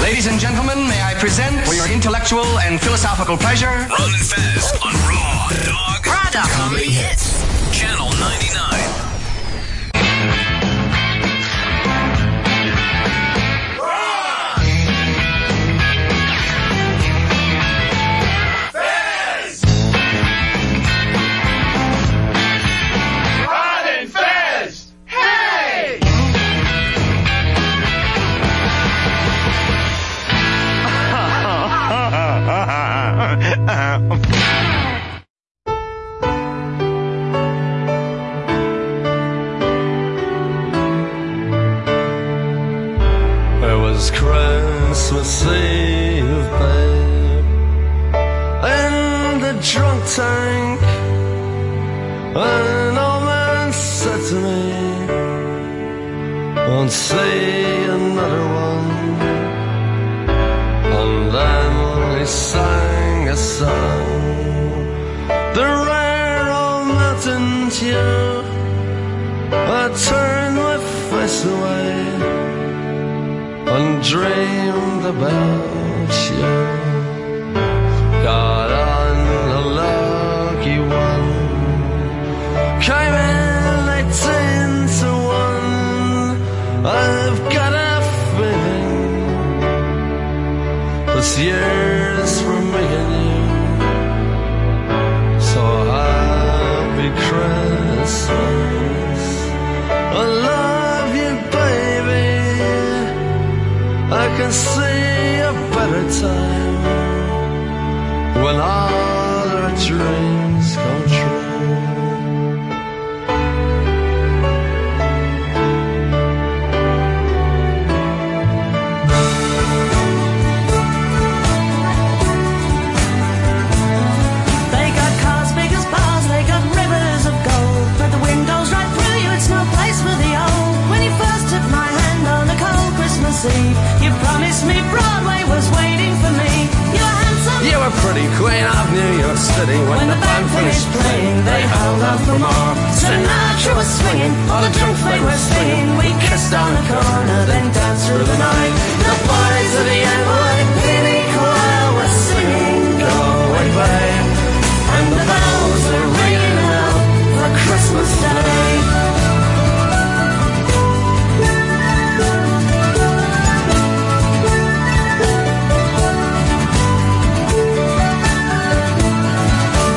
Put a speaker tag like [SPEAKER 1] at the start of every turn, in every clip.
[SPEAKER 1] Ladies and gentlemen, may I present for your intellectual and philosophical pleasure?
[SPEAKER 2] Run fast on Raw Dog
[SPEAKER 3] Raw Dog.
[SPEAKER 2] Comedy Hits. Channel 99.
[SPEAKER 4] It was Christmas Eve, babe. In the drunk tank, an old man said to me, Won't see another one. And then he sang a song, the rare old mountain dew. I turned my face away and dreamed about you. Got on a lucky one, came in eighteen to one. I've got a feeling this year's for me and you. So happy Christmas. I love you, baby. I can see a better time when all our dreams come true.
[SPEAKER 5] They got cars big as bars, they got rivers of gold. But the wind goes right through you, it's no place for the old. When you first took my hand on a cold Christmas Eve, you promised me Broadway was waiting for me. You were handsome.
[SPEAKER 4] You were pretty queen of New York City when,
[SPEAKER 5] When
[SPEAKER 4] the band finished playing. They held out for more.
[SPEAKER 5] Sinatra was swinging, all the drums they were singing. We kissed on the corner, then danced through the night. The boys of the NYPD choir were singing, "Go away, babe," and the bells were ringing out for Christmas Day.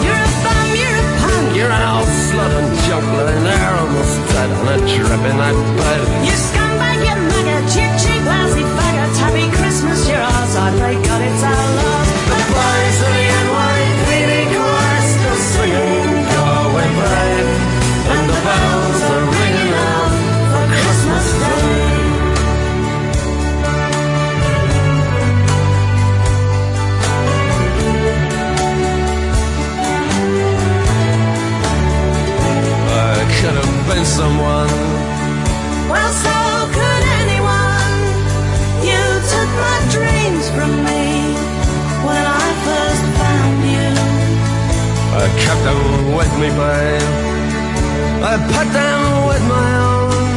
[SPEAKER 5] You're a bum, you're a punk.
[SPEAKER 4] You're an old slut and junk millionaire, almost dead on a drip in that bed.
[SPEAKER 5] You scumbag, you maggot, you cheap, lousy faggot. Happy Christmas, you're ours. I pray God it's our loss. The boys of the NYPD chorus still singing, go away, babe. And the bells are ringing out for Christmas Day.
[SPEAKER 4] I could have been someone.
[SPEAKER 5] Well, so could anyone. You took my dreams from me when I first found you.
[SPEAKER 4] I kept them with me, babe. I put them with my own.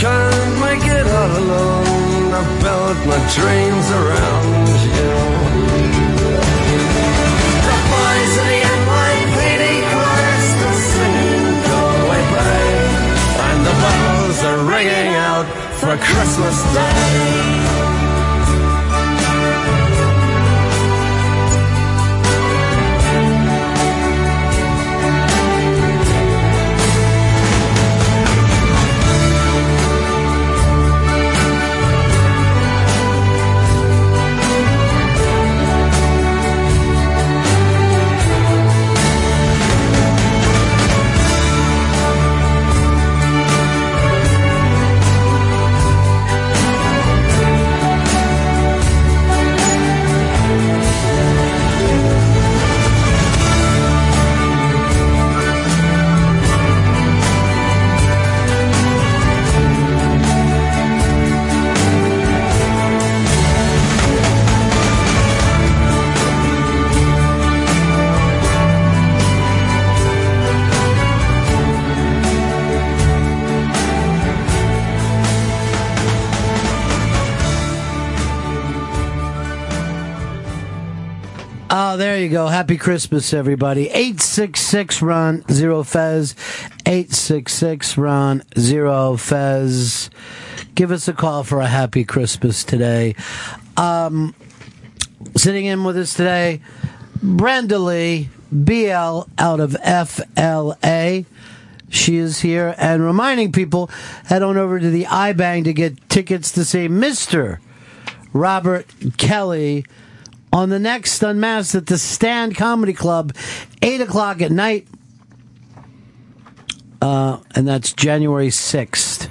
[SPEAKER 4] Can't make it all alone. I built my dreams around you.
[SPEAKER 5] The boys of the NYPD chorus still singing, go away, babe.
[SPEAKER 4] And the bells are ringing out for Christmas Day.
[SPEAKER 6] Oh, there you go. Happy Christmas, everybody. 866 Ron Zero Fez. 866 Ron Zero Fez. Give us a call for a happy Christmas today. Um, sitting in with us today, Brenda Lee, BL out of FLA. She is here and reminding people head on over to the iBang to get tickets to see Mr. Robert Kelly on the next Unmasked at the Stand Comedy Club, 8 o'clock at night. Uh, and that's January 6th,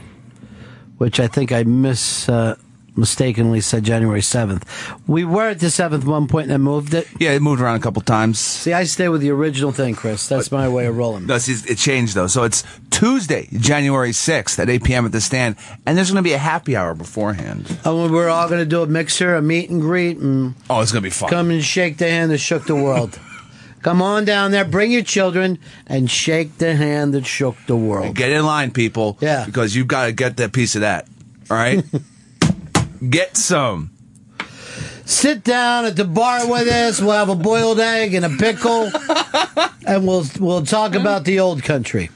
[SPEAKER 6] which I think I mis, uh, mistakenly said January 7th. We were at the 7th one point and then moved it.
[SPEAKER 7] Yeah, it moved around a couple times.
[SPEAKER 6] See, I stay with the original thing, Chris. That's my way of rolling.
[SPEAKER 7] No, see, it changed though. So it's Tuesday, January 6th at 8 p.m. at the stand, and there's going to be a happy hour beforehand.
[SPEAKER 6] Oh, And we're all going to do a mixer, a meet and greet, and
[SPEAKER 7] Oh, it's going to be fun.
[SPEAKER 6] come and shake the hand that shook the world. come on down there, bring your children, and shake the hand that shook the world.
[SPEAKER 7] Get in line, people.
[SPEAKER 6] Yeah.
[SPEAKER 7] Because you've got to get that piece of that. All right? get some.
[SPEAKER 6] Sit down at the bar with us. We'll have a boiled egg and a pickle, and we'll we'll talk about the old country.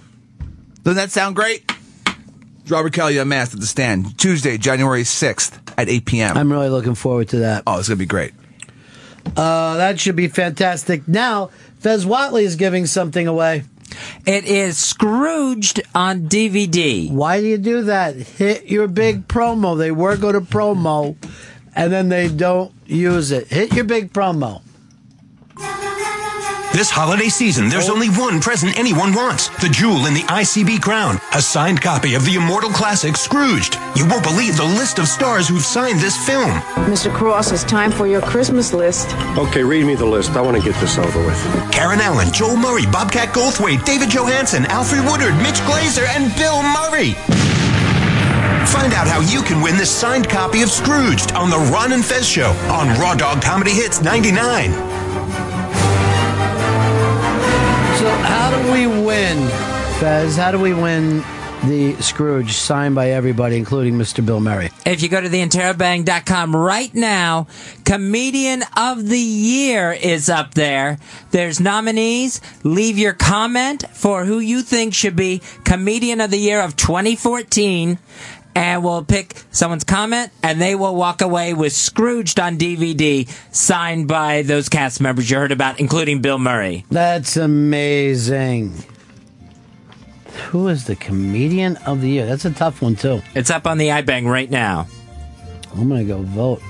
[SPEAKER 7] Doesn't that sound great? Robert Kelly unmasked at the stand Tuesday, January 6th at 8 p.m.
[SPEAKER 6] I'm really looking forward to that.
[SPEAKER 7] oh, it's going to be great.
[SPEAKER 6] Uh, that should be fantastic. Now, Fez Watley is giving something away.
[SPEAKER 8] It is Scrooged on DVD.
[SPEAKER 6] Why do you do that? Hit your big promo. They were go to promo, and then they don't use it. Hit your big promo.
[SPEAKER 9] This holiday season, there's only one present anyone wants the jewel in the ICB crown, a signed copy of the immortal classic Scrooged. You won't believe the list of stars who've signed this film.
[SPEAKER 10] Mr. Cross, it's time for your Christmas list.
[SPEAKER 11] Okay, read me the list. I want to get this over with.
[SPEAKER 9] Karen Allen, Joel Murray, Bobcat Goldthwait, David Johansen, Alfred Woodard, Mitch Glazer, and Bill Murray. Find out how you can win this signed copy of Scrooged on The Ron and Fez Show on Raw Dog Comedy Hits 99.
[SPEAKER 6] So, how do we win, Fez? How do we win the Scrooge signed by everybody, including Mr. Bill Murray?
[SPEAKER 8] If you go to theinterrobang.com right now, Comedian of the Year is up there. There's nominees. Leave your comment for who you think should be Comedian of the Year of 2014. And we'll pick someone's comment, and they will walk away with Scrooged on DVD, signed by those cast members you heard about, including Bill Murray.
[SPEAKER 6] That's amazing. Who is the comedian of the year? That's a tough one, too.
[SPEAKER 8] It's up on the iBang right now.
[SPEAKER 6] I'm going to go vote.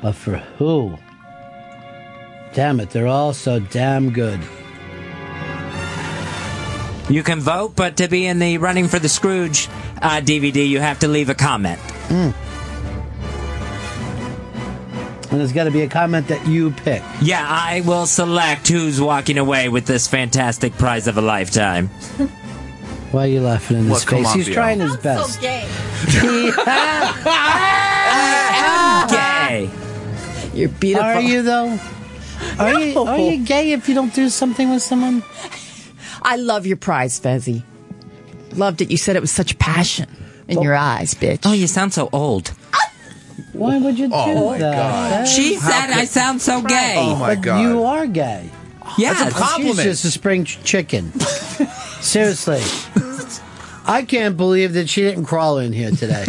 [SPEAKER 6] But for who? Damn it, they're all so damn good.
[SPEAKER 8] You can vote, but to be in the running for the Scrooge uh, DVD, you have to leave a comment.
[SPEAKER 7] Hmm.
[SPEAKER 6] And there's got to be a comment that you pick.
[SPEAKER 8] Yeah, I will select who's walking away with this fantastic prize of a lifetime.
[SPEAKER 6] Why are you laughing in his
[SPEAKER 7] Well, come
[SPEAKER 6] face?
[SPEAKER 7] on,
[SPEAKER 6] He's
[SPEAKER 7] Theo.
[SPEAKER 6] trying his best.
[SPEAKER 12] gay.
[SPEAKER 8] Gay.
[SPEAKER 10] You're beautiful.
[SPEAKER 6] Are you though? Are you
[SPEAKER 10] No.
[SPEAKER 6] are you gay if you don't do something with someone?
[SPEAKER 12] I love your prize, Fezzi. Loved it. You said it with such passion in your eyes, bitch.
[SPEAKER 8] Oh, you sound so old.
[SPEAKER 6] Why would you do
[SPEAKER 7] Oh, my
[SPEAKER 6] that?
[SPEAKER 7] God.
[SPEAKER 8] She said I sound so gay.
[SPEAKER 7] Oh, my
[SPEAKER 6] But
[SPEAKER 7] God.
[SPEAKER 6] You are gay.
[SPEAKER 8] yes.
[SPEAKER 6] She's just a spring ch- chicken. Seriously. I can't believe that she didn't crawl in here today.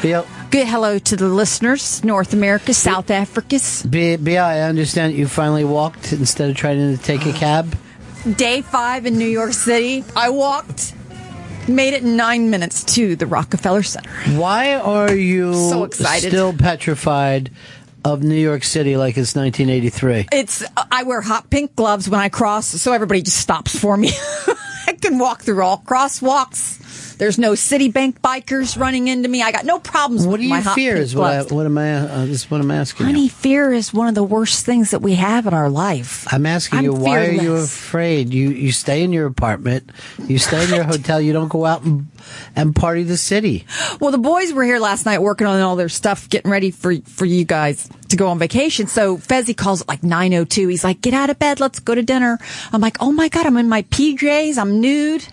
[SPEAKER 6] Bill,
[SPEAKER 12] Good hello to the listeners, North America, South Africa.
[SPEAKER 6] B, B, I understand that you finally walked instead of trying to take a cab.
[SPEAKER 12] Day five in New York City. I walked, made it in nine minutes to the Rockefeller Center.
[SPEAKER 6] Why are you
[SPEAKER 12] So excited.
[SPEAKER 6] still petrified of New York City like it's 1983?
[SPEAKER 12] It's I wear hot pink gloves when I cross, so everybody just stops for me. I can walk through all crosswalks. There's no Citibank bikers running into me. I got no problems.
[SPEAKER 6] What
[SPEAKER 12] with
[SPEAKER 6] do
[SPEAKER 12] my
[SPEAKER 6] you
[SPEAKER 12] hot
[SPEAKER 6] fear?
[SPEAKER 12] pink
[SPEAKER 6] Is what, I,
[SPEAKER 12] gloves.
[SPEAKER 6] what am I? Uh, this is what I'm asking.
[SPEAKER 12] Honey,
[SPEAKER 6] you.
[SPEAKER 12] fear is one of the worst things that we have in our life.
[SPEAKER 6] I'm asking
[SPEAKER 12] I'm
[SPEAKER 6] you why are you
[SPEAKER 12] fearless.
[SPEAKER 6] afraid? You you stay in your apartment, you stay in your hotel, you don't go out and, and party the city.
[SPEAKER 12] Well, the boys were here last night working on all their stuff, getting ready for for you guys to go on vacation. So Fezzi calls it like 9.02. He's like, get out "Oh of bed. Let's go to dinner. I'm like, oh my God, I'm in my PJs. I'm nude.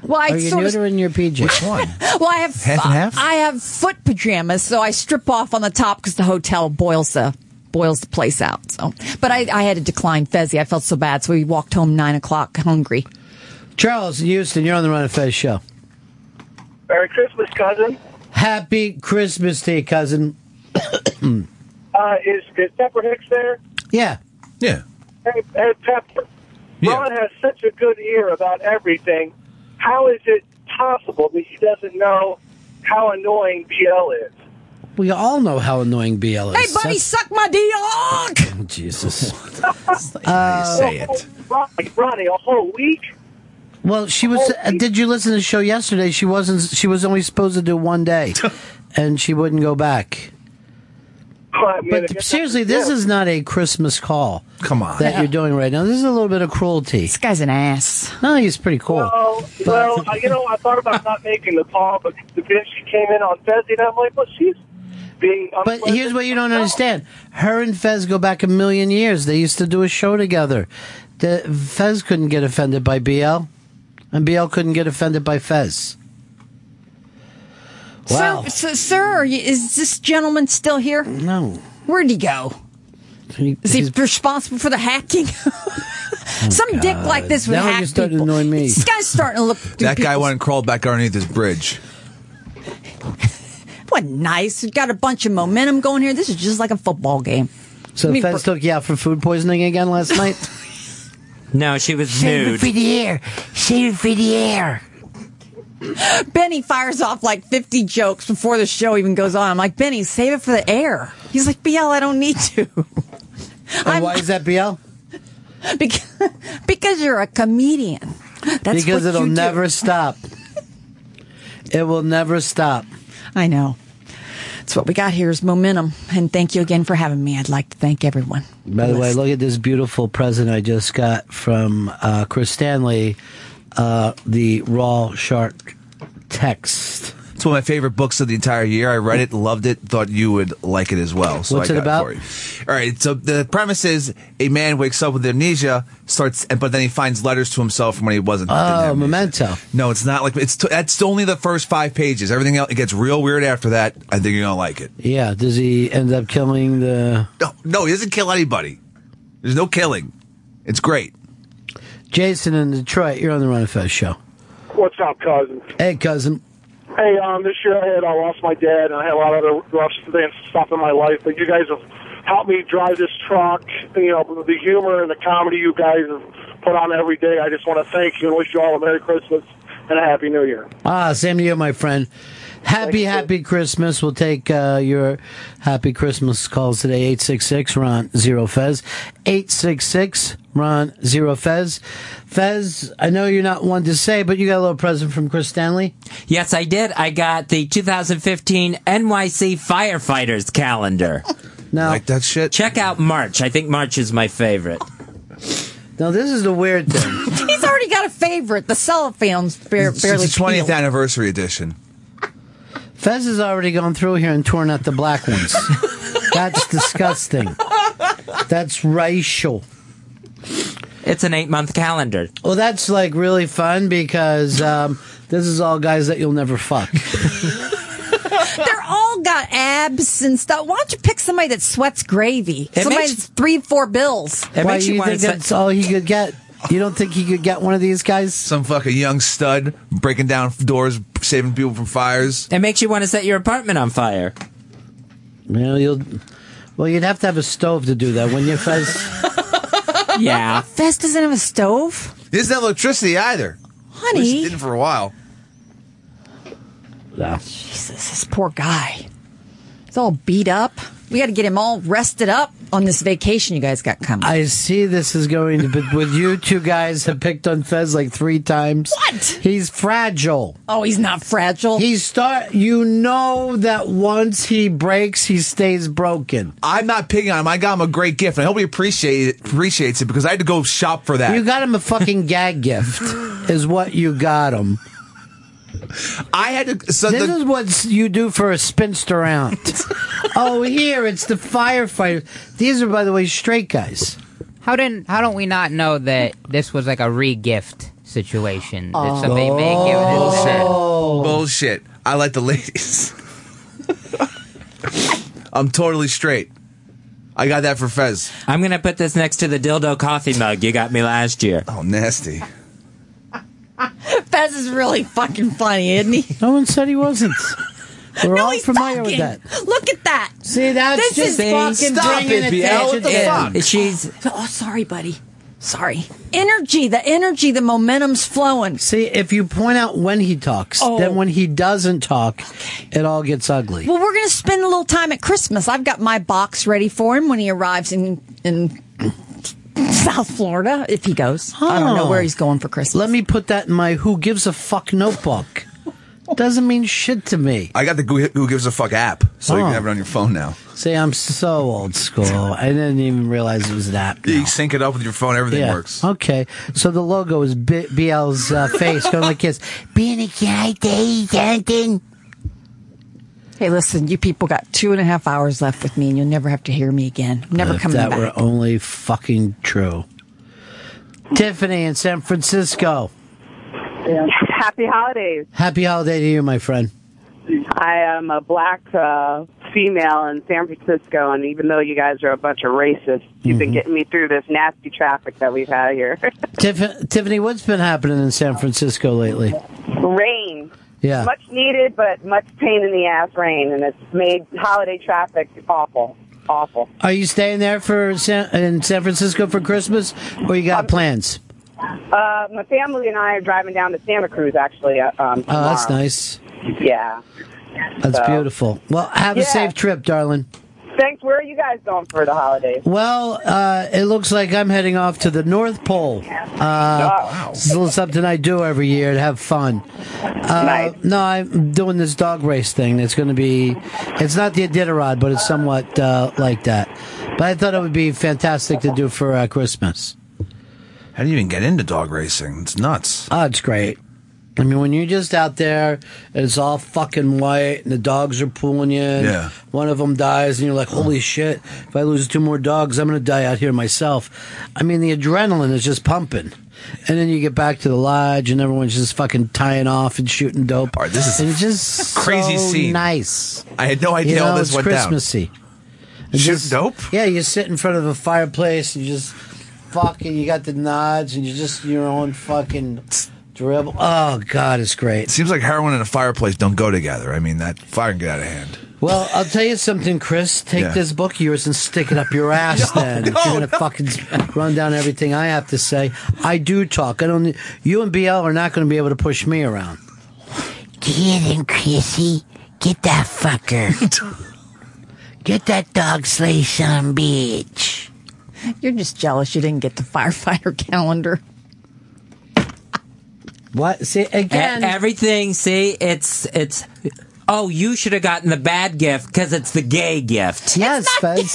[SPEAKER 12] Well, I
[SPEAKER 6] Are you
[SPEAKER 12] sort of
[SPEAKER 6] neuter in your PJs?
[SPEAKER 7] Which one?
[SPEAKER 12] Well, I have
[SPEAKER 7] Half and half?
[SPEAKER 12] I have foot pajamas, so I strip off on the top because the hotel boils the boils the place out. So, but I, I had to decline Fezzi. I felt so bad, so we walked home nine o'clock hungry.
[SPEAKER 6] Charles in Houston, you're on the Run and Fez show.
[SPEAKER 13] Merry Christmas, cousin.
[SPEAKER 6] Happy Christmas to you, cousin.
[SPEAKER 13] Uh, is, is Pepper Hicks there?
[SPEAKER 6] Yeah.
[SPEAKER 7] Yeah.
[SPEAKER 13] Hey, hey Pepper.
[SPEAKER 7] Yeah.
[SPEAKER 13] Ron has such a good ear about everything. How is it possible that he doesn't know how annoying BL is?
[SPEAKER 6] We all know how annoying BL is.
[SPEAKER 12] Hey, buddy, suck my dog.
[SPEAKER 6] That's- Jesus.
[SPEAKER 7] How do you say it.
[SPEAKER 13] Ronnie, Uh, Ronnie, a whole week?
[SPEAKER 6] Well, she was. Uh, did you listen to the show yesterday? She wasn't. She was only supposed to do one day, and she wouldn't go back.
[SPEAKER 13] Oh, I mean, I
[SPEAKER 6] But
[SPEAKER 13] guess
[SPEAKER 6] seriously,
[SPEAKER 13] that's-
[SPEAKER 6] this is not a Christmas call.
[SPEAKER 7] Come on.
[SPEAKER 6] that you're doing right now. This is a little bit of cruelty.
[SPEAKER 12] This guy's an ass.
[SPEAKER 6] No, he's pretty cool.
[SPEAKER 13] Well, well, I- you know, I thought about not making the call, but then she came in on Thursday, and I'm like, well, she's being.
[SPEAKER 6] But
[SPEAKER 13] unpleasant.
[SPEAKER 6] here's what you don't understand. Her and Fez go back a million years. They used to do a show together. The, Fez couldn't get offended by BL, and BL couldn't get offended by Fez. Wow.
[SPEAKER 12] Sir, so, sir, are you, is this gentleman still here?
[SPEAKER 6] No.
[SPEAKER 12] Where'd he go?
[SPEAKER 6] He-
[SPEAKER 12] Is he
[SPEAKER 6] he's- Oh,
[SPEAKER 12] responsible for the hacking? Some dick like this would
[SPEAKER 6] Now
[SPEAKER 12] hack
[SPEAKER 6] you're starting to
[SPEAKER 12] people.
[SPEAKER 6] annoy me.
[SPEAKER 12] This guy's starting to look. through
[SPEAKER 7] That guy
[SPEAKER 12] people's-
[SPEAKER 7] went and crawled back underneath his bridge.
[SPEAKER 12] What nice. We've got a bunch of momentum going here. This is just like a football game.
[SPEAKER 6] so
[SPEAKER 12] me-
[SPEAKER 6] Fez took you out for food poisoning again last night?
[SPEAKER 8] No, she was nude.
[SPEAKER 6] the air. Save it for the air.
[SPEAKER 12] Benny fires off like 50 jokes before the show even goes on. I'm like, Benny, save it for the air. He's like, BL, I don't need to.
[SPEAKER 6] And why
[SPEAKER 12] I'm-
[SPEAKER 6] is that BL?
[SPEAKER 12] because, because you're a comedian. That's what
[SPEAKER 6] because it'll
[SPEAKER 12] you do.
[SPEAKER 6] never stop. It will never stop.
[SPEAKER 12] I know. That's what we got here is momentum. And thank you again for having me. I'd like to thank everyone.
[SPEAKER 6] By the way, look at this beautiful present I just got from uh, Chris Stanley, uh, the Raw Shark text.
[SPEAKER 7] It's one of my favorite books of the entire year. I read it, loved it, thought you would like it as well. So
[SPEAKER 6] What's
[SPEAKER 7] I got
[SPEAKER 6] it about?
[SPEAKER 7] for you. All right. So the premise is a man wakes up with amnesia, starts, and but then he finds letters to himself from when he wasn't. didn't have
[SPEAKER 6] Oh,
[SPEAKER 7] amnesia.
[SPEAKER 6] memento.
[SPEAKER 7] No, it's not like it's. T- that's only the first five pages. Everything else it gets real weird after that. I think you're gonna like it.
[SPEAKER 6] Yeah, does he end up killing the.
[SPEAKER 7] No, no, he doesn't kill anybody. There's no killing. It's great.
[SPEAKER 6] Jason in Detroit, you're on the Run and Fest show.
[SPEAKER 13] What's up, cousin?
[SPEAKER 6] Hey, cousin.
[SPEAKER 13] Hey, um, this year I had I lost my dad, and I had a lot of other rough things stuff in my life. But you guys have helped me drive this truck. You know, the humor and the comedy you guys have put on every day. I just want to thank you and wish you all a Merry Christmas and a Happy New Year.
[SPEAKER 6] Ah, same to you, my friend. Happy, happy Christmas. We'll take uh, your happy Christmas calls today. 866 Ron Zero Fez. 866 Ron Zero Fez. Fez, I know you're not one to say, but you got a little present from Chris Stanley.
[SPEAKER 8] Yes, I did. I got the 2015 NYC Firefighters calendar.
[SPEAKER 6] Now,
[SPEAKER 7] Like that shit.
[SPEAKER 8] Check out March. I think March is my favorite.
[SPEAKER 6] now this is the weird thing.
[SPEAKER 12] He's already got a favorite. The cellophone's bar-
[SPEAKER 7] It's
[SPEAKER 12] barely
[SPEAKER 7] the 20th
[SPEAKER 12] peeled.
[SPEAKER 7] anniversary edition.
[SPEAKER 6] Fez has already gone through here and torn out the black ones. That's disgusting. That's racial.
[SPEAKER 8] It's an eight month calendar.
[SPEAKER 6] Well, that's like really fun because um, this is all guys that you'll never fuck.
[SPEAKER 12] They're all got abs and stuff. Why don't you pick somebody that sweats gravy?
[SPEAKER 8] It
[SPEAKER 12] somebody
[SPEAKER 8] makes-
[SPEAKER 12] that's three, four bills.
[SPEAKER 8] It
[SPEAKER 6] Why
[SPEAKER 8] makes
[SPEAKER 6] you
[SPEAKER 8] you want
[SPEAKER 6] think
[SPEAKER 8] to.
[SPEAKER 6] that's all he could get? You don't think he could get one of these guys?
[SPEAKER 7] Some fucking young stud breaking down doors, saving people from fires.
[SPEAKER 8] It makes you want to set your apartment on fire.
[SPEAKER 6] Well, you'll. Well, you'd have to have a stove to do that, wouldn't you, Fez?
[SPEAKER 8] Yeah.
[SPEAKER 12] Fez doesn't have a stove.
[SPEAKER 7] He doesn't have electricity either. At least he
[SPEAKER 12] Honey.
[SPEAKER 7] didn't for a while.
[SPEAKER 6] no.
[SPEAKER 12] Jesus, this poor guy. He's all beat up. We got to get him all rested up on this vacation you guys got coming.
[SPEAKER 6] I see this is going to. But with you two guys have picked on Fez like three times.
[SPEAKER 12] What?
[SPEAKER 6] He's fragile.
[SPEAKER 12] oh, he's not fragile.
[SPEAKER 6] He start. You know that once he breaks, he stays broken.
[SPEAKER 7] I'm not picking on him. I got him a great gift. and I hope he appreciate it, appreciates it because I had to go shop for that.
[SPEAKER 6] You got him a fucking gag gift, is what you got him.
[SPEAKER 7] I had to. So
[SPEAKER 6] This
[SPEAKER 7] the,
[SPEAKER 6] is what you do for a spinster aunt. oh, here it's the firefighters. These are, by the way, straight guys.
[SPEAKER 14] How didn't? How don't we not know that this was like a re-gift? situation that
[SPEAKER 6] Oh.
[SPEAKER 14] somebody may give an
[SPEAKER 7] Bullshit.
[SPEAKER 14] incentive.
[SPEAKER 7] Oh. Bullshit. I like the ladies. I'm totally straight. I got that for Fez.
[SPEAKER 8] I'm gonna put this next to the dildo coffee mug you got me last year.
[SPEAKER 7] Oh, nasty.
[SPEAKER 12] Fez is really fucking funny, isn't he?
[SPEAKER 6] No one said he wasn't. We're all familiar with that.
[SPEAKER 12] Look at that.
[SPEAKER 6] See, that's
[SPEAKER 12] this
[SPEAKER 6] just
[SPEAKER 12] is fucking
[SPEAKER 6] fucking Stop
[SPEAKER 12] bringing
[SPEAKER 6] it, Biel. What
[SPEAKER 12] attention
[SPEAKER 6] the
[SPEAKER 12] in.
[SPEAKER 6] fuck?
[SPEAKER 8] She's
[SPEAKER 12] oh, sorry, buddy. Sorry. Energy, the energy, the momentum's flowing. Oh.
[SPEAKER 6] See, if you point out when he talks, then when he doesn't talk, it all gets ugly.
[SPEAKER 12] Well, we're going to spend a little time at Christmas. I've got my box ready for him when he arrives in in South Florida, if he goes. I don't know where he's going for Christmas.
[SPEAKER 6] Let me put that in my who gives a fuck notebook. Doesn't mean shit to me.
[SPEAKER 7] I got the Who Who Gives a Fuck app, so you
[SPEAKER 6] Oh.
[SPEAKER 7] can have it on your phone now.
[SPEAKER 6] See, I'm so old school. I didn't even realize it was an app.
[SPEAKER 7] You sync it up with your phone, everything
[SPEAKER 6] Yeah.
[SPEAKER 7] works.
[SPEAKER 6] Okay. So the logo is B- BL's uh, face going like this. Beanie, can I date anything?
[SPEAKER 12] Hey, listen, you people got two and a half hours left with me, and you'll never have to hear me again. I'm never
[SPEAKER 6] if
[SPEAKER 12] coming
[SPEAKER 6] that
[SPEAKER 12] back.
[SPEAKER 6] were only fucking true. Tiffany in San Francisco.
[SPEAKER 15] Happy holidays.
[SPEAKER 6] Happy holiday to you, my friend.
[SPEAKER 15] I am a black uh, female in San Francisco, and even though you guys are a bunch of racists, you've
[SPEAKER 6] Mm-hmm.
[SPEAKER 15] been getting me through this nasty traffic that we've had here.
[SPEAKER 6] Tiff- Tiffany, what's been happening in San Francisco lately?
[SPEAKER 15] rain.
[SPEAKER 6] Yeah.
[SPEAKER 15] Much needed, but much pain in the ass rain, and it's made holiday traffic awful. Awful.
[SPEAKER 6] Are you staying there for San- in San Francisco for Christmas, or you got plans?
[SPEAKER 15] Uh, my family and I are driving down to Santa Cruz, actually. uh, Um,
[SPEAKER 6] Oh, that's
[SPEAKER 15] tomorrow.
[SPEAKER 6] nice.
[SPEAKER 15] Yeah.
[SPEAKER 6] That's
[SPEAKER 15] So-
[SPEAKER 6] beautiful. Well, have a
[SPEAKER 15] Yeah.
[SPEAKER 6] safe trip, darling.
[SPEAKER 15] Thanks. Where are you guys going for the holidays?
[SPEAKER 6] Well, uh, it looks like I'm heading off to the North Pole. Uh, It's a little something I do every year to have fun. Uh, No, I'm doing this dog race thing. It's going to be, it's not the Iditarod, but it's somewhat uh, like that. But I thought it would be fantastic to do for uh, Christmas.
[SPEAKER 7] How do you even get into dog racing? It's nuts.
[SPEAKER 6] Oh, it's great. I mean, when you're just out there, and it's all fucking white, and the dogs are pulling you. and
[SPEAKER 7] Yeah.
[SPEAKER 6] One of them dies, and you're like, "Holy shit! If I lose two more dogs, I'm gonna die out here myself." I mean, the adrenaline is just pumping. And then you get back to the lodge, and everyone's just fucking tying off and shooting dope. this is and it's just
[SPEAKER 7] crazy
[SPEAKER 6] so
[SPEAKER 7] scene.
[SPEAKER 6] Nice.
[SPEAKER 7] I had no idea
[SPEAKER 6] You know,
[SPEAKER 7] all this
[SPEAKER 6] it's
[SPEAKER 7] went
[SPEAKER 6] Christmassy. It's
[SPEAKER 7] Shoot
[SPEAKER 6] just-
[SPEAKER 7] dope?
[SPEAKER 6] Yeah, you sit in front of a fireplace and you just fucking you got the nods and you just your own fucking dribble. Oh God, it's great. down.
[SPEAKER 7] Seems like heroin and a fireplace don't go together. I mean, that fire can get out of hand.
[SPEAKER 6] Well, I'll tell you something, Chris. Take
[SPEAKER 7] Yeah.
[SPEAKER 6] this book of yours and stick it up your ass. then if you're gonna fucking run down everything I have to say. I do talk. I don't. You and BL are not going to be able to push me around.
[SPEAKER 4] Get him, Chrissy. Get that fucker. Get that dog sleigh, son bitch.
[SPEAKER 12] You're just jealous you didn't get the firefighter calendar.
[SPEAKER 6] What? See
[SPEAKER 12] Uh, again.
[SPEAKER 8] E- everything. See, it's it's. Oh, you should have gotten the bad gift because it's the gay gift.
[SPEAKER 6] Yes, Fez.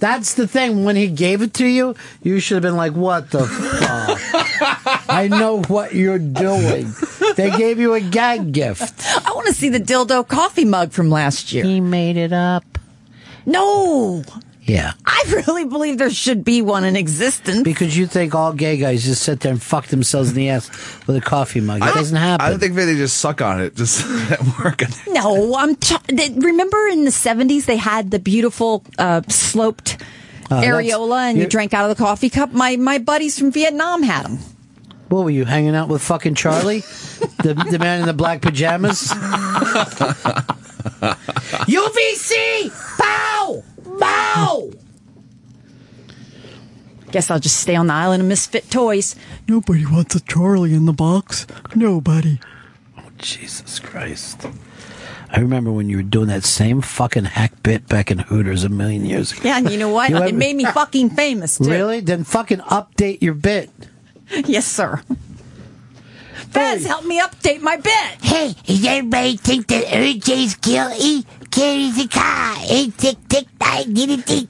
[SPEAKER 6] That's the thing. When he gave it to you, you should have been like, "What the fuck? I know what you're doing." They gave you a gag gift.
[SPEAKER 12] I want to see the dildo coffee mug from last year. He
[SPEAKER 6] made it up.
[SPEAKER 12] No.
[SPEAKER 6] Yeah.
[SPEAKER 12] I really believe there should be one in existence.
[SPEAKER 6] Because you think all gay guys just sit there and fuck themselves in the ass with a coffee mug. It doesn't happen.
[SPEAKER 7] I don't think they just suck on it. Just at work.
[SPEAKER 12] No, I'm. T- they, remember in the '70s they had the beautiful uh, sloped
[SPEAKER 6] Oh, that's-
[SPEAKER 12] areola, and you
[SPEAKER 6] you're-
[SPEAKER 12] drank out of the coffee cup. My my buddies from Vietnam had them.
[SPEAKER 6] What were you hanging out with fucking Charlie, the, the man in the black pajamas? UVC! Bow! Bow!
[SPEAKER 12] Guess I'll just stay on the island of misfit toys.
[SPEAKER 4] Nobody wants a Charlie in the box. Nobody.
[SPEAKER 6] Oh, Jesus Christ. I remember when you were doing that same fucking hack bit back in Hooters a million years ago.
[SPEAKER 12] Yeah, and you know what?
[SPEAKER 6] You
[SPEAKER 12] it
[SPEAKER 6] ever-
[SPEAKER 12] made me fucking famous. Too.
[SPEAKER 6] Really? Then fucking update your bit.
[SPEAKER 12] Yes, sir. Fez, help me update my bit.
[SPEAKER 4] Hey, does everybody think that RJ's guilty? Carries a car. Hey, tick, tick, I get it, tick.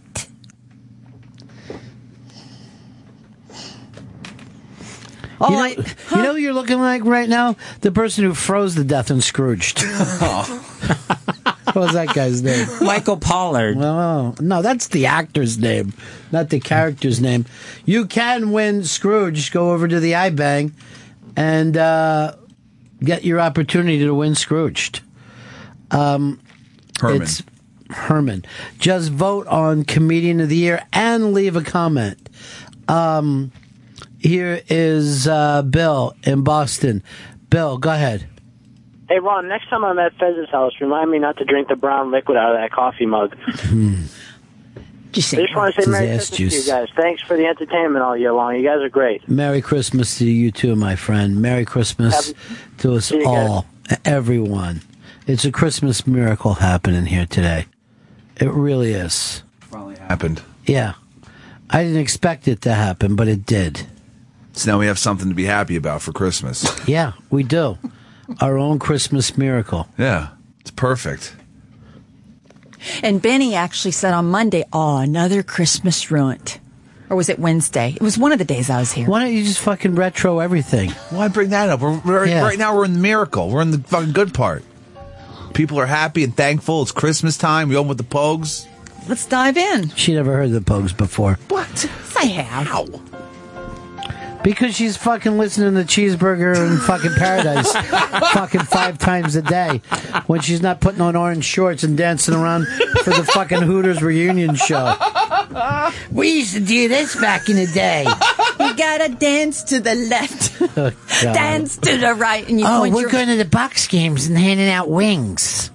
[SPEAKER 8] Oh,
[SPEAKER 6] you know, you know who you're looking like right now? The person who froze to death in Scrooged. what was that guy's name?
[SPEAKER 8] Michael Pollard.
[SPEAKER 6] Oh, no, that's the actor's name, not the character's name. You can win Scrooge. Go over to the iBang and uh, get your opportunity to win Scrooged. Um,
[SPEAKER 7] Herman.
[SPEAKER 6] It's Herman. Just vote on Comedian of the Year and leave a comment. Um, here is uh, Bill in Boston. Bill, go ahead.
[SPEAKER 5] Hey, Ron, next time I'm at Fez's house, remind me not to drink the brown liquid out of that coffee mug.
[SPEAKER 6] Hmm. Just
[SPEAKER 5] I just want to say Merry Christmas
[SPEAKER 6] Disaster juice.
[SPEAKER 5] to you guys. Thanks for the entertainment all year long. You guys are great.
[SPEAKER 6] Merry Christmas to you too, my friend. Merry Christmas to us all, everyone. It's a Christmas miracle happening here today. It really is.
[SPEAKER 7] Finally happened.
[SPEAKER 6] Yeah. I didn't expect it to happen, but it did.
[SPEAKER 7] So now we have something to be happy about for Christmas.
[SPEAKER 6] Yeah, we do. Our own Christmas miracle.
[SPEAKER 7] Yeah, it's perfect.
[SPEAKER 12] And Benny actually said on Monday, "Oh, another Christmas ruined." Or was it Wednesday? It was one of the days I was here.
[SPEAKER 6] Why don't you just fucking retro everything?
[SPEAKER 7] Why bring that up? We're, we're-
[SPEAKER 6] Yeah.
[SPEAKER 7] Right now, we're in the miracle. We're in the fucking good part. People are happy and thankful. It's Christmas time. We open with the Pogues.
[SPEAKER 12] Let's dive in.
[SPEAKER 6] She never heard the Pogues before.
[SPEAKER 7] What?
[SPEAKER 12] Yes, I have.
[SPEAKER 6] Because she's fucking listening to Cheeseburger and fucking Paradise fucking five times a day when she's not putting on orange shorts and dancing around for the fucking Hooters reunion show. Oh, We used to do this back in the day.
[SPEAKER 12] you gotta dance to the left,
[SPEAKER 6] Oh, God.
[SPEAKER 12] dance to the right, and you
[SPEAKER 6] oh,
[SPEAKER 12] point
[SPEAKER 6] we're
[SPEAKER 12] your
[SPEAKER 6] going to the box games and handing out wings.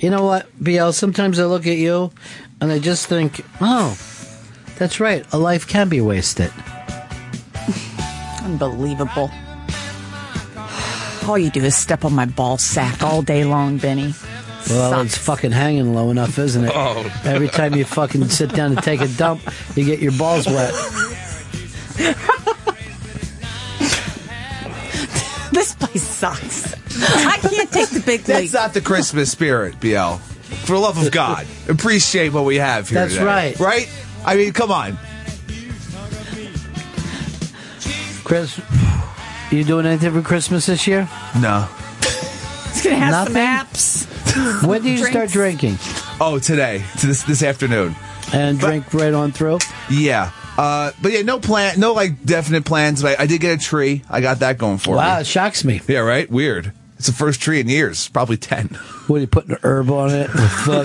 [SPEAKER 6] You know what, BL? Sometimes I look at you and I just think, oh, that's right. A life can be wasted.
[SPEAKER 12] Unbelievable. All you do is step on my ball sack all day long, Benny.
[SPEAKER 6] Well, it's fucking hanging low enough, isn't it?
[SPEAKER 12] Oh.
[SPEAKER 6] Every time you fucking sit down to take a dump, you get your balls wet.
[SPEAKER 12] This place sucks. I can't take the big
[SPEAKER 7] That's
[SPEAKER 12] league.
[SPEAKER 7] not the Christmas spirit, BL. For the love of God, appreciate what we have here.
[SPEAKER 6] That's
[SPEAKER 7] today.
[SPEAKER 6] right.
[SPEAKER 7] Right? I mean, come on.
[SPEAKER 6] Chris, you doing anything for Christmas this year?
[SPEAKER 7] No.
[SPEAKER 12] It's gonna have some apps.
[SPEAKER 6] When do you start drinking?
[SPEAKER 7] Oh, today, to this this afternoon,
[SPEAKER 6] and drink right on through.
[SPEAKER 7] Yeah, uh, but yeah, no plan, no like definite plans. But I, I did get a tree. I got that going for me.
[SPEAKER 6] Wow, it shocks me.
[SPEAKER 7] Yeah, right. Weird. It's the first tree in years, probably ten.
[SPEAKER 6] What are you putting an herb on it? Well,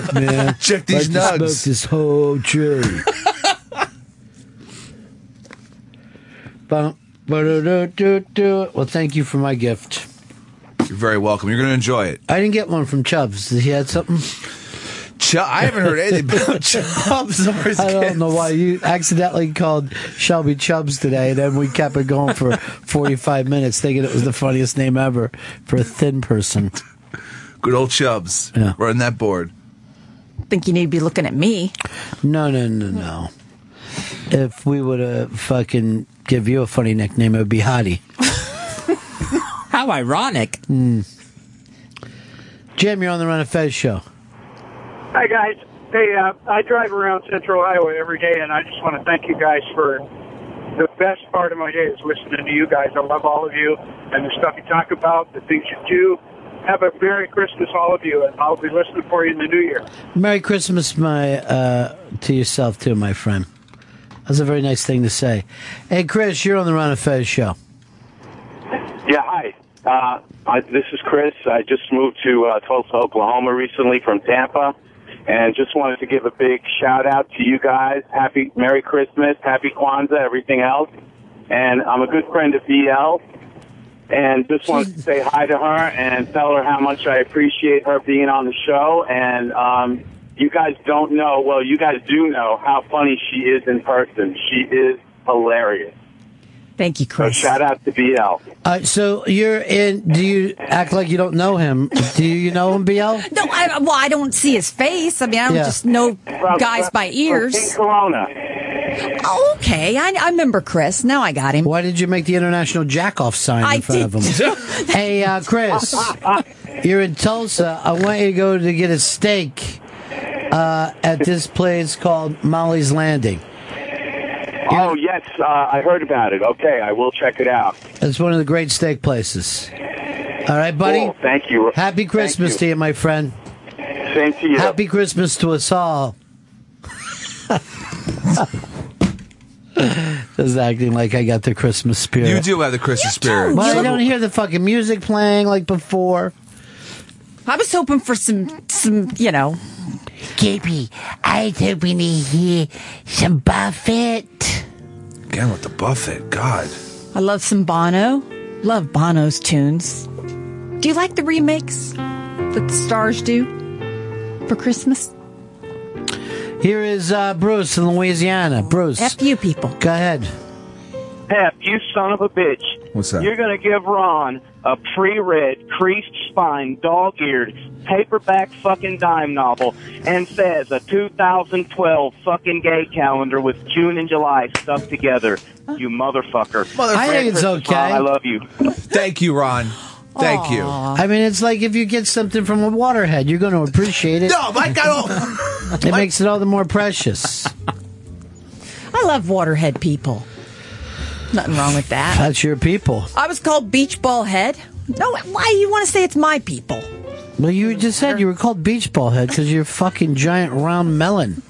[SPEAKER 6] fuck, man.
[SPEAKER 7] Check these
[SPEAKER 6] Like to
[SPEAKER 7] nugs.
[SPEAKER 6] smoke this whole tree. Bum, ba-da-da-da-da. well, thank you for my gift.
[SPEAKER 7] You're very welcome. You're gonna enjoy it.
[SPEAKER 6] I didn't get one from Chubbs. Did he had something?
[SPEAKER 7] Ch- I haven't heard anything about Chubbs. Or his
[SPEAKER 6] I
[SPEAKER 7] kids.
[SPEAKER 6] don't know why you accidentally called Shelby Chubbs today, and then we kept it going for 45 minutes, thinking it was the funniest name ever for a thin person.
[SPEAKER 7] Good old Chubbs. Yeah. Run that board.
[SPEAKER 12] Think you need to be looking at me?
[SPEAKER 6] No, no, no, no. If we would have fucking give you a funny nickname, it would be Hottie.
[SPEAKER 8] How ironic.
[SPEAKER 6] Mm. Jim, you're on the Run of Fez show.
[SPEAKER 16] Hi guys. Hey, uh, I drive around Central Iowa every day, and I just want to thank you guys for the best part of my day is listening to you guys. I love all of you and the stuff you talk about, the things you do. Have a Merry Christmas, all of you, and I'll be listening for you in the new year.
[SPEAKER 6] Merry Christmas, my uh, to yourself too, my friend. That's a very nice thing to say. Hey, Chris, you're on the Ron and Fez show.
[SPEAKER 17] Yeah, hi. Uh, I, this is Chris. I just moved to uh, Tulsa, Oklahoma recently from Tampa, and just wanted to give a big shout out to you guys. Happy Merry Christmas, Happy Kwanzaa, everything else. And I'm a good friend of BL, and just wanted to say hi to her and tell her how much I appreciate her being on the show. And um, you guys don't know, well, you guys do know how funny she is in person. She is hilarious.
[SPEAKER 12] Thank you, Chris.
[SPEAKER 17] So shout out to BL.
[SPEAKER 6] Uh, so you're in. Do you act like you don't know him? Do you know him, BL?
[SPEAKER 12] No, I, well, I don't see his face. I mean, I don't
[SPEAKER 6] Yeah.
[SPEAKER 12] just know guys by ears. Oh, okay, I, I remember Chris. Now I got him.
[SPEAKER 6] Why did you make the international jackoff sign in
[SPEAKER 12] I
[SPEAKER 6] front
[SPEAKER 12] did.
[SPEAKER 6] of him? hey, uh, Chris, you're in Tulsa. I want you to go to get a steak uh, at this place called Molly's Landing.
[SPEAKER 17] Oh yes, uh, I heard about it. Okay, I will check it out.
[SPEAKER 6] It's one of the great steak places. All right, buddy.
[SPEAKER 17] Cool, Thank you.
[SPEAKER 6] Happy Christmas to you, my friend.
[SPEAKER 17] Same to you.
[SPEAKER 6] Happy Christmas to us all. Just acting like I got the Christmas spirit.
[SPEAKER 7] You do have the Christmas spirit.
[SPEAKER 6] Well, I don't hear the fucking music playing like before.
[SPEAKER 12] I was hoping for some, some, you know.
[SPEAKER 18] JP, I was hoping to hear some Buffett.
[SPEAKER 7] Again with the Buffett. God.
[SPEAKER 12] I love some Bono. Love Bono's tunes. Do you like the remakes that the stars do for Christmas?
[SPEAKER 6] Here is uh, Bruce in Louisiana. Bruce. F
[SPEAKER 12] you people.
[SPEAKER 6] Go ahead.
[SPEAKER 19] Pep, you son of a bitch.
[SPEAKER 7] What's that?
[SPEAKER 19] You're going to give Ron a pre read, creased spine, dog eared, paperback fucking dime novel and says a 2012 fucking gay calendar with June and July stuck together. You motherfucker.
[SPEAKER 6] I think it's
[SPEAKER 19] Merry Christmas,
[SPEAKER 6] okay.
[SPEAKER 19] Ron. I love you.
[SPEAKER 7] Thank you, Ron. Thank you.
[SPEAKER 6] I mean, it's like if you get something from a waterhead, you're going to appreciate it.
[SPEAKER 7] No, Mike, I
[SPEAKER 6] don't. it makes it all the more precious.
[SPEAKER 12] I love waterhead people. Nothing wrong with that.
[SPEAKER 6] That's your people.
[SPEAKER 12] I was called Beach Ball Head. No, why do you want to say it's my people?
[SPEAKER 6] Well, you just said you were called beach ball head because you're a fucking giant round melon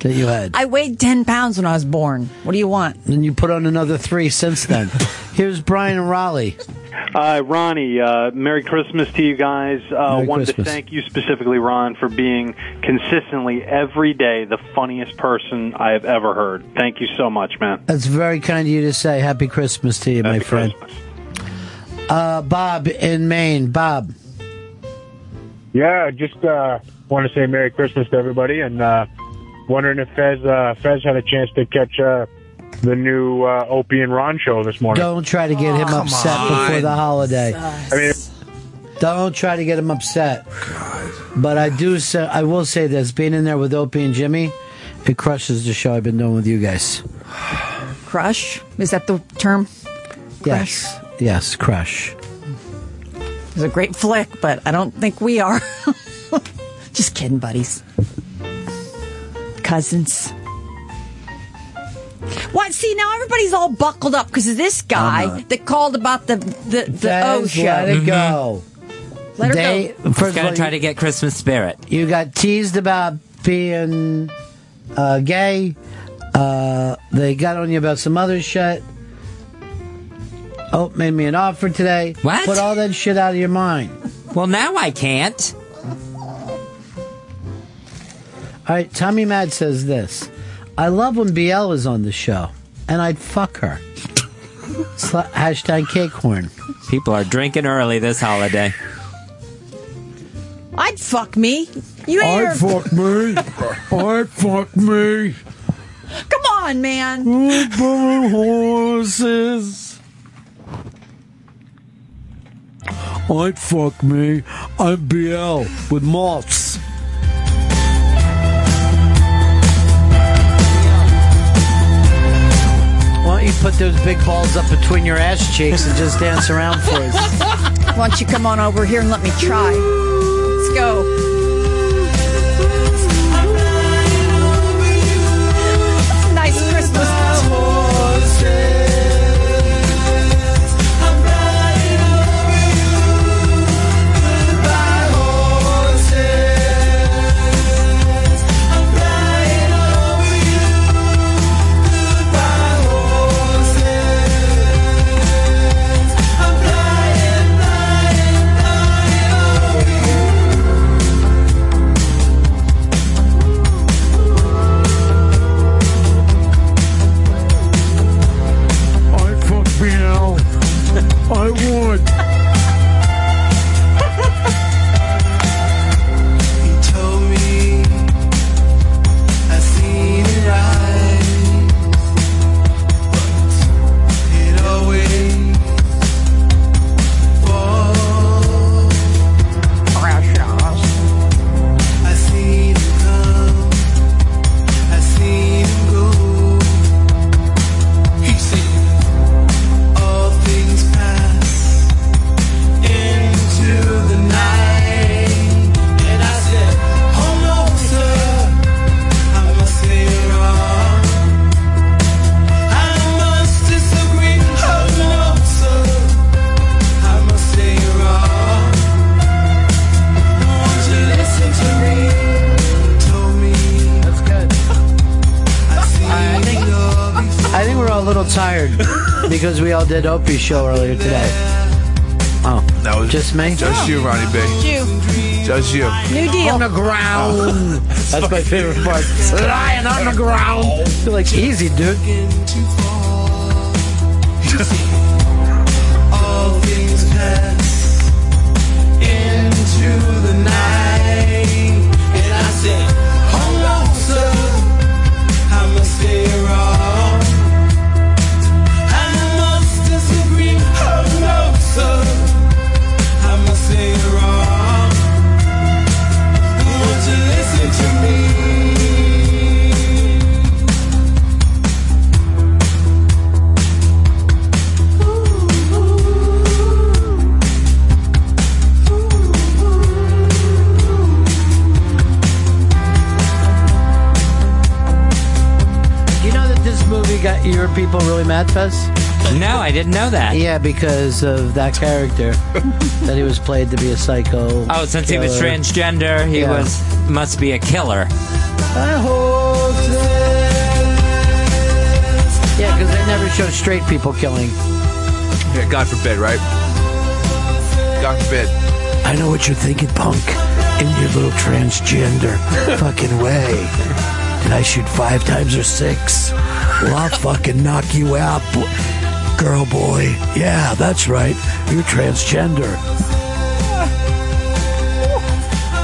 [SPEAKER 6] that you had.
[SPEAKER 12] I weighed 10 pounds when I was born. What do you want?
[SPEAKER 6] And you put on another three since then. Here's Brian and Raleigh.
[SPEAKER 20] Uh, Ronnie, uh, Merry Christmas to you guys. Uh,
[SPEAKER 6] Merry
[SPEAKER 20] wanted
[SPEAKER 6] Christmas.
[SPEAKER 20] to thank you specifically, Ron, for being consistently every day the funniest person I have ever heard. Thank you so much, man.
[SPEAKER 6] That's very kind of you to say. Happy Christmas to you, my friend. Uh, Bob in Maine. Bob.
[SPEAKER 21] Yeah, just uh, want to say Merry Christmas to everybody, and uh, wondering if Fez uh, Fez had a chance to catch uh, the new uh, Opie and Ron show this morning.
[SPEAKER 6] Don't try to get him
[SPEAKER 21] Oh, Come
[SPEAKER 6] upset before
[SPEAKER 21] on.
[SPEAKER 6] the holiday.
[SPEAKER 21] I mean,
[SPEAKER 6] Don't try to get him upset. But I do say, I will say this: being in there with Opie and Jimmy, it crushes the show I've been doing with you guys.
[SPEAKER 12] Crush? Is that the term?
[SPEAKER 6] Yes, yes, crush.
[SPEAKER 12] It was a great flick, but I don't think we are. Just kidding, buddies. Cousins. What? See, now everybody's all buckled up because of this guy that called about the the, the
[SPEAKER 6] Fez,
[SPEAKER 12] O show.
[SPEAKER 6] Uh-huh. let Oh, it go.
[SPEAKER 12] Let her
[SPEAKER 6] They-
[SPEAKER 12] go.
[SPEAKER 6] first of
[SPEAKER 8] Mm-hmm. gotta
[SPEAKER 6] all,
[SPEAKER 8] try
[SPEAKER 6] you-
[SPEAKER 8] to get Christmas spirit.
[SPEAKER 6] You got teased about being uh, gay. Uh, they got on you about some other shit. Oh, made me an offer today.
[SPEAKER 8] What?
[SPEAKER 6] Put all that shit out of your mind.
[SPEAKER 8] Well, now I can't.
[SPEAKER 6] All right, Tommy Mad says this. I love when BL is on the show, and I'd fuck her. Sla- hashtag cakehorn.
[SPEAKER 8] People are drinking early this holiday.
[SPEAKER 12] I'd fuck me. You ain't her-
[SPEAKER 6] me. I'd fuck me.
[SPEAKER 12] Come on, man.
[SPEAKER 6] horses. I'd fuck me. I'm BL with malts. Why don't you put those big balls up between your ass cheeks and just dance around for us?
[SPEAKER 12] Why don't you come on over here and let me try? Let's go. It's a nice Christmas.
[SPEAKER 6] tired because we all did Opie's show earlier today. Oh,
[SPEAKER 7] that was
[SPEAKER 6] just me.
[SPEAKER 7] Just you, Ronnie B. Just you.
[SPEAKER 12] New deal.
[SPEAKER 6] On the ground. That's my favorite part. Lying on the ground. You're like, easy, dude.
[SPEAKER 4] All things pass into the night. And I said, Hold on, sir. I must be wrong. And I must disagree. Oh, no, sir. I must be wrong. Won't you listen to me?
[SPEAKER 6] You know that this movie got your people really mad, Fez?
[SPEAKER 8] No, I didn't know that.
[SPEAKER 6] Yeah, because of that character that he was played to be a psycho.
[SPEAKER 8] Oh, since he was
[SPEAKER 6] killer.
[SPEAKER 8] transgender, he
[SPEAKER 6] Yeah.
[SPEAKER 8] was must be a killer.
[SPEAKER 6] I hope that- Yeah, because they never show straight people killing.
[SPEAKER 7] Yeah, God forbid, right? God forbid.
[SPEAKER 6] I know what you're thinking, punk, in your little transgender fucking way. Did I shoot five times or six? Well, I'll fucking knock you out, bo- girl boy. Yeah, that's right. You're transgender.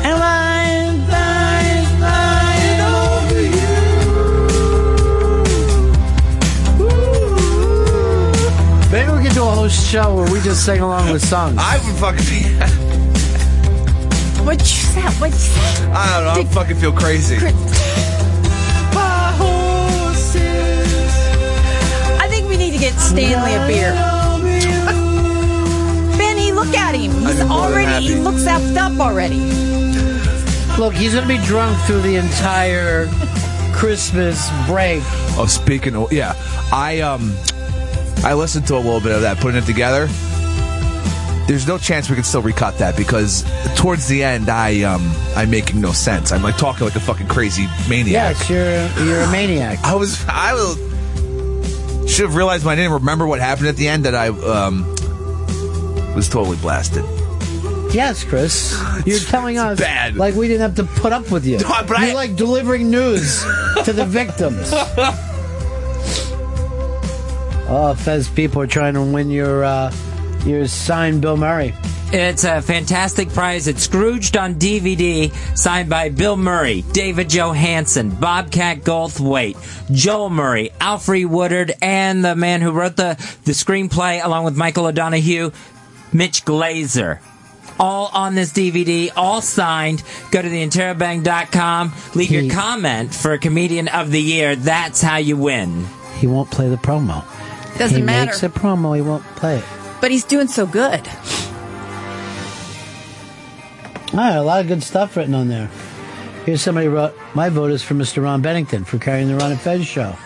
[SPEAKER 4] Am I lying, lying over
[SPEAKER 6] Maybe we could do a whole show where we just sing along with songs.
[SPEAKER 7] I would fucking be.
[SPEAKER 12] What you say? What you say?
[SPEAKER 7] I don't know. I fucking feel crazy.
[SPEAKER 12] By horses. I think we need to get Stanley a beer. Benny, look at him. He's already, he looks effed up already.
[SPEAKER 6] Look, he's gonna be drunk through the entire Christmas break.
[SPEAKER 7] Oh, speaking of, yeah, I um, I listened to a little bit of that, putting it together. There's no chance we can still recut that because towards the end, I um, I'm making no sense. I'm like talking like a fucking crazy maniac.
[SPEAKER 6] Yes, you're you're a maniac.
[SPEAKER 7] I was I was should have realized when I didn't remember what happened at the end that I um was totally blasted.
[SPEAKER 6] Yes, Chris. You're telling us
[SPEAKER 7] bad.
[SPEAKER 6] like we didn't have to put up with you.
[SPEAKER 7] No, but I-
[SPEAKER 6] you're like delivering news to the victims. Oh, Fez, people are trying to win your uh, your signed Bill Murray.
[SPEAKER 8] It's a fantastic prize. It's Scrooged on DVD, signed by Bill Murray, David Johansen, Bobcat Goldthwait, Joel Murray, Alfred Woodard, and the man who wrote the, the screenplay, along with Michael O'Donohue, Mitch Glazer. All on this DVD, all signed. Go to theinterrobang.com, leave your comment for Comedian of the Year. That's how you win.
[SPEAKER 6] He won't play the promo.
[SPEAKER 12] Doesn't
[SPEAKER 6] he
[SPEAKER 12] matter.
[SPEAKER 6] Makes a promo, he won't play it.
[SPEAKER 12] But he's doing so good.
[SPEAKER 6] Ah, a lot of good stuff written on there. Here's somebody wrote, "My vote is for Mr. Ron Bennington for carrying the Ron and Fez show."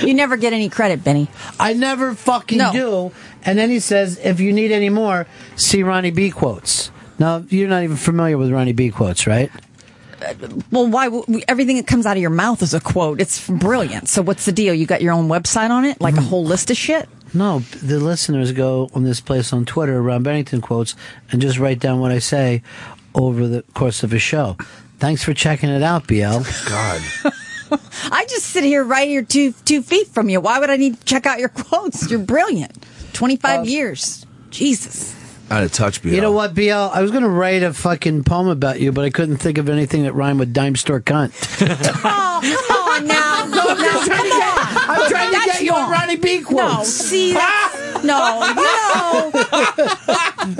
[SPEAKER 12] You never get any credit, Benny.
[SPEAKER 6] I never fucking do. And then he says, if you need any more, see Ronnie B quotes. Now, you're not even familiar with Ronnie B quotes, right?
[SPEAKER 12] Well, why? w- we- Everything that comes out of your mouth is a quote. It's brilliant. So what's the deal? You got your own website on it, like a whole list of shit.
[SPEAKER 6] No, the listeners go on this place on Twitter, Ron Bennington quotes, and just write down what I say over the course of a show. Thanks for checking it out, BL.
[SPEAKER 7] God.
[SPEAKER 12] I just sit here right here two two feet from you. Why would I need to check out your quotes? You're brilliant. Twenty five
[SPEAKER 6] Uh,
[SPEAKER 12] years. Jesus.
[SPEAKER 7] Out of touch, BL.
[SPEAKER 6] You know what, BL? I was going to write a fucking poem about you, but I couldn't think of anything that rhymed with dime store cunt.
[SPEAKER 12] Oh, come on now. Go now. Come on.
[SPEAKER 4] I'm trying to
[SPEAKER 12] That's
[SPEAKER 4] get you a
[SPEAKER 12] wrong.
[SPEAKER 4] Ronnie B
[SPEAKER 12] No,
[SPEAKER 4] quote.
[SPEAKER 12] see, that's, no,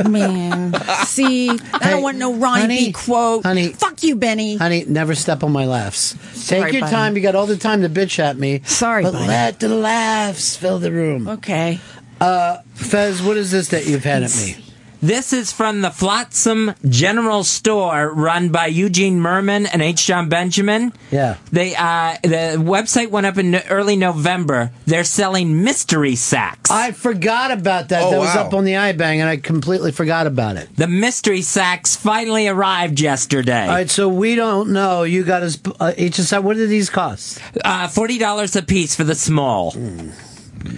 [SPEAKER 12] no. Man, see, I
[SPEAKER 6] Hey,
[SPEAKER 12] don't want no Ronnie
[SPEAKER 6] honey,
[SPEAKER 12] B quote.
[SPEAKER 6] honey.
[SPEAKER 12] Fuck you, Benny.
[SPEAKER 6] Honey, never step on my laughs.
[SPEAKER 12] Sorry,
[SPEAKER 6] Take your
[SPEAKER 12] buddy.
[SPEAKER 6] time. You got all the time to bitch at me. Sorry, but
[SPEAKER 12] buddy.
[SPEAKER 6] let the laughs fill the room.
[SPEAKER 12] Okay.
[SPEAKER 6] Uh, Fez, what is this that you've had at me?
[SPEAKER 8] This is from the Flotsam General Store, run by Eugene Merman and H. John Benjamin.
[SPEAKER 6] Yeah.
[SPEAKER 8] They uh, the website went up in early November. They're selling mystery sacks.
[SPEAKER 6] I forgot about that.
[SPEAKER 8] Oh,
[SPEAKER 6] that was
[SPEAKER 8] wow.
[SPEAKER 6] up on the iBang, and I completely forgot about it.
[SPEAKER 8] The mystery sacks finally arrived yesterday.
[SPEAKER 6] All right, so we don't know. You got us uh, each aside. What did these cost? Hmm.
[SPEAKER 8] Uh, Forty dollars a piece for the small.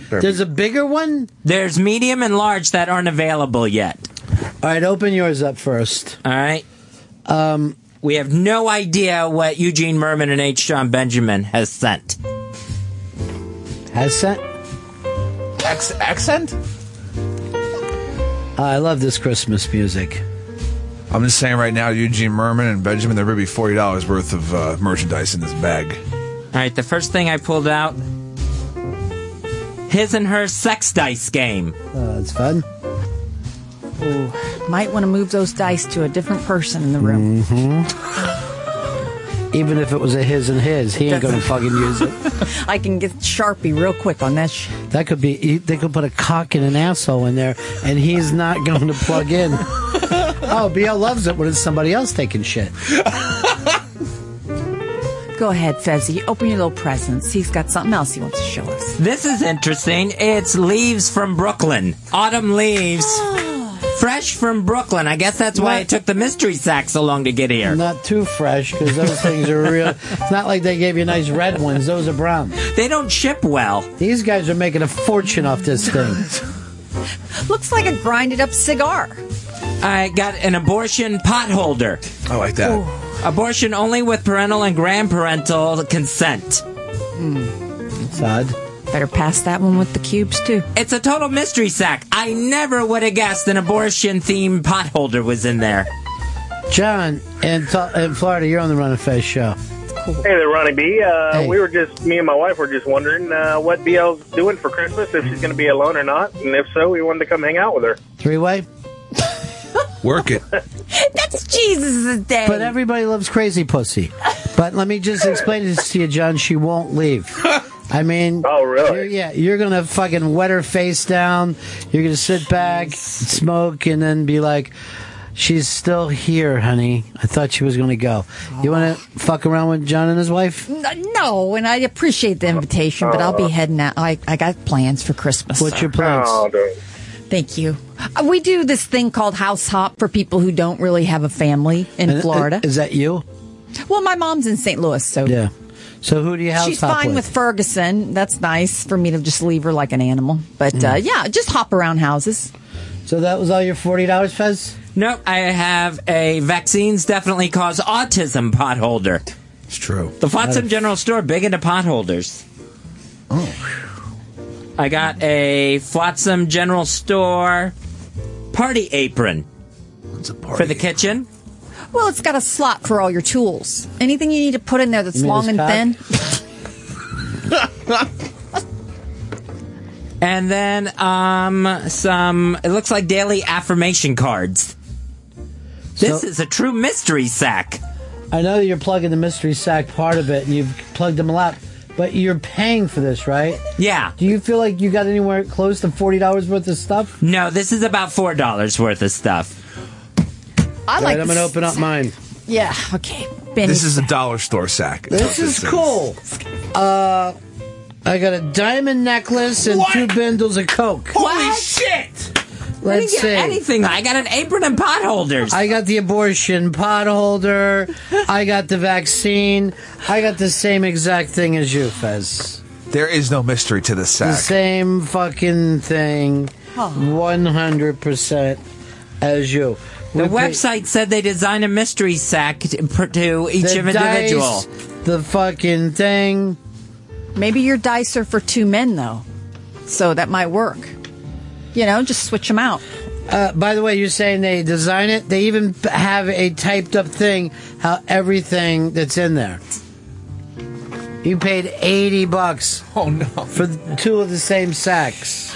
[SPEAKER 6] There's a bigger one?
[SPEAKER 8] There's medium and large that aren't available yet.
[SPEAKER 6] All right, open yours up first.
[SPEAKER 8] All right. Um, we have no idea what Eugene Merman and H. John Benjamin has sent.
[SPEAKER 6] Has sent?
[SPEAKER 7] accent?
[SPEAKER 6] I love this Christmas music.
[SPEAKER 7] I'm just saying right now, Eugene Merman and Benjamin, there would be forty dollars worth of uh, merchandise in this bag.
[SPEAKER 8] All right, the first thing I pulled out his and her sex dice game.
[SPEAKER 6] Oh, that's fun.
[SPEAKER 12] Ooh, might want to move those dice to a different person in the room. Mm-hmm.
[SPEAKER 6] Even if it was a his and his, he ain't gonna fucking use it.
[SPEAKER 12] I can get Sharpie real quick on that shit.
[SPEAKER 6] That could be. They could put a cock and an asshole in there, and he's not going to plug in. oh, BL loves it when it's somebody else taking shit.
[SPEAKER 12] Go ahead, Fezzi. Open your little presents. He's got something else he wants to show us.
[SPEAKER 8] This is interesting. It's leaves from Brooklyn. Autumn leaves. Fresh from Brooklyn. I guess that's why
[SPEAKER 6] What?
[SPEAKER 8] it took the mystery sack so long to get here.
[SPEAKER 6] Not too fresh because those things are real. It's not like they gave you nice red ones; those are brown.
[SPEAKER 8] They don't ship well.
[SPEAKER 6] These guys are making a fortune off this thing.
[SPEAKER 12] Looks like a grinded up cigar.
[SPEAKER 8] I got an abortion pot holder.
[SPEAKER 7] I like that.
[SPEAKER 8] Abortion only with parental and grandparental consent. Hmm.
[SPEAKER 6] Sad.
[SPEAKER 12] Better pass that one with the cubes too.
[SPEAKER 8] It's a total mystery sack. I never would have guessed an abortion themed pot holder was in there.
[SPEAKER 6] John in, T- in Florida, you're on the Run and Fez show.
[SPEAKER 22] Hey there, Ronnie B. Uh, We were just, me and my wife were just wondering uh, what BL's doing for Christmas, if she's going to be alone or not. And if so, we wanted to come hang out with her.
[SPEAKER 6] Three way.
[SPEAKER 7] Work it.
[SPEAKER 12] That's Jesus' day.
[SPEAKER 6] But everybody loves crazy pussy. But let me just explain this to you, John. She won't leave. I mean, oh really? You're, yeah, you're gonna fucking wet her face down. You're gonna sit back, smoke, and then be like, "She's still here, honey. I thought she was gonna go. You want
[SPEAKER 12] Oh.
[SPEAKER 6] to fuck around with John and his wife?
[SPEAKER 12] N- No, and I appreciate the invitation, but I'll be heading out. I, I got plans for Christmas.
[SPEAKER 6] What's your plans?
[SPEAKER 12] Thank you. Uh, We do this thing called house hop for people who don't really have a family in
[SPEAKER 6] And- uh,
[SPEAKER 12] Florida.
[SPEAKER 6] Is that you?
[SPEAKER 12] well, my mom's in St. Louis, so
[SPEAKER 6] Yeah. So who do you house
[SPEAKER 12] she's
[SPEAKER 6] hop
[SPEAKER 12] fine with Ferguson. That's nice for me to just leave her like an animal. But uh,
[SPEAKER 6] Mm.
[SPEAKER 12] yeah, just hop around houses.
[SPEAKER 6] So that was all your forty dollars, Fez.
[SPEAKER 8] Nope, I have a vaccines definitely cause autism pot holder.
[SPEAKER 7] It's true.
[SPEAKER 8] The Flotsam General Store big into pot holders. Oh. I got a Flotsam General Store party apron. What's
[SPEAKER 7] a
[SPEAKER 8] party? For the kitchen.
[SPEAKER 12] Well, it's got a slot for all your tools. Anything you need to put in there that's
[SPEAKER 8] You mean
[SPEAKER 12] long
[SPEAKER 8] this
[SPEAKER 12] and
[SPEAKER 8] cock?
[SPEAKER 12] thin.
[SPEAKER 8] And then um some it looks like daily affirmation cards. This
[SPEAKER 6] So-
[SPEAKER 8] is a true mystery sack.
[SPEAKER 6] I know you're plugging the mystery sack part of it, and you've plugged them a lot, but you're paying for this, right?
[SPEAKER 8] Yeah.
[SPEAKER 6] Do you feel like you got anywhere close to forty dollars worth of stuff?
[SPEAKER 8] No, this is about four dollars worth of stuff.
[SPEAKER 12] I like.
[SPEAKER 6] I'm gonna
[SPEAKER 12] this-
[SPEAKER 6] open up mine.
[SPEAKER 12] Yeah. Okay. Benny.
[SPEAKER 7] This is a dollar store sack.
[SPEAKER 6] This is cool. Uh, I got a diamond necklace and two bindles of coke.
[SPEAKER 8] Holy shit!
[SPEAKER 6] Let's
[SPEAKER 8] I didn't get
[SPEAKER 6] see.
[SPEAKER 8] anything. I got an apron and pot holders.
[SPEAKER 6] I got the abortion pot holder. I got the vaccine. I got the same exact thing as you, Fez.
[SPEAKER 7] There is no mystery to this
[SPEAKER 6] The
[SPEAKER 7] sack.
[SPEAKER 6] same fucking thing, one hundred percent as you.
[SPEAKER 8] the
[SPEAKER 6] We pay-
[SPEAKER 8] website said they designed a mystery sack to, per- to each
[SPEAKER 6] the
[SPEAKER 8] individual.
[SPEAKER 6] dice, the fucking thing.
[SPEAKER 12] Maybe your dice are for two men though, so that might work. You know, just switch them out.
[SPEAKER 6] Uh, by the way, you're saying they design it. They even p- have a typed up thing how everything that's in there. You paid eighty bucks.
[SPEAKER 7] Oh no!
[SPEAKER 6] For the- two of the same sacks.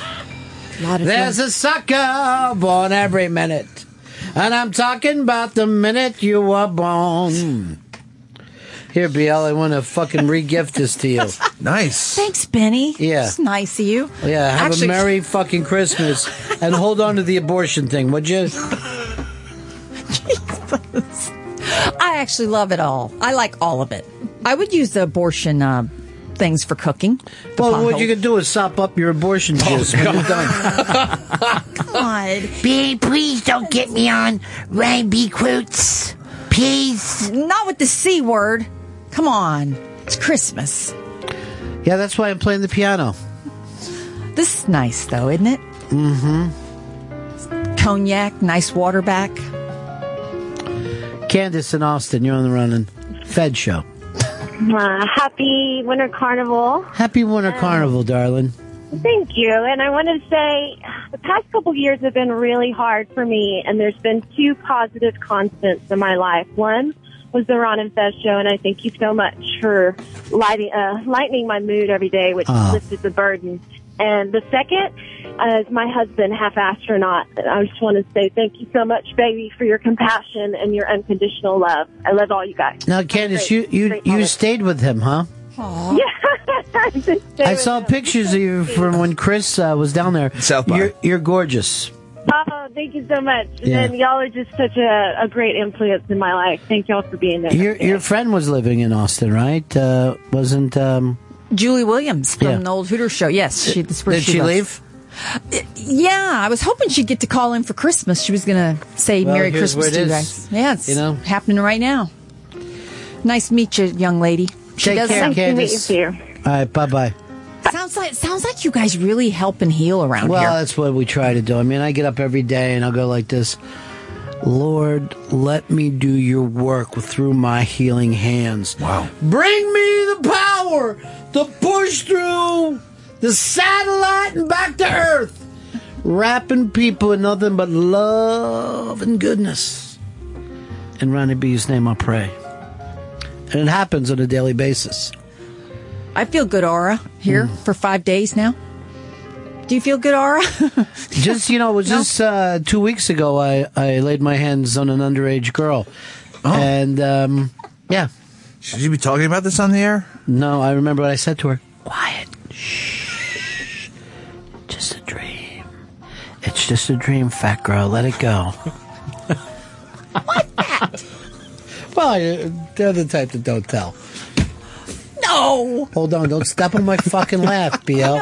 [SPEAKER 12] of
[SPEAKER 6] There's a sucker born every minute, and I'm talking about the minute you were born. Here, BL, I want to fucking regift this to you.
[SPEAKER 7] Nice.
[SPEAKER 12] Thanks, Benny.
[SPEAKER 6] Yeah.
[SPEAKER 12] It's nice of you.
[SPEAKER 6] Yeah, have
[SPEAKER 12] Actually-
[SPEAKER 6] a merry fucking Christmas and hold on to the abortion thing, would you?
[SPEAKER 12] I actually love it all. I like all of it. I would use the abortion uh, things for cooking. The
[SPEAKER 6] Well, what
[SPEAKER 12] potholes.
[SPEAKER 6] you could do is sop up your abortion juice when you're done.
[SPEAKER 12] God.
[SPEAKER 18] B, please don't get me on Ryan B. Quotes.
[SPEAKER 12] Peace. Not with the C word. Come on. It's Christmas.
[SPEAKER 6] Yeah, that's why I'm playing the piano.
[SPEAKER 12] This is nice, though, isn't it? Mm-hmm. Cognac, nice water back.
[SPEAKER 6] Candace in Austin, you're on the Running Fed Show.
[SPEAKER 23] Uh, happy Winter Carnival.
[SPEAKER 6] Happy Winter Carnival, darling.
[SPEAKER 23] Thank you. And I want to say the past couple years have been really hard for me, and there's been two positive constants in my life. One was the Ron and Fez show, and I thank you so much for lighting, uh, lightening my mood every day, which
[SPEAKER 4] Ah.
[SPEAKER 23] lifted the burden. And the second uh, is my husband, half astronaut. And I just want to say thank you so much, baby, for your compassion and your unconditional love. I love all you guys.
[SPEAKER 6] Now, Candace, you you you stayed with him, huh?
[SPEAKER 23] Yeah. I just stay
[SPEAKER 6] I
[SPEAKER 23] with
[SPEAKER 6] saw pictures of you from when Chris uh, was down there. South by. You're, you're gorgeous.
[SPEAKER 23] Oh, thank you so much.
[SPEAKER 6] Yeah.
[SPEAKER 23] And y'all are just such a, a great influence in my life. Thank y'all for being there.
[SPEAKER 6] Your your friend was living in Austin, right? Uh, wasn't um,
[SPEAKER 12] Julie Williams from
[SPEAKER 6] Yeah.
[SPEAKER 12] the old Hooters show. Yes, she, that's where
[SPEAKER 6] Did she
[SPEAKER 12] lives.
[SPEAKER 6] leave?
[SPEAKER 12] Yeah, I was hoping she'd get to call in for Christmas. She was going to say
[SPEAKER 6] Well,
[SPEAKER 12] Merry
[SPEAKER 6] here's
[SPEAKER 12] Christmas
[SPEAKER 6] where
[SPEAKER 12] to
[SPEAKER 6] it
[SPEAKER 12] you
[SPEAKER 6] is.
[SPEAKER 12] guys. Yeah, it's
[SPEAKER 6] You know?
[SPEAKER 12] happening right now. Nice to meet you, young lady. She
[SPEAKER 6] Take
[SPEAKER 12] does
[SPEAKER 6] care,
[SPEAKER 12] sound-
[SPEAKER 6] Candace. All right, bye bye.
[SPEAKER 12] Sounds like sounds like you guys really help and heal around
[SPEAKER 6] Well,
[SPEAKER 12] here.
[SPEAKER 6] that's what we try to do. I mean, I get up every day and I'll go like this Lord, let me do your work through my healing hands. Wow. Bring me the power to push through the satellite and back to Earth, wrapping people in nothing but love and goodness. In Ronnie B's name, I pray. And it happens on a daily basis.
[SPEAKER 12] I feel good, Aura, here
[SPEAKER 6] Hmm.
[SPEAKER 12] for five days now. Do you feel good, Aura?
[SPEAKER 6] just you know, it was just uh, two weeks ago. I I laid my hands on an underage girl, and um, yeah. Oh. Should you be talking about this on the air? No, I remember what I said to her. Quiet. Shh. Just a dream. It's just a dream, fat girl. Let it go. well, I- they're the type that don't tell.
[SPEAKER 12] No.
[SPEAKER 6] Hold on. Don't step on my fucking laugh, BL.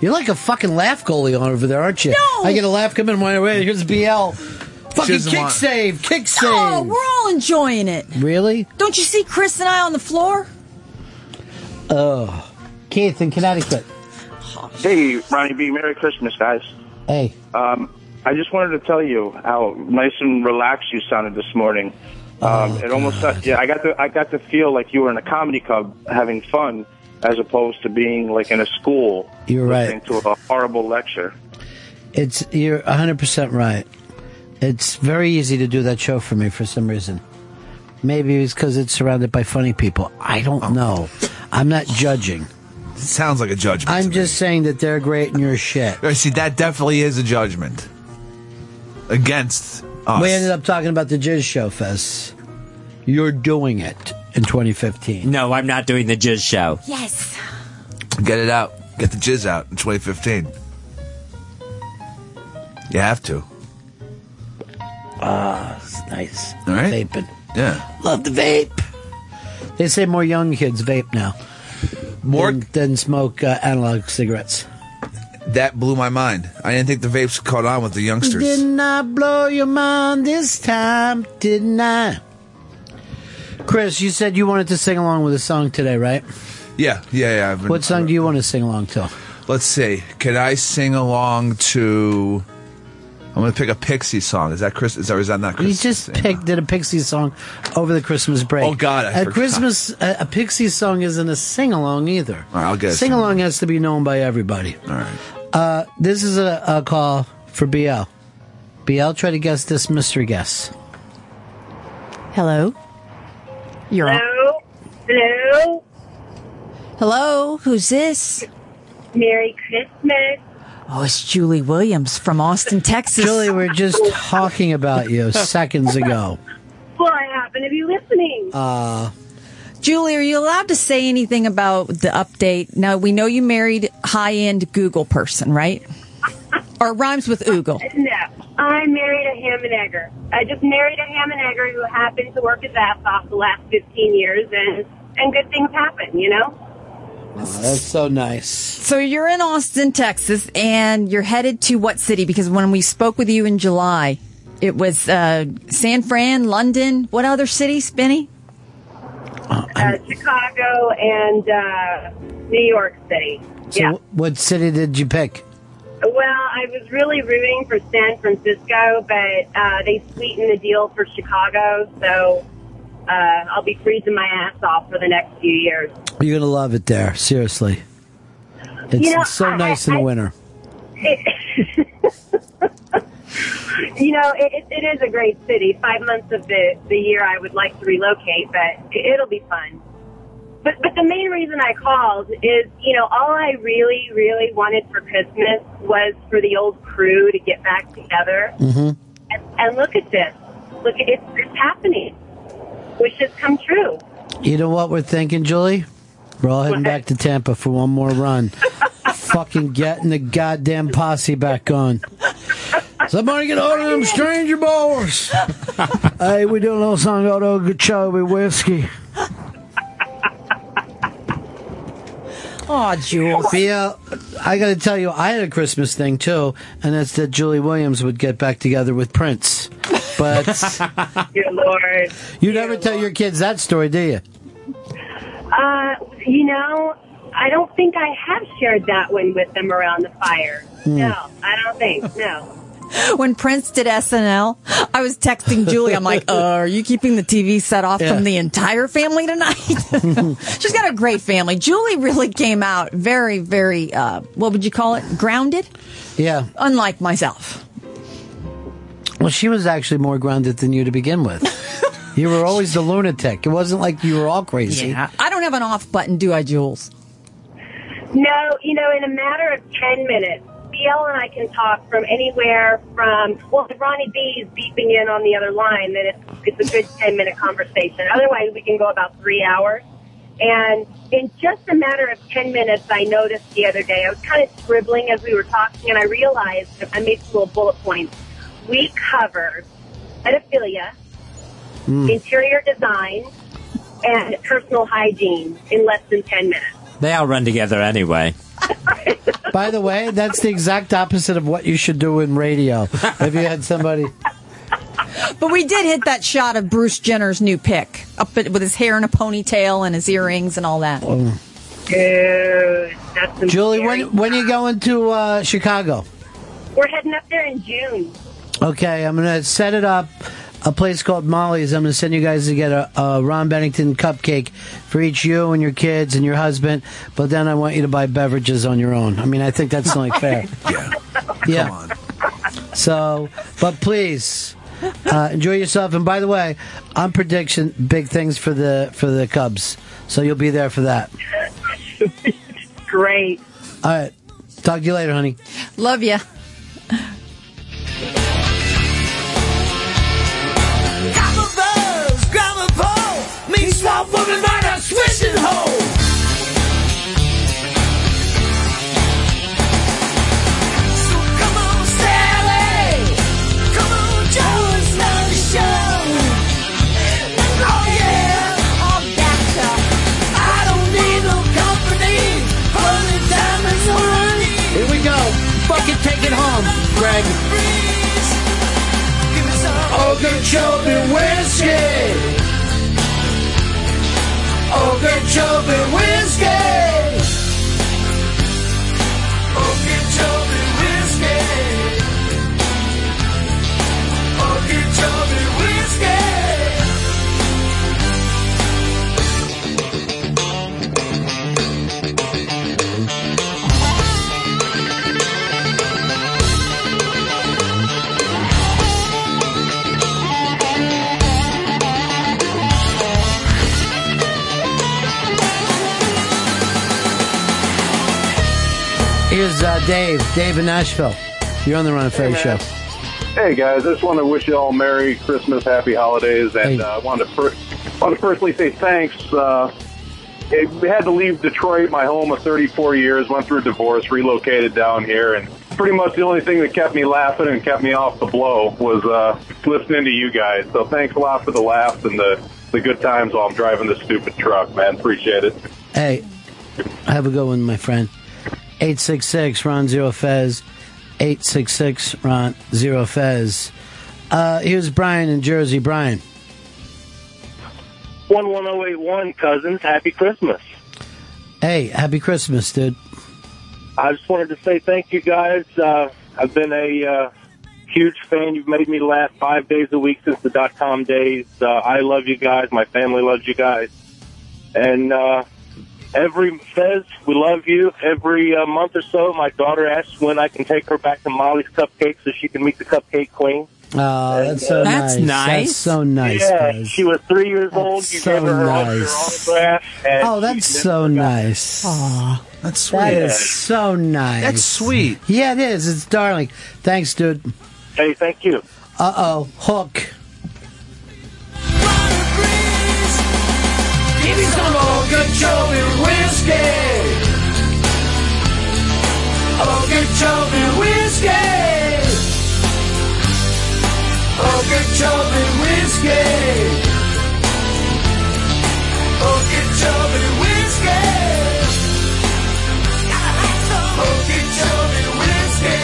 [SPEAKER 6] You're like a fucking laugh goalie on over there, aren't you?
[SPEAKER 12] No!
[SPEAKER 6] I get a laugh coming my way. Here's BL. Fucking
[SPEAKER 12] doesn't
[SPEAKER 6] kick
[SPEAKER 12] want-
[SPEAKER 6] save, kick save.
[SPEAKER 12] No, Oh, we're all enjoying it.
[SPEAKER 6] Really?
[SPEAKER 12] Don't you see Chris and I on the floor?
[SPEAKER 6] Oh, Keith in Connecticut.
[SPEAKER 24] Hey, Ronnie B. Merry Christmas, guys.
[SPEAKER 6] Hey.
[SPEAKER 24] Um, I just wanted to tell you how nice and relaxed you sounded this morning.
[SPEAKER 6] Oh,
[SPEAKER 24] Um, it almost yeah, I got to I got to feel like you were in a comedy club having fun, as opposed to being like in a school
[SPEAKER 6] You're right.
[SPEAKER 24] listening to a horrible lecture.
[SPEAKER 6] It's you're 100 percent right. It's very easy to do that show for me for some reason. Maybe it's because it's surrounded by funny people. I don't know. I'm not judging.
[SPEAKER 7] Oh. Sounds like a judgment.
[SPEAKER 6] I'm just saying that they're great and you're shit.
[SPEAKER 7] Uh, See, that definitely is a judgment against us.
[SPEAKER 6] We ended up talking about the Jizz Show Fest. You're doing it in 2015.
[SPEAKER 8] No, I'm not doing the jizz show.
[SPEAKER 12] Yes.
[SPEAKER 7] Get it out. Get the jizz out in 2015. You have to.
[SPEAKER 6] Ah, it's nice.
[SPEAKER 7] All right.
[SPEAKER 6] Vaping.
[SPEAKER 7] Yeah.
[SPEAKER 6] Love the vape. They say more young kids vape now. More than, than smoke uh, analog cigarettes.
[SPEAKER 7] That blew my mind. I didn't think the vapes caught on with the youngsters.
[SPEAKER 6] Didn't I blow your mind this time? Didn't I? Chris, you said you wanted to sing along with a song today, right?
[SPEAKER 7] Yeah, yeah, yeah. I've been-
[SPEAKER 6] What song do you want to sing along to?
[SPEAKER 7] Let's see. Can I sing along to? I'm gonna pick a Pixie song. Is that Chris? Is that, or is that not Chris?
[SPEAKER 6] You just picked did a Pixie song over the Christmas break.
[SPEAKER 7] Oh, God, I
[SPEAKER 6] a
[SPEAKER 7] forgot.
[SPEAKER 6] Christmas a, a Pixie song isn't a sing along either.
[SPEAKER 7] All right, I'll get it.
[SPEAKER 6] Sing along has to be known by everybody.
[SPEAKER 7] All right.
[SPEAKER 6] Uh, this is a, a call for BL. BL, try to guess this mystery guess.
[SPEAKER 12] Hello. You're on.
[SPEAKER 4] Hello? Hello?
[SPEAKER 12] Hello, who's this?
[SPEAKER 4] Merry Christmas.
[SPEAKER 12] Oh, it's Julie Williams from Austin, Texas.
[SPEAKER 6] Julie, we're just talking about you seconds ago.
[SPEAKER 12] Well, I happen to be listening.
[SPEAKER 6] Uh,
[SPEAKER 12] Julie, are you allowed to say anything about the update? Now, we know you married high end Google person, right? or rhymes with Oogle.
[SPEAKER 4] No, I married a ham and egger. I just married a ham and egger who happened to work his ass off the last 15 years, and, and good things happen, you know?
[SPEAKER 6] that's so nice.
[SPEAKER 12] So you're in Austin, Texas, and you're headed to what city? Because when we spoke with you in July, it was uh, San Fran, London. What other cities, Benny?
[SPEAKER 23] uh, Chicago and uh, New York City.
[SPEAKER 6] So,
[SPEAKER 23] yeah.
[SPEAKER 6] wh- what city did you pick?
[SPEAKER 23] Well, I was really rooting for San Francisco, but uh, they sweetened the deal for Chicago, so uh, I'll be freezing my ass off for the next few years.
[SPEAKER 6] You're gonna love it there. Seriously, it's
[SPEAKER 23] You know,
[SPEAKER 6] it's so
[SPEAKER 23] I-
[SPEAKER 6] nice in the
[SPEAKER 23] I-
[SPEAKER 6] winter.
[SPEAKER 23] It, you know, it, it, it is a great city. Five months of the, the year I would like to relocate, but it, it'll be fun. But, but the main reason I called is, you know, all I really, really wanted for Christmas was for the old crew to get back together.
[SPEAKER 6] Mhm.
[SPEAKER 23] And, and look at this. Look, it's, it's happening. Wishes come true.
[SPEAKER 6] You know what we're thinking, Julie? We're all heading back to Tampa for one more run. Fucking getting the goddamn posse back on. Somebody get hold of them stranger boys. hey, we do a little song called Okeechobee Whiskey.
[SPEAKER 12] Oh, Jules.
[SPEAKER 6] Yeah, uh, I got to tell you, I had a Christmas thing too, and that's that Julie Williams would get back together with Prince. But
[SPEAKER 23] Dear Lord.
[SPEAKER 6] you never tell your kids that story, do you?
[SPEAKER 23] Uh, you know, I don't think I have shared that one with them around the fire.
[SPEAKER 12] Hmm.
[SPEAKER 23] No, I don't think. No.
[SPEAKER 12] When Prince did SNL, I was texting Julie. I'm like, uh, "Are you keeping the TV set off
[SPEAKER 6] Yeah.
[SPEAKER 12] from the entire family tonight?" She's got a great family. Julie really came out very, very. Uh, what would you call it? Grounded.
[SPEAKER 6] Yeah.
[SPEAKER 12] Unlike myself.
[SPEAKER 6] Well, she was actually more grounded than you to begin with. you were always the lunatic. It wasn't like you were all crazy.
[SPEAKER 12] I don't have an off button, do I, Jules?
[SPEAKER 23] No, you know, in a matter of 10 minutes, BL and I can talk from anywhere from, well, if Ronnie B is beeping in on the other line, then it's, it's a good 10 minute conversation. Otherwise, we can go about three hours. And in just a matter of 10 minutes, I noticed the other day, I was kind of scribbling as we were talking, and I realized I made some little bullet points. We covered pedophilia,
[SPEAKER 6] Hmm.
[SPEAKER 23] interior design, and personal hygiene in less than 10 minutes.
[SPEAKER 8] They all run together anyway.
[SPEAKER 6] By the way, that's the exact opposite of what you should do in radio. If you had somebody,
[SPEAKER 12] But we did hit that shot of Bruce Jenner's new pick, up with his hair in a ponytail and his earrings and all that.
[SPEAKER 6] Oh.
[SPEAKER 23] Dude, that's some
[SPEAKER 6] Julie,
[SPEAKER 23] scary-
[SPEAKER 6] when when are you going to uh, Chicago?
[SPEAKER 23] We're heading up there in June.
[SPEAKER 6] Okay, I'm gonna set it up. A place called Molly's. I'm going to send you guys to get a, a Ron Bennington cupcake for each you and your kids and your husband. But then I want you to buy beverages on your own. I mean, I think that's only fair.
[SPEAKER 7] Yeah.
[SPEAKER 6] Yeah. So, but please uh, enjoy yourself. And by the way, I'm prediction big things for the for the Cubs. So you'll be there for that.
[SPEAKER 23] Great.
[SPEAKER 6] All right. Talk to you later, honey.
[SPEAKER 12] Love you.
[SPEAKER 4] Copper bells, grammar pole, me small woman right a swishing hole. So come on, Sally, come on, Joe, it's not a show. Oh yeah, I'm gotcha. I don't need no company, only diamonds on my knees.
[SPEAKER 6] Here we go. Fucking take it home, Greg.
[SPEAKER 4] Give me some Okeechobee whiskey. Oh, Okeechobee whiskey. Oh, Okeechobee whiskey. Oh, Okeechobee whiskey.
[SPEAKER 6] Here's uh, Dave. Dave in Nashville. You're on the Run of Fame show.
[SPEAKER 17] Hey guys, I just want to wish you all Merry Christmas, Happy Holidays, and uh, I wanted to per- want to personally say thanks. Uh, I had to leave Detroit, my home of 34 years, went through a divorce, relocated down here, and pretty much the only thing that kept me laughing and kept me off the blow was uh, listening to you guys. So thanks a lot for the laughs and the the good times while I'm driving this stupid truck, man. Appreciate it.
[SPEAKER 6] Hey, have a good one, my friend. 866 Ron Zero Fez. 866 Ron Zero Fez. Uh, here's Brian in Jersey. Brian.
[SPEAKER 17] 11081 cousins. Happy Christmas.
[SPEAKER 6] Hey, happy Christmas, dude.
[SPEAKER 17] I just wanted to say thank you guys. Uh, I've been a uh, huge fan. You've made me laugh five days a week since the dot com days. Uh, I love you guys. My family loves you guys. And uh, every Fez, we love you. Every uh, month or so, my daughter asks when I can take her back to Molly's Cupcake so she can meet the Cupcake Queen.
[SPEAKER 6] Oh, that's so
[SPEAKER 17] That's
[SPEAKER 6] nice.
[SPEAKER 17] nice.
[SPEAKER 6] That's so nice.
[SPEAKER 17] yeah,
[SPEAKER 6] Fez.
[SPEAKER 17] she was three years old. You
[SPEAKER 6] so
[SPEAKER 17] gave her her
[SPEAKER 6] nice.
[SPEAKER 17] autograph. And
[SPEAKER 6] Oh,
[SPEAKER 17] she
[SPEAKER 6] that's
[SPEAKER 17] didn't
[SPEAKER 6] so nice. Aw,
[SPEAKER 7] that's
[SPEAKER 6] That
[SPEAKER 17] sweet.
[SPEAKER 6] is so nice.
[SPEAKER 17] That's
[SPEAKER 7] sweet.
[SPEAKER 6] Yeah, it is. It's darling. Thanks, dude.
[SPEAKER 17] Hey, thank you.
[SPEAKER 6] Uh oh, Hook.
[SPEAKER 4] Give me some old good Joey whiskey. Oh, good Joey whiskey. Oh, good Joey whiskey. Oh, good Joey whiskey. Oh, good Joey whiskey.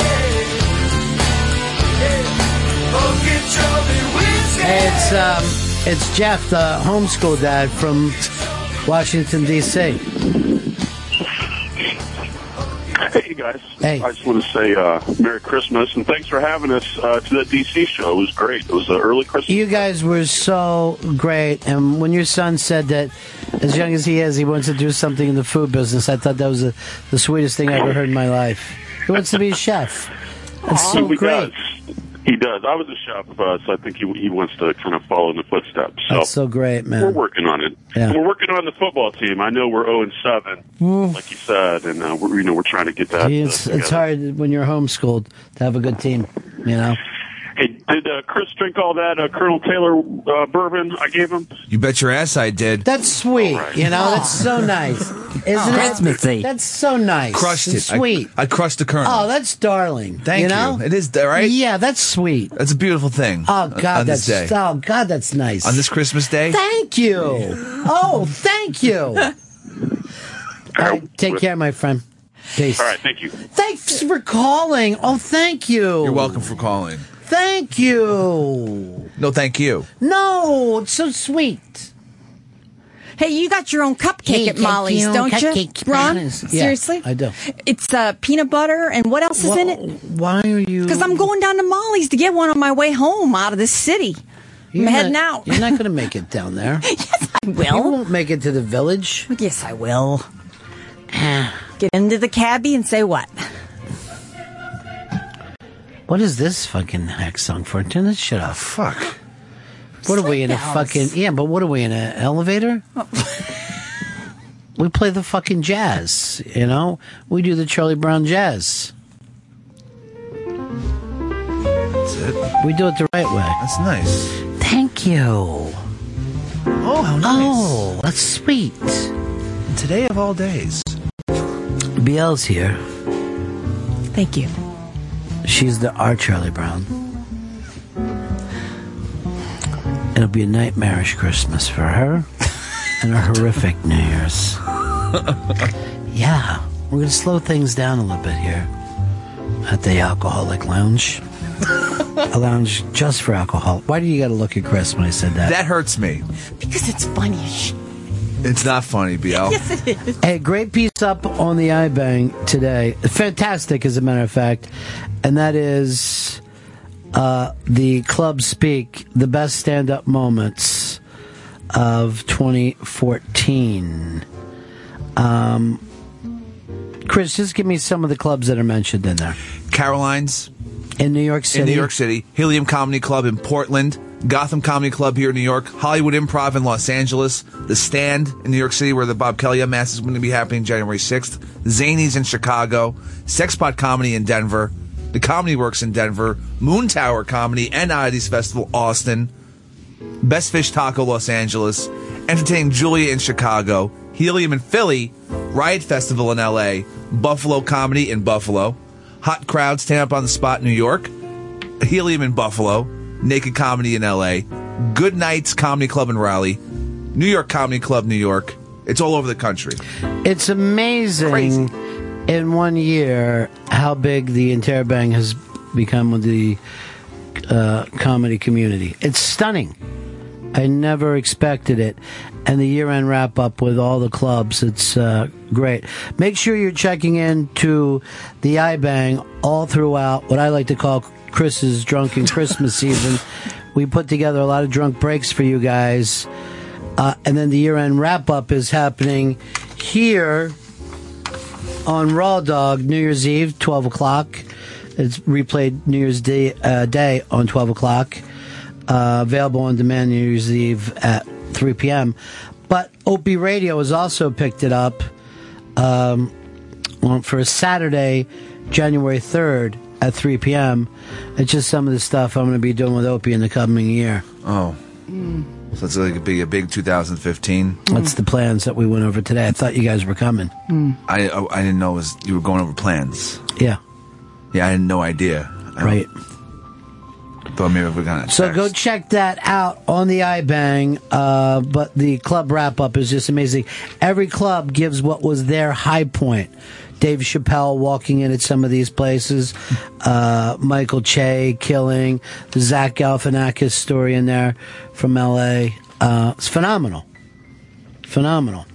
[SPEAKER 4] Yeah. Oh, good Joey whiskey.
[SPEAKER 6] It's um, it's Jeff, the homeschool dad from Washington D.C.
[SPEAKER 25] Hey guys,
[SPEAKER 6] Hey.
[SPEAKER 25] I just want to say uh, Merry Christmas and thanks for having us uh, to the DC show. It was great. It was an early Christmas.
[SPEAKER 6] You guys were so great, and when your son said that, as young as he is, he wants to do something in the food business, I thought that was the the sweetest thing I ever heard in my life. He wants to be a chef. That's so
[SPEAKER 25] he
[SPEAKER 6] great.
[SPEAKER 25] does. He does. I was a chef, uh, so I think he, he wants to kind of follow in the footsteps. So
[SPEAKER 6] That's so great,
[SPEAKER 25] we're
[SPEAKER 6] man.
[SPEAKER 25] working on it.
[SPEAKER 6] Yeah.
[SPEAKER 25] We're working on the football team. I know we're zero and seven,
[SPEAKER 6] Mm.
[SPEAKER 25] like you said, and uh, we're you know we're trying to get that.
[SPEAKER 6] Gee,
[SPEAKER 25] uh,
[SPEAKER 6] It's,
[SPEAKER 25] together.
[SPEAKER 6] it's hard when you're homeschooled to have a good team, you know.
[SPEAKER 25] Hey, did uh, Chris drink all that uh, Colonel Taylor uh, bourbon I gave him?
[SPEAKER 7] You bet your ass I did.
[SPEAKER 6] That's sweet. You know, that's so nice, isn't it?
[SPEAKER 7] Christmassy.
[SPEAKER 6] That's so nice.
[SPEAKER 7] Crushed
[SPEAKER 6] and
[SPEAKER 7] it. I-
[SPEAKER 6] Sweet.
[SPEAKER 7] I, crushed the kernel.
[SPEAKER 6] Oh, that's darling.
[SPEAKER 7] Thank
[SPEAKER 6] you. Know?
[SPEAKER 7] It is right.
[SPEAKER 6] Yeah, that's sweet.
[SPEAKER 7] That's a beautiful thing.
[SPEAKER 6] Oh
[SPEAKER 7] on-
[SPEAKER 6] God,
[SPEAKER 7] on
[SPEAKER 6] that's
[SPEAKER 7] this day.
[SPEAKER 6] oh God, that's nice.
[SPEAKER 7] on this Christmas day.
[SPEAKER 6] Thank you. Oh, thank you. All right, take care, my friend. Peace.
[SPEAKER 25] All right, thank you.
[SPEAKER 6] Thanks for calling. Oh, thank you.
[SPEAKER 7] You're welcome for calling.
[SPEAKER 6] Thank you.
[SPEAKER 7] No, thank you.
[SPEAKER 6] No, it's so sweet.
[SPEAKER 12] Hey, you got your own cupcake
[SPEAKER 6] Hey,
[SPEAKER 12] at Molly's,
[SPEAKER 6] got your own
[SPEAKER 12] don't you,
[SPEAKER 6] cupcake,
[SPEAKER 12] Ron?
[SPEAKER 6] Molly's. Yeah,
[SPEAKER 12] Seriously,
[SPEAKER 6] I do.
[SPEAKER 12] It's uh, peanut butter and what else is in it?
[SPEAKER 6] Why are you?
[SPEAKER 12] Because I'm going down to Molly's to get one on my way home out of the city. I'm
[SPEAKER 6] You're
[SPEAKER 12] heading
[SPEAKER 6] not-
[SPEAKER 12] out.
[SPEAKER 6] You're not going to make it down there. yes,
[SPEAKER 12] I will.
[SPEAKER 6] You won't make it to the village. Ah.
[SPEAKER 12] Yes, I will. Get into the cabbie and say what?
[SPEAKER 6] What is this fucking hack song for? Turn this shit off. Fuck. What are we in a
[SPEAKER 12] Sleep
[SPEAKER 6] fucking yeah? But what are we in an elevator? we play the fucking jazz, you know. We do the Charlie Brown jazz. That's it. We do it the right way.
[SPEAKER 7] That's nice.
[SPEAKER 6] Thank you.
[SPEAKER 7] Oh, how nice.
[SPEAKER 6] Oh, that's sweet.
[SPEAKER 7] Today of all days.
[SPEAKER 6] BL's here.
[SPEAKER 12] Thank you.
[SPEAKER 6] She's the our Charlie Brown. It'll be a nightmarish Christmas for her and a horrific New Year's. yeah, we're going to slow things down a little bit here at the Alcoholic Lounge. a lounge just for alcohol. Why do you got to look at Chris when I said that?
[SPEAKER 7] That hurts me.
[SPEAKER 12] Because it's funny.
[SPEAKER 7] It's not funny, BL.
[SPEAKER 12] Yes, it is.
[SPEAKER 6] A great piece up on the iBang today. Fantastic, as a matter of fact. And that is uh, the club speak, the best stand up moments of 2014. Um, Chris, just give me some of the clubs that are mentioned in there.
[SPEAKER 7] Caroline's.
[SPEAKER 6] In New York City.
[SPEAKER 7] In New York City. Helium Comedy Club in Portland. Gotham Comedy Club here in New York. Hollywood Improv in Los Angeles. The Stand in New York City, where the Bob Kelly Mass is going to be happening January 6th. Zanies in Chicago. Sexpot Comedy in Denver. The Comedy Works in Denver. Moon Tower Comedy and Oddities Festival, Austin. Best Fish Taco Los Angeles, Entertain Julia in Chicago, Helium in Philly, Riot Festival in LA, Buffalo Comedy in Buffalo, Hot Crowd Stand Up on the Spot New York, Helium in Buffalo, Naked Comedy in LA, Good Nights Comedy Club in Raleigh, New York Comedy Club New York. It's all over the country.
[SPEAKER 6] It's amazing in one year how big the Interrobang has become with the uh, comedy community. It's stunning. I never expected it. And the year end wrap up with all the clubs, it's uh, great. Make sure you're checking in to the iBang all throughout what I like to call Chris's drunken Christmas season. We put together a lot of drunk breaks for you guys. Uh, and then the year end wrap up is happening here on Raw Dog New Year's Eve, 12 o'clock. It's replayed New Year's Day, uh, Day on 12 o'clock. Uh, available on demand New Year's Eve at 3 p.m. But Opie Radio has also picked it up um, on, for Saturday, January 3rd at 3 p.m. It's just some of the stuff I'm going to be doing with Opie in the coming year.
[SPEAKER 7] Oh. So it's going to be a big 2015.
[SPEAKER 6] Mm. That's the plans that we went over today. I thought you guys were coming.
[SPEAKER 7] I, I I didn't know it was you were going over plans.
[SPEAKER 6] Yeah.
[SPEAKER 7] Yeah, I had no idea. I
[SPEAKER 6] Right.
[SPEAKER 7] Thought maybe we are gonna.
[SPEAKER 6] So go check that out on the iBang. Uh, but the club wrap up is just amazing. Every club gives what was their high point. Dave Chappelle walking in at some of these places, uh, Michael Che killing, the Zach Galifianakis story in there from LA. Uh, it's phenomenal. Phenomenal.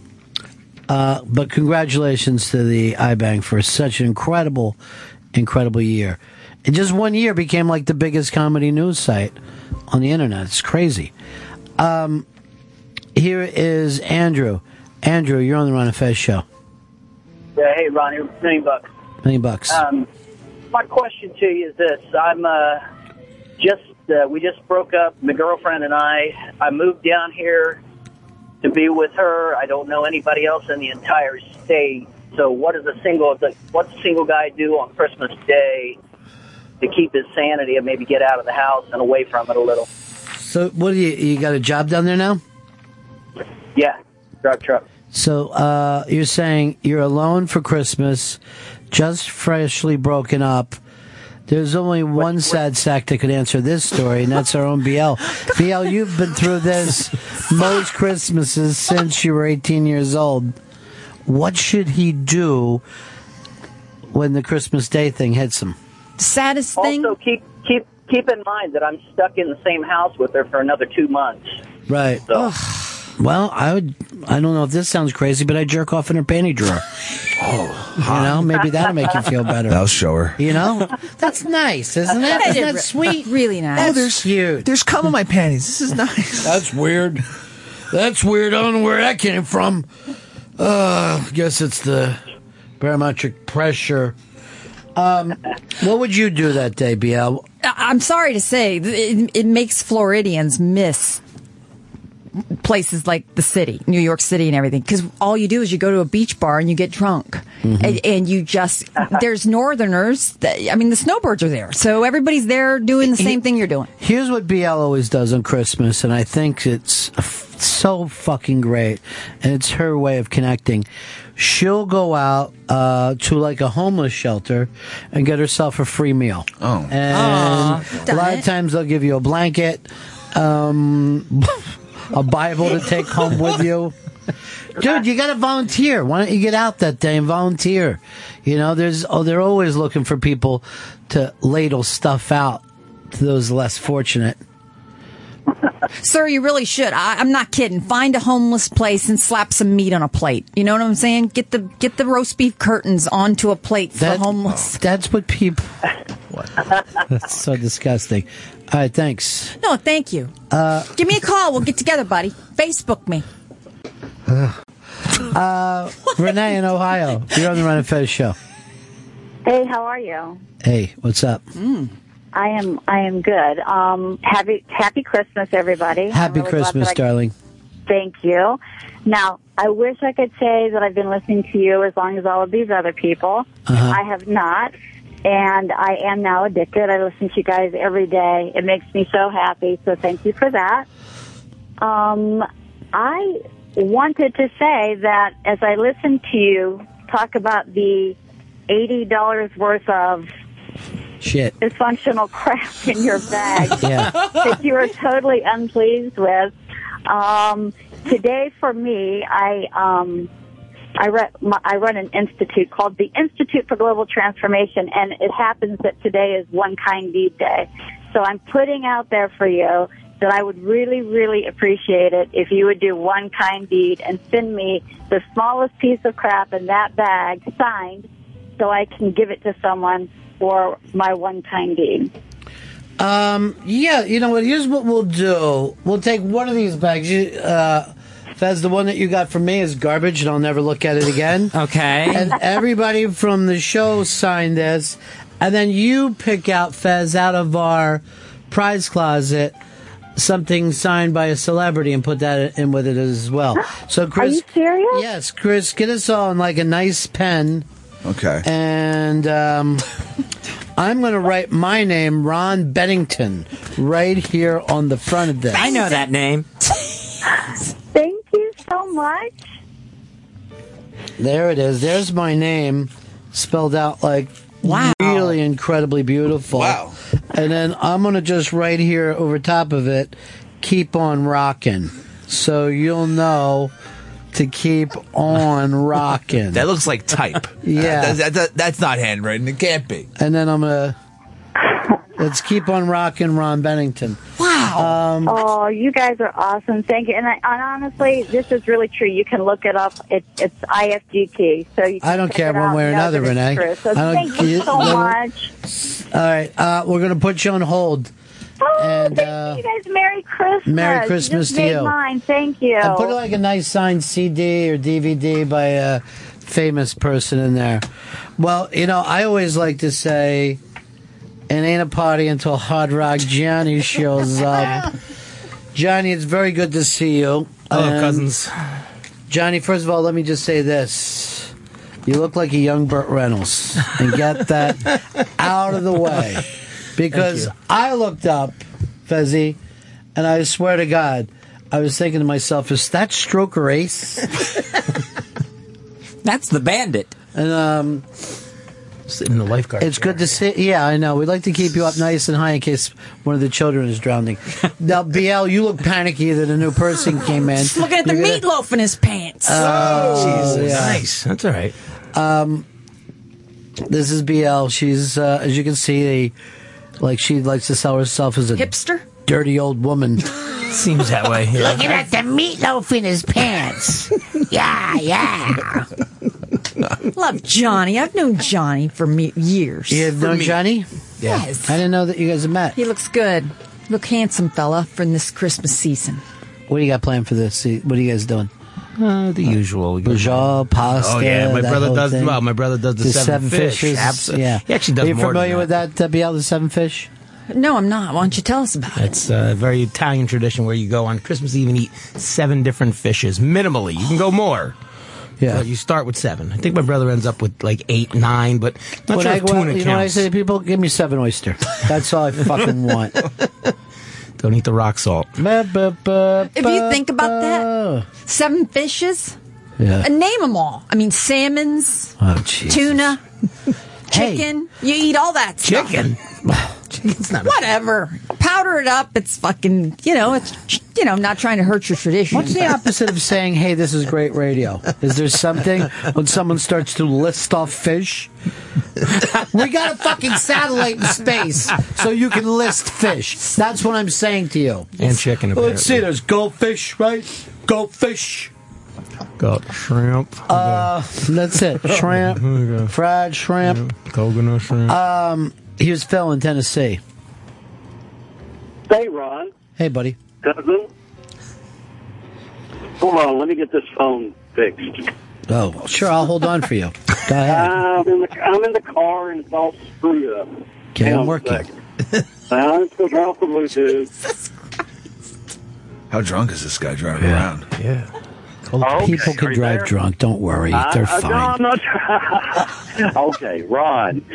[SPEAKER 6] Uh, but congratulations to the iBank for such an incredible, incredible year. In just one year, became like the biggest comedy news site on the internet. It's crazy. Um, here is Andrew. Andrew, you're on the Ron and Fez show.
[SPEAKER 9] Yeah, uh, hey Ronnie, million bucks.
[SPEAKER 6] Million bucks.
[SPEAKER 9] Um, my question to you is this: I'm uh, just uh, we just broke up, my girlfriend and I. I moved down here to be with her. I don't know anybody else in the entire state. So, what does a single what's a single guy do on Christmas Day to keep his sanity and maybe get out of the house and away from it a little?
[SPEAKER 6] so, what do you you got a job down there now?
[SPEAKER 9] Yeah, drug truck.
[SPEAKER 6] So uh, you're saying you're alone for Christmas, just freshly broken up. There's only one sad sack that could answer this story, and that's our own BL. BL, you've been through this most Christmases since you were 18 years old. What should he do when the Christmas Day thing hits him?
[SPEAKER 9] Saddest thing. Also, keep keep keep in mind that I'm stuck in the same house with her for another two months.
[SPEAKER 6] Right. Well, I would. I don't know if this sounds crazy, but I jerk off in her panty drawer. oh, you know, maybe that'll make you feel better.
[SPEAKER 7] That'll show her.
[SPEAKER 6] You know, that's nice, isn't it? Isn't that sweet?
[SPEAKER 12] Really nice.
[SPEAKER 6] Oh, there's cute. There's cum in my panties. This is nice. That's weird. That's weird. I don't know where that came from. Uh, guess it's the barometric pressure. Um, what would you do that day, BL?
[SPEAKER 12] I- I'm sorry to say, th- it, it makes Floridians miss places like the city, New York City, and everything. Because all you do is you go to a beach bar and you get drunk,
[SPEAKER 6] Mm-hmm.
[SPEAKER 12] and, and you just there's Northerners. That, I mean, the snowbirds are there, so everybody's there doing the same thing you're doing.
[SPEAKER 6] Here's what BL always does on Christmas, and I think it's f- so fucking great. And it's her way of connecting. She'll go out uh, to like a homeless shelter and get herself a free meal. Oh, and
[SPEAKER 23] Aw.
[SPEAKER 6] a lot
[SPEAKER 23] Done it.
[SPEAKER 6] of times they'll give you a blanket, um, a Bible to take home with you. Dude, you got to volunteer. Why don't you get out that day and volunteer? You know, there's oh, they're always looking for people to ladle stuff out to those less fortunate.
[SPEAKER 12] Sir, you really should. I, I'm not kidding. Find a homeless place and slap some meat on a plate. You know what I'm saying? Get the get the roast beef curtains onto a plate for the homeless.
[SPEAKER 6] That's what people. That's so disgusting. All right, thanks.
[SPEAKER 12] No, thank you.
[SPEAKER 6] Uh,
[SPEAKER 12] Give me a call. We'll get together, buddy. Facebook me.
[SPEAKER 6] uh, Renee in Ohio, you're on the Run and Fez show.
[SPEAKER 21] Hey, how are you?
[SPEAKER 6] Hey, what's up?
[SPEAKER 21] I am I am good. Um, happy Happy Christmas, everybody. I'm
[SPEAKER 6] Happy
[SPEAKER 21] really glad
[SPEAKER 6] Christmas,
[SPEAKER 21] that I-
[SPEAKER 6] darling.
[SPEAKER 21] Thank you. Now, I wish I could say that I've been listening to you as long as all of these other people.
[SPEAKER 23] Uh-huh.
[SPEAKER 21] I have not, and I am now addicted. I listen to you guys every day. It makes me so happy. So thank you for that. Um, I wanted to say that as I listened to you talk about the eighty dollars worth of
[SPEAKER 6] Shit.
[SPEAKER 21] dysfunctional crap in your bag
[SPEAKER 23] Yeah.
[SPEAKER 21] that you were totally unpleased with. Um, today, for me, I um, I, re- my, I run an institute called the Institute for Global Transformation, and it happens that today is One Kind Deed Day. So I'm putting out there for you
[SPEAKER 11] that I would really, really appreciate it if you would do one kind deed and send me the smallest piece of crap in that bag signed so I can give it to someone for my one kind deed.
[SPEAKER 6] Um, yeah, you know what? Here's what we'll do. We'll take one of these bags. You, uh, Fez, the one that you got from me is garbage, and I'll never look at it again.
[SPEAKER 8] okay.
[SPEAKER 6] And everybody from the show signed this, and then you pick out Fez out of our prize closet something signed by a celebrity and put that in with it as well. So, Chris,
[SPEAKER 11] Are you serious?
[SPEAKER 6] Yes, Chris, get us all in like a nice pen.
[SPEAKER 7] Okay.
[SPEAKER 6] And um, I'm going to write my name, Ron Bennington, right here on the front of this.
[SPEAKER 8] I know that name.
[SPEAKER 11] Thank you so much.
[SPEAKER 6] There it is. There's my name spelled out like wow. really incredibly beautiful. Wow. And then I'm going to just right here over top of it, keep on rocking. So you'll know to keep on rocking.
[SPEAKER 7] That looks like type.
[SPEAKER 6] Yeah.
[SPEAKER 7] That- that- that- that's not handwritten. It can't be.
[SPEAKER 6] And then I'm going to. Let's keep on rocking, Ron Bennington.
[SPEAKER 11] Wow.
[SPEAKER 6] Um,
[SPEAKER 11] oh, you guys are awesome. Thank you. And, I, and honestly, this is really true. You can look it up. It, it's IFGT. So you can
[SPEAKER 6] I don't
[SPEAKER 11] check
[SPEAKER 6] care
[SPEAKER 11] it
[SPEAKER 6] one
[SPEAKER 11] out
[SPEAKER 6] way or
[SPEAKER 11] and know
[SPEAKER 6] another,
[SPEAKER 11] that it's
[SPEAKER 6] Renee.
[SPEAKER 11] true. So
[SPEAKER 6] I don't-
[SPEAKER 11] thank you
[SPEAKER 6] you-
[SPEAKER 11] so
[SPEAKER 6] you know-
[SPEAKER 11] much.
[SPEAKER 6] All right. Uh, we're going to put you on hold.
[SPEAKER 11] Oh,
[SPEAKER 6] and,
[SPEAKER 11] thank
[SPEAKER 6] uh,
[SPEAKER 11] you guys. Merry Christmas.
[SPEAKER 6] Merry Christmas
[SPEAKER 11] you just
[SPEAKER 6] to
[SPEAKER 11] made
[SPEAKER 6] you.
[SPEAKER 11] Mine. Thank you.
[SPEAKER 6] And put like a nice signed CD or DVD by a famous person in there. Well, you know, I always like to say, it ain't a party until Hard Rock Johnny shows up. Johnny, it's very good to see you.
[SPEAKER 10] Hello,
[SPEAKER 6] And,
[SPEAKER 10] cousins.
[SPEAKER 6] Johnny, first of all, let me just say this. You look like a young Burt Reynolds, and get that out of the way. Because
[SPEAKER 10] Thank
[SPEAKER 6] I looked up, Fezzi, and I swear to God, I was thinking to myself, is that Stroker Ace?
[SPEAKER 8] That's the bandit.
[SPEAKER 6] And um,
[SPEAKER 10] sitting in the lifeguard.
[SPEAKER 6] It's good to see. Yeah, I know. We'd like to keep you up nice and high in case one of the children is drowning. now, BL, you look panicky that a new person came in.
[SPEAKER 4] Just looking at the
[SPEAKER 6] You're gonna-
[SPEAKER 4] meatloaf in his pants.
[SPEAKER 6] Oh,
[SPEAKER 10] Jesus.
[SPEAKER 6] yeah.
[SPEAKER 10] Nice. That's all right.
[SPEAKER 6] Um, this is BL. She's, uh, as you can see, a, like she likes to sell herself as a
[SPEAKER 10] Hipster?
[SPEAKER 6] dirty old woman.
[SPEAKER 10] Seems that way. yeah.
[SPEAKER 18] Looking at the meatloaf in his pants. yeah, yeah.
[SPEAKER 12] Love Johnny. I've known Johnny for me- years.
[SPEAKER 6] You've known Johnny?
[SPEAKER 12] Yeah. Yes.
[SPEAKER 6] I didn't know that you guys had met.
[SPEAKER 12] He looks good. Look handsome, fella, for this Christmas season.
[SPEAKER 6] What do you got planned for this? See, What are you guys doing? Oh,
[SPEAKER 10] Uh, the usual.
[SPEAKER 6] Bajal, pasta.
[SPEAKER 10] Oh yeah, my
[SPEAKER 6] that
[SPEAKER 10] brother
[SPEAKER 6] whole
[SPEAKER 10] does.
[SPEAKER 6] thing.
[SPEAKER 10] Well, my brother does the, seven, fish.
[SPEAKER 6] fishes.
[SPEAKER 10] Abso-
[SPEAKER 6] Yeah.
[SPEAKER 10] he actually does
[SPEAKER 6] Are you
[SPEAKER 10] more
[SPEAKER 6] familiar
[SPEAKER 10] than
[SPEAKER 6] with that, uh, BL, the seven fish?
[SPEAKER 12] No, I'm not. Why don't you tell us about it?
[SPEAKER 10] It's a very Italian tradition where you go on Christmas Eve and eat seven different fishes minimally. You can go more.
[SPEAKER 6] Yeah,
[SPEAKER 10] you start with seven. I think my brother ends up with like eight, nine, but not
[SPEAKER 6] When
[SPEAKER 10] sure
[SPEAKER 6] I
[SPEAKER 10] if
[SPEAKER 6] go out-
[SPEAKER 10] tuna
[SPEAKER 6] you know what I
[SPEAKER 10] counts.
[SPEAKER 6] say to people? Give me seven oyster. That's all I fucking want.
[SPEAKER 10] Don't eat the rock salt.
[SPEAKER 12] If you think about that, seven fishes.
[SPEAKER 10] Yeah.
[SPEAKER 12] And name them all. I mean, salmons,
[SPEAKER 6] Oh, jeez.
[SPEAKER 12] tuna, chicken. You eat all that stuff.
[SPEAKER 10] Chicken. Chicken's not.
[SPEAKER 12] Whatever. Powder it up. It's fucking. You know. It's. You know. I'm not trying to hurt your tradition.
[SPEAKER 6] What's the opposite of saying, hey, this is great radio? Is there something when someone starts to list off fish? we got a fucking satellite in space so you can list fish. That's what I'm saying to you.
[SPEAKER 10] And chicken. Apparently.
[SPEAKER 6] Let's see, there's goldfish, right? Goldfish.
[SPEAKER 10] Got shrimp.
[SPEAKER 6] Uh, that's it. Shrimp, fried shrimp.
[SPEAKER 10] Coconut shrimp.
[SPEAKER 6] Um, here's Phil in Tennessee.
[SPEAKER 13] Hey, Ron,
[SPEAKER 6] Hey, buddy.
[SPEAKER 13] cousin. Hold on, let me get this phone fixed.
[SPEAKER 6] Oh, sure, I'll hold on for you. Go ahead.
[SPEAKER 13] I'm in the, I'm in the car and it's all screwed up.
[SPEAKER 6] Okay,
[SPEAKER 13] Hang
[SPEAKER 6] I'm
[SPEAKER 13] on a
[SPEAKER 6] working.
[SPEAKER 13] second. Now, I'm still off the Bluetooth.
[SPEAKER 7] How drunk is this guy driving around?
[SPEAKER 10] Yeah.
[SPEAKER 13] Okay,
[SPEAKER 6] People
[SPEAKER 13] are
[SPEAKER 6] can
[SPEAKER 13] you
[SPEAKER 6] drive
[SPEAKER 13] there? Uh,
[SPEAKER 6] drunk. Don't worry.
[SPEAKER 13] I-
[SPEAKER 6] They're
[SPEAKER 13] I-
[SPEAKER 6] fine.
[SPEAKER 13] No, I'm not. okay, Ron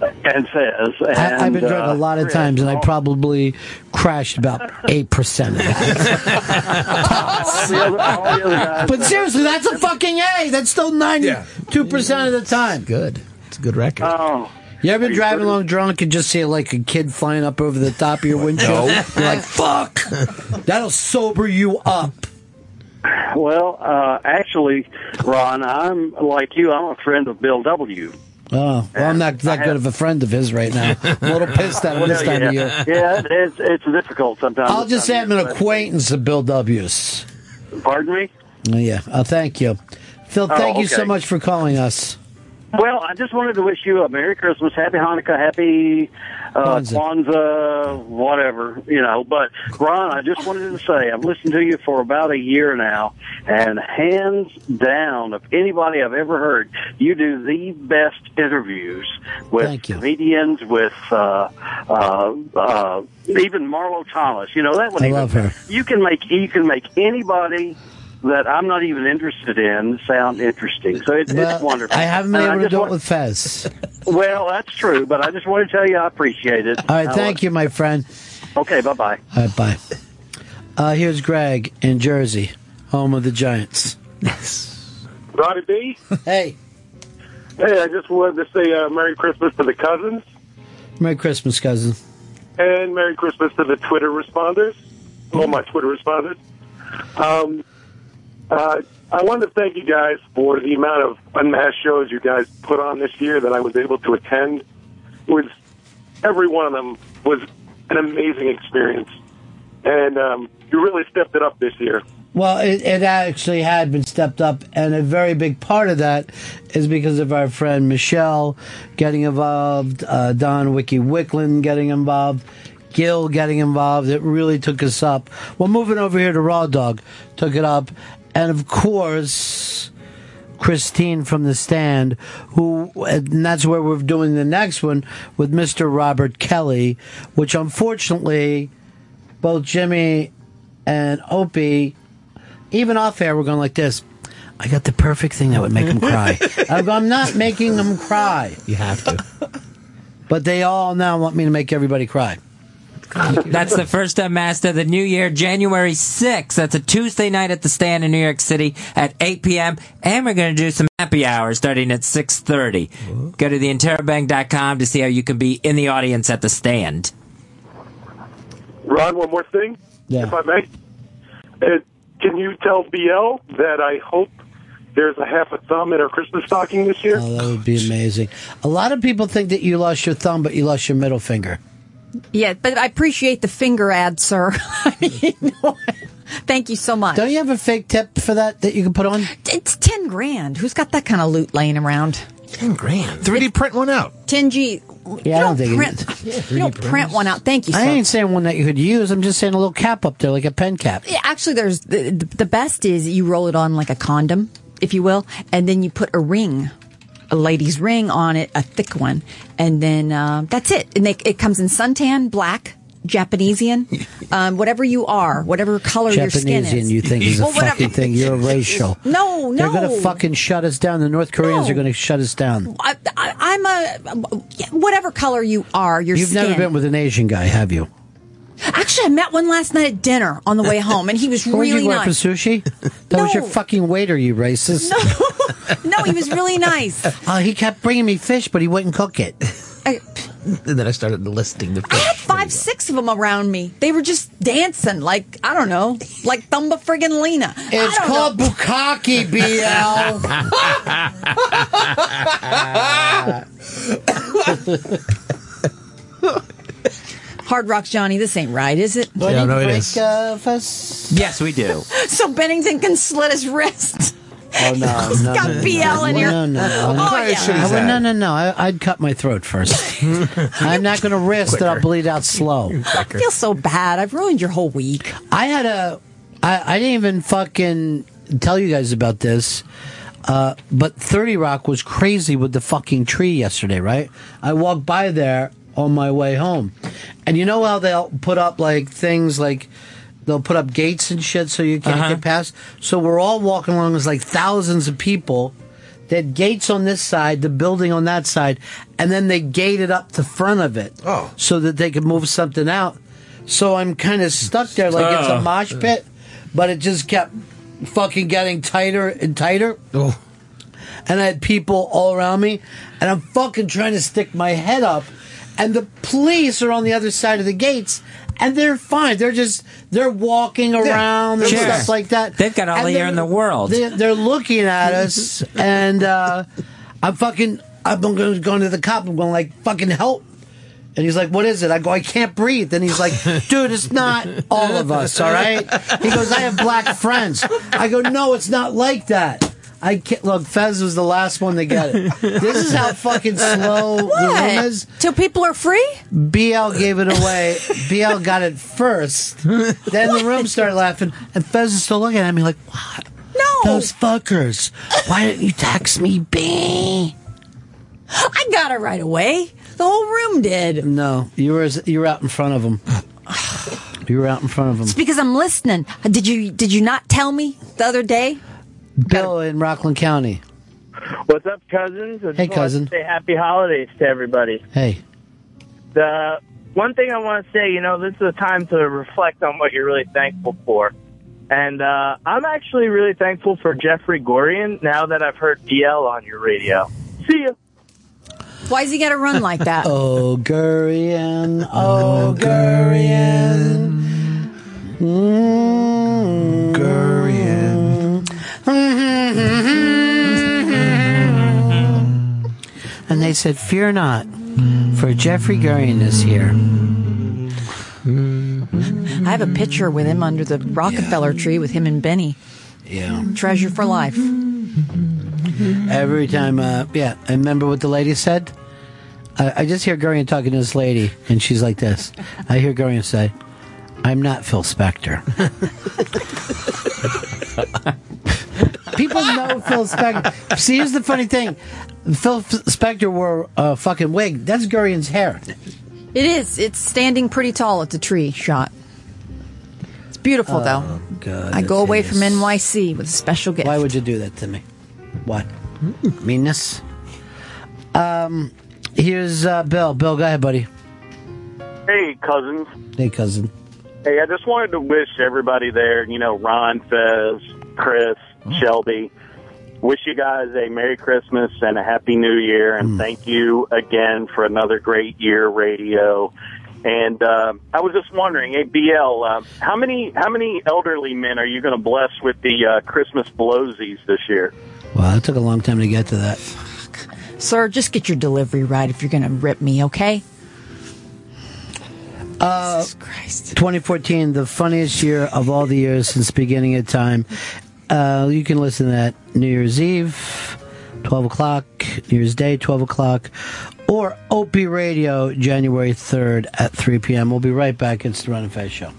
[SPEAKER 13] and Fez. And,
[SPEAKER 6] I, I've been drunk
[SPEAKER 13] uh,
[SPEAKER 6] a lot of
[SPEAKER 13] Chris.
[SPEAKER 6] times,
[SPEAKER 10] oh.
[SPEAKER 6] and I probably crashed about eight percent of that.
[SPEAKER 13] All the other- all the other guys-
[SPEAKER 6] but seriously, that's a fucking A. That's still ninety-two percent of the time.
[SPEAKER 10] Good. It's a good record.
[SPEAKER 13] Oh.
[SPEAKER 6] You ever been driving along drunk and just see like a kid flying up over the top of your windshield? You're like, fuck. That'll sober you up.
[SPEAKER 13] Well, uh, actually, Ron, I'm like you. I'm a friend of Bill W.
[SPEAKER 6] Oh, well, I'm not that good of a friend of his right now. I'm a little pissed at him this
[SPEAKER 13] Well,
[SPEAKER 6] time of year.
[SPEAKER 13] yeah. Yeah, it's, it's difficult sometimes.
[SPEAKER 6] I'll just say I'm an acquaintance of Bill W's.
[SPEAKER 13] Pardon me?
[SPEAKER 6] Oh, Yeah, uh, thank you. Phil,
[SPEAKER 13] Oh,
[SPEAKER 6] thank you so
[SPEAKER 13] okay.
[SPEAKER 6] much for calling us.
[SPEAKER 13] Well, I just wanted to wish you a Merry Christmas, Happy Hanukkah, Happy uh, Kwanzaa. whatever, you know. But, Ron, I just wanted to say I've listened to you for about a year now, and hands down, of anybody I've ever heard, you do the best interviews with comedians, with uh, uh, uh, even Marlo Thomas. You know, that one.
[SPEAKER 6] I
[SPEAKER 13] even-
[SPEAKER 6] love her.
[SPEAKER 13] you can make you can make anybody that I'm not even interested in sound interesting. So it's, it's
[SPEAKER 6] Well,
[SPEAKER 13] wonderful.
[SPEAKER 6] I haven't
[SPEAKER 13] And
[SPEAKER 6] been able to
[SPEAKER 13] just
[SPEAKER 6] do it
[SPEAKER 13] want-
[SPEAKER 6] with Fez.
[SPEAKER 13] Well, that's true, but I just want to tell you I appreciate it.
[SPEAKER 6] All right, thank you, my friend.
[SPEAKER 13] Okay, bye bye.
[SPEAKER 6] All right, bye. Uh, here's Greg in Jersey, home of the Giants.
[SPEAKER 17] Roddy B.
[SPEAKER 6] Hey.
[SPEAKER 17] Hey, I just wanted to say uh, Merry Christmas to the cousins
[SPEAKER 6] Merry Christmas, cousin.
[SPEAKER 17] and Merry Christmas to the Twitter responders. All my Twitter responders. Um, uh, I wanted to thank you guys for the amount of unmasked shows you guys put on this year that I was able to attend. It was every one of them was an amazing experience, and um, you really stepped it up this year.
[SPEAKER 6] Well, it, it actually had been stepped up, and a very big part of that is because of our friend Michelle getting involved, uh, Don Wiki Wickland getting involved, Gil getting involved. It really took us up. Well, moving over here to Raw Dog took it up, and of course, Christine from the stand, who, and that's where we're doing the next one with Mr. Robert Kelly, which unfortunately, both Jimmy and Opie, even off air, we're going like this. I got the perfect thing that would make him cry. I'm I'm not making them cry,
[SPEAKER 26] You have to.
[SPEAKER 6] but they all now want me to make everybody cry.
[SPEAKER 8] That's the first unmasked of the new year, January 6th. That's a Tuesday night at the stand in New York City at 8 p.m. And we're going to do some happy hours starting at 6.30. Go to theinterrobang.com to see how you can be in the audience at the stand.
[SPEAKER 17] Ron, one more thing, if I may. Uh, can you tell BL that I hope there's a half a thumb in her Christmas stocking this year?
[SPEAKER 6] Oh, that would be amazing. A lot of people think that you lost your thumb, but you lost your middle finger.
[SPEAKER 12] Yeah, but I appreciate the finger ad, sir. I mean, Thank you so much. Don't
[SPEAKER 6] you have a fake tip for that that you can put on?
[SPEAKER 12] It's ten grand. Who's got that kind of loot laying around? Ten grand.
[SPEAKER 26] Three D print one out.
[SPEAKER 12] Ten G.
[SPEAKER 6] Yeah, I don't think it
[SPEAKER 12] print. You don't print one out. Thank you.
[SPEAKER 6] I
[SPEAKER 12] sir.
[SPEAKER 6] ain't saying one that you could use. I'm just saying a little cap up there, like a pen cap.
[SPEAKER 12] Yeah, actually, there's the, the best is you roll it on like a condom, if you will, and then you put a ring, a lady's ring on it, a thick one, and then uh, that's it. And they, it comes in suntan, black, Japaneseian, um, whatever you are, whatever color your skin
[SPEAKER 6] Japanese
[SPEAKER 12] is.
[SPEAKER 6] you think is a
[SPEAKER 12] Well, whatever.
[SPEAKER 6] fucking thing. You're racial.
[SPEAKER 12] No,
[SPEAKER 6] They're
[SPEAKER 12] Oh, no.
[SPEAKER 6] going to fucking shut us down. The North Koreans
[SPEAKER 12] No.
[SPEAKER 6] are going to shut us down.
[SPEAKER 12] I, I, I'm a whatever color you are. Your
[SPEAKER 6] You've
[SPEAKER 12] skin.
[SPEAKER 6] never been with an Asian guy, have you?
[SPEAKER 12] Actually, I met one last night at dinner on the way home, and he was
[SPEAKER 6] Where'd
[SPEAKER 12] really
[SPEAKER 6] you work for
[SPEAKER 12] nice.
[SPEAKER 6] sushi? That was your fucking waiter, you racist.
[SPEAKER 12] No, he was really nice.
[SPEAKER 6] Uh, he kept bringing me fish, but he wouldn't cook it.
[SPEAKER 26] And then I started listing the
[SPEAKER 12] I had five, six of them around me. They were just dancing like I don't know, like Thumba friggin' Lena. It's
[SPEAKER 6] called bukkake,
[SPEAKER 12] Hard Rock Johnny. This ain't right, is it?
[SPEAKER 26] Yeah, no, it is.
[SPEAKER 8] Yes, we do.
[SPEAKER 12] So Bennington can slit his wrist.
[SPEAKER 6] Oh no, no,
[SPEAKER 12] got
[SPEAKER 6] no, no,
[SPEAKER 12] BL
[SPEAKER 6] no,
[SPEAKER 12] in here.
[SPEAKER 6] No, no, no.
[SPEAKER 12] Oh, What kind of yeah. shit is
[SPEAKER 6] I would-
[SPEAKER 12] that?
[SPEAKER 6] no, no, no. I, I'd cut my throat first. I'm not going to risk that I'll bleed out slow.
[SPEAKER 12] I feel so bad. I've ruined your whole week.
[SPEAKER 6] I had a. I, I didn't even fucking tell you guys about this. Uh, but 30 Rock was crazy with the fucking tree yesterday, right? I walked by there on my way home. And you know how they'll put up like things like they'll put up gates and shit so you can't
[SPEAKER 8] Uh-huh.
[SPEAKER 6] get past. So we're all walking along. There's like thousands of people. They had gates on this side, the building on that side, and then they gated up the front of it oh. so that they could move something out. So I'm kind of stuck there, like it's a
[SPEAKER 26] Oh.
[SPEAKER 6] mosh pit, but it just kept fucking getting tighter and tighter.
[SPEAKER 7] Oh.
[SPEAKER 6] And I had people all around me, and I'm fucking trying to stick my head up. And the police are on the other side of the gates, and they're fine. They're just they're walking around and
[SPEAKER 8] Sure.
[SPEAKER 6] stuff like that.
[SPEAKER 8] They've got all
[SPEAKER 6] And
[SPEAKER 8] the air in
[SPEAKER 6] they're-
[SPEAKER 8] the world.
[SPEAKER 6] They, they're looking at us, and uh, I'm fucking. I'm going going to the cop. I'm going like fucking help. And he's like, "What is it?" I go, "I can't breathe." And he's like, "Dude, it's not all of us, all right?" He goes, "I have black friends." I go, "No, it's not like that." I can't, look. Fez was the last one to get it. This is how fucking slow
[SPEAKER 12] What?
[SPEAKER 6] the room is.
[SPEAKER 12] So people are free.
[SPEAKER 6] BL gave it away. BL got it first. Then the room started laughing, and Fez is still looking at me like, "What? No, those fuckers! Why didn't you text me, B?"
[SPEAKER 12] I got it right away. The whole room did.
[SPEAKER 6] No, you were you were out in front of them. You were out in front of
[SPEAKER 12] It's
[SPEAKER 6] them.
[SPEAKER 12] because I'm listening. Did you did you not tell me the other day?
[SPEAKER 6] Bill Oh, in Rockland County.
[SPEAKER 27] What's up, cousins? I
[SPEAKER 6] Hey,
[SPEAKER 27] just wanted
[SPEAKER 6] cousin.
[SPEAKER 27] To say happy holidays to everybody.
[SPEAKER 6] Hey,
[SPEAKER 27] The one thing I want to say, you know, this is a time to reflect on what you're really thankful for. And uh, I'm actually really thankful for Jeffrey Gorian now that I've heard DL on your radio. See ya.
[SPEAKER 12] Why does he got to run like that?
[SPEAKER 6] oh, Gurian, oh, Gurian, Mm-hmm. mm Mm-hmm. Mm-hmm. And they said, "Fear not, for Jeffrey Gurian is here."
[SPEAKER 12] I have a picture with him under the Rockefeller tree with him and Benny.
[SPEAKER 6] Yeah.
[SPEAKER 12] Treasure for life.
[SPEAKER 6] Every time, uh, yeah. I remember what the lady said. I, I just hear Gurian talking to this lady, and she's like this. I hear Gurian say, "I'm not Phil Spector." People know Phil Spector. See, here's the funny thing: Phil F- Spector wore a fucking wig. That's Gurian's hair.
[SPEAKER 12] It is. It's standing pretty tall. It's a tree shot. It's beautiful,
[SPEAKER 6] Uh,
[SPEAKER 12] though.
[SPEAKER 6] God,
[SPEAKER 12] I go
[SPEAKER 6] that's
[SPEAKER 12] away from
[SPEAKER 6] hideous.
[SPEAKER 12] NYC with a special gift.
[SPEAKER 6] Why would you do that to me? What? Meanness? Um, here's uh, Bill. Bill, go ahead, buddy.
[SPEAKER 17] Hey, cousins.
[SPEAKER 6] Hey, cousin.
[SPEAKER 17] Hey, I just wanted to wish everybody there, you know, Ron, Fez, Chris, Shelby, wish you guys a Merry Christmas and a Happy New Year. And thank you again for another great year radio. And uh, I was just wondering, hey, BL, uh, how many how many elderly men are you going to bless with the uh, Christmas blowsies this year?
[SPEAKER 6] Wow, that took a long time to get to that.
[SPEAKER 12] Sir, just get your delivery right if you're going to rip me, okay?
[SPEAKER 6] Uh, 2014, the funniest year of all the years since beginning of time. Uh, you can listen to that New Year's Eve, 12 o'clock, New Year's Day, 12 o'clock, or Opie Radio, January 3rd at 3 p.m. We'll be right back. It's the Run and Fez Show.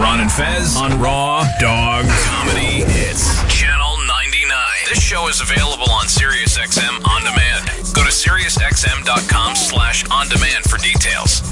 [SPEAKER 7] Ron and Fez on Raw Dog Comedy Hits. Channel 99. This show is available on SiriusXM On Demand. Go to SiriusXM.com slash On Demand for details.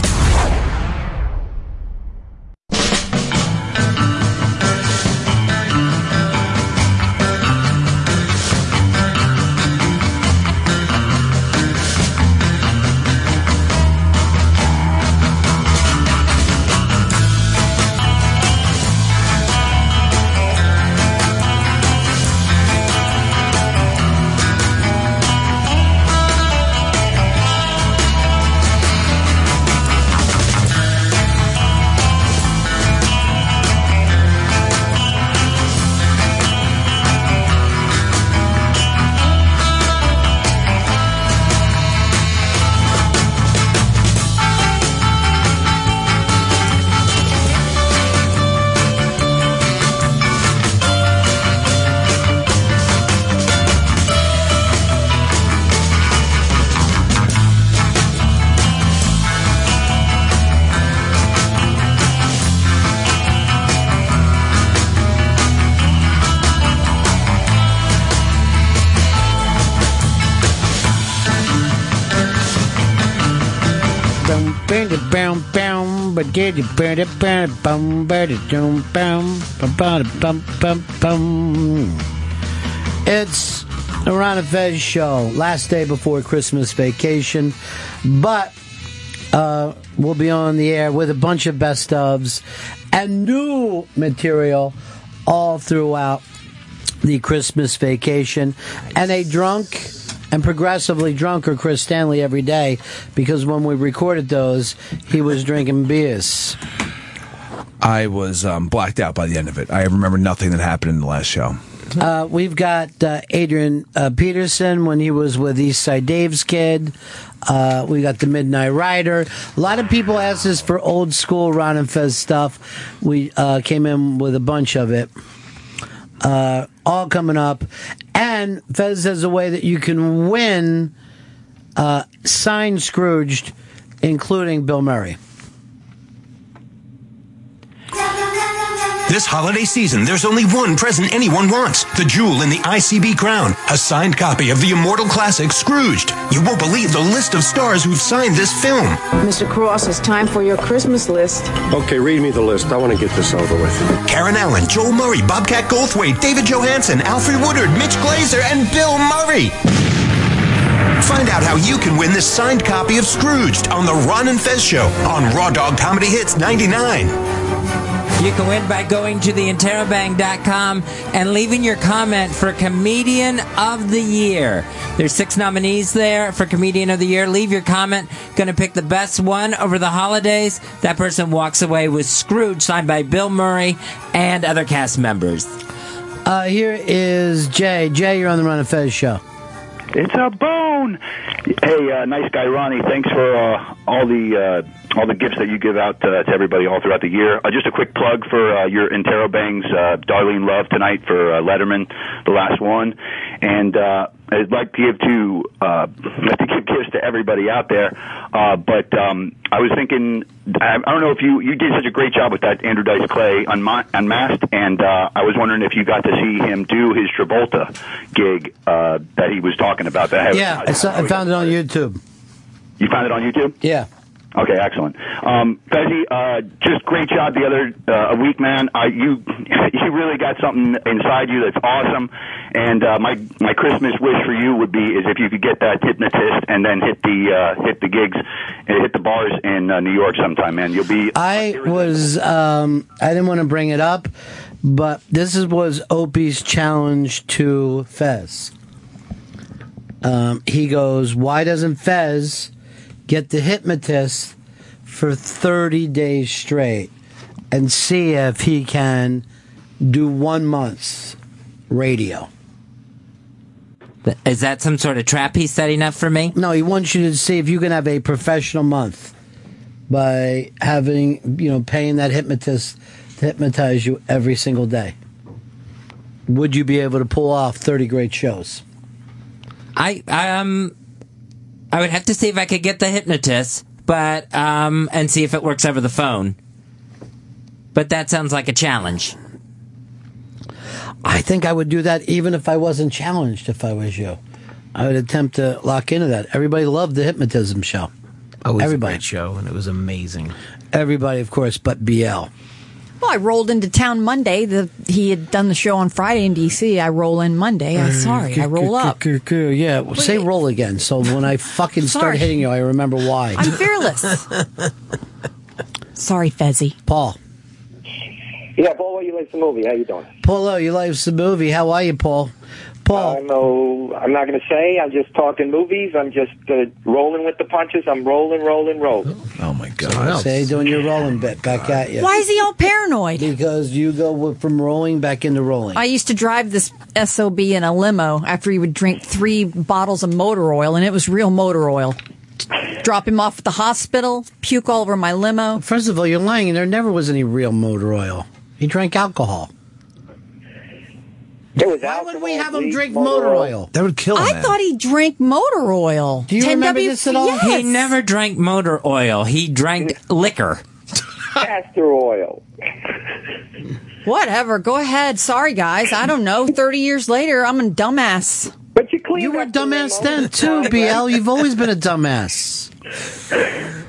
[SPEAKER 6] Bum, bum, da, bum, bum, ba, da, da, bum, da, bum, bum, ba, da, dum, bum, bum, ba, da, bum, bum, bum. It's the Ron and Fez show, last day before Christmas vacation, but uh, we'll be on the air with a bunch of best ofs and new material all throughout the Christmas vacation, and a drunk and progressively drunker Chris Stanley every day because when we recorded those, he was drinking beers.
[SPEAKER 7] I was um, blacked out by the end of it. I remember nothing that happened in the last show.
[SPEAKER 6] Uh, we've got uh, Adrian uh, Peterson when he was with Eastside Dave's kid. Uh, we got the Midnight Rider. A lot of people asked us for old school Ron and Fez stuff. We uh, came in with a bunch of it. Uh, all coming up. And Fez has a way that you can win uh, signed Scrooged, including Bill Murray.
[SPEAKER 16] This holiday season, there's only one present anyone wants the jewel in the ICB crown, a signed copy of the immortal classic Scrooged. You won't believe the list of stars who've signed this film.
[SPEAKER 19] Mr. Cross, it's time for your Christmas list.
[SPEAKER 16] Okay, read me the list. I want to get this over with. Karen Allen, Joel Murray, Bobcat Goldthwait, David Johansen, Alfred Woodard, Mitch Glazer, and Bill Murray. Find out how you can win this signed copy of Scrooged on The Ron and Fez Show on Raw Dog Comedy Hits 99.
[SPEAKER 8] You can win by going to the interrobang.com and leaving your comment for Comedian of the Year. There's six nominees there for Comedian of the Year. Leave your comment. Going to pick the best one over the holidays. That person walks away with Scrooge, signed by Bill Murray and other cast members.
[SPEAKER 6] Uh, here is Jay. Jay, you're on the Run and Fez show.
[SPEAKER 20] It's a bone. Hey, uh, nice guy, Ronnie. Thanks for uh, all the uh, all the gifts that you give out uh, to everybody all throughout the year. Uh, just a quick plug for uh, your Intero Bangs, uh, Darlene Love tonight for uh, Letterman, the last one, and uh, I'd like to give to uh, I'd like to give gifts to everybody out there. Uh, but um, I was thinking, I, I don't know if you you did such a great job with that Andrew Dice Clay on Ma- on Masked, and uh, I was wondering if you got to see him do his Travolta gig uh, that he was talking about. That I haven't-
[SPEAKER 6] Yeah, I, saw, I found it on YouTube.
[SPEAKER 20] you found it on YouTube?
[SPEAKER 6] Yeah.
[SPEAKER 20] Okay, excellent. Um, Fezzi, uh, just great job the other uh, week, man. Uh, you you really got something inside you that's awesome. And uh, my my Christmas wish for you would be is if you could get that hypnotist and then hit the uh, hit the gigs and hit the bars in uh, New York sometime, man. You'll be
[SPEAKER 6] I was um, I didn't want to bring it up, but this is, was Opie's challenge to Fez. Um, he goes, "Why doesn't Fez get the hypnotist for thirty days straight and see if he can do one month's radio?"
[SPEAKER 8] Is that some sort of trap he's setting up for me?
[SPEAKER 6] No, he wants you to see if you can have a professional month by having you know paying that hypnotist to hypnotize you every single day. Would you be able to pull off thirty great shows?
[SPEAKER 8] I um I would have to see if I could get the hypnotist, but um and see if it works over the phone. But that sounds like a challenge.
[SPEAKER 6] I think I would do that even if I wasn't challenged. If I was you, I would attempt to lock into that. Everybody loved the hypnotism show.
[SPEAKER 10] Oh,
[SPEAKER 6] everybody,
[SPEAKER 10] show, and it was amazing.
[SPEAKER 6] everybody, of course, but BL.
[SPEAKER 12] Well, I rolled into town Monday. The, he had done the show on Friday in D.C. I roll in Monday. I'm sorry, I roll up.
[SPEAKER 6] Yeah, well, say roll again. So when I fucking start
[SPEAKER 12] Sorry.
[SPEAKER 6] hitting you, I remember why.
[SPEAKER 12] I'm fearless. sorry, Fezzi.
[SPEAKER 6] Paul.
[SPEAKER 28] Yeah, Paul, what you like the movie? How you doing?
[SPEAKER 6] Paulo, oh, you life's the movie. How are you, Paul? Paul.
[SPEAKER 28] I'm, uh, I'm not going to say. I'm just talking movies. I'm just uh, rolling with the punches. I'm rolling, rolling, rolling.
[SPEAKER 6] Oh my God! Say doing your rolling bit back at you.
[SPEAKER 12] Why is he all paranoid?
[SPEAKER 6] Because you go from rolling back into rolling.
[SPEAKER 12] I used to drive this SOB in a limo after he would drink three bottles of motor oil, and it was real motor oil. Drop him off at the hospital, puke all over my limo.
[SPEAKER 6] First of all, you're lying. There never was any real motor oil. He drank alcohol.
[SPEAKER 28] It was
[SPEAKER 6] Why would we have him
[SPEAKER 28] leak,
[SPEAKER 6] drink
[SPEAKER 28] motor
[SPEAKER 6] motor
[SPEAKER 28] oil.
[SPEAKER 6] oil? That would kill
[SPEAKER 12] I thought he drank motor oil.
[SPEAKER 6] Do you remember this at all?
[SPEAKER 12] Yes.
[SPEAKER 8] He never drank motor oil. He drank liquor.
[SPEAKER 28] Castor oil.
[SPEAKER 12] Whatever. Go ahead. Sorry, guys. I don't know. 30 years later, I'm a dumbass.
[SPEAKER 28] But you cleaned
[SPEAKER 12] You were
[SPEAKER 6] a dumbass then too, BL. You've always been a dumbass.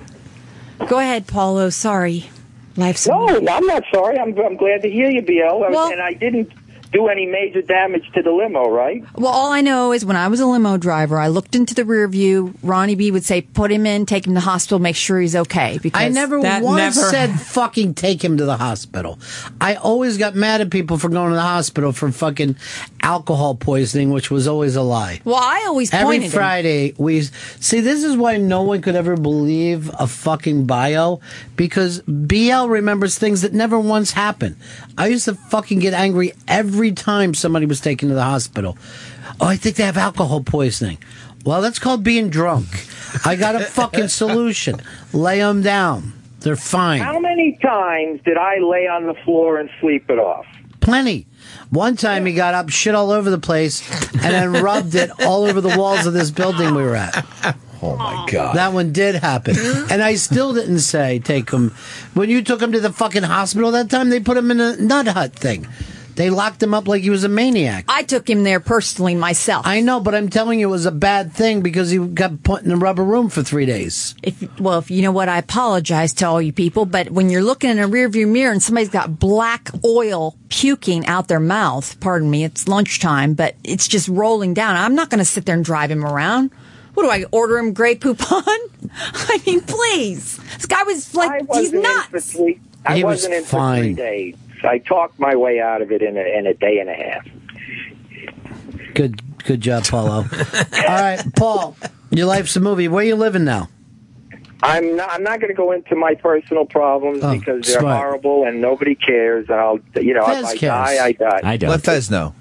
[SPEAKER 12] Go ahead, Paulo. Sorry. Life's
[SPEAKER 28] No, I'm not sorry. I'm, I'm glad to hear you, BL. I-
[SPEAKER 12] Well-
[SPEAKER 28] and I didn't. do any major damage to the limo, right?
[SPEAKER 12] Well, all I know is when I was a limo driver, I looked into the rear view. Ronnie B would say, "Put him in, take him to the hospital, make sure he's okay." Because
[SPEAKER 6] I never once said fucking take him to the hospital. I always got mad at people for going to the hospital for fucking alcohol poisoning, which was always a lie.
[SPEAKER 12] Well, I always
[SPEAKER 6] Every
[SPEAKER 12] pointed him.
[SPEAKER 6] Friday we see. This is why no one could ever believe a fucking bio because BL remembers things that never once happened. I used to fucking get angry every time somebody was taken to the hospital. Oh, I think they have alcohol poisoning. Well, that's called being drunk. I got a fucking solution. Lay them down. They're fine.
[SPEAKER 28] How many times did I lay on the floor and sleep it off?
[SPEAKER 6] Plenty. One time he got up, shit all over the place, and then rubbed it all over the walls of this building we were at.
[SPEAKER 7] Oh my god.
[SPEAKER 6] That one did happen. And I still didn't say take him. When you took him to the fucking hospital that time, they put him in a nut hut thing. They locked him up like he was a maniac.
[SPEAKER 12] I took him there personally myself.
[SPEAKER 6] I know, but I'm telling you, it was a bad thing because he got put in a rubber room for three days.
[SPEAKER 12] If, well, if you know what, I apologize to all you people, but when you're looking in a rearview mirror and somebody's got black oil puking out their mouth, pardon me, it's lunchtime, but it's just rolling down. I'm not going to sit there and drive him around. What do I order him Grey Poupon? I mean, please. This guy was like, he's nuts.
[SPEAKER 28] For three, I
[SPEAKER 12] He was
[SPEAKER 28] wasn't in for three
[SPEAKER 6] fine.
[SPEAKER 28] days. I talked my way out of it in a, in a day and a half.
[SPEAKER 6] Good, good job, Paulo. All right, Paul, your life's a movie. Where you living now?
[SPEAKER 28] I'm not, I'm not going to go into my personal problems
[SPEAKER 6] Oh,
[SPEAKER 28] because they're
[SPEAKER 6] smart.
[SPEAKER 28] horrible and nobody cares. And I'll, you know,
[SPEAKER 7] Fez
[SPEAKER 28] if I
[SPEAKER 7] cares.
[SPEAKER 28] die, I die.
[SPEAKER 7] Let Fez know.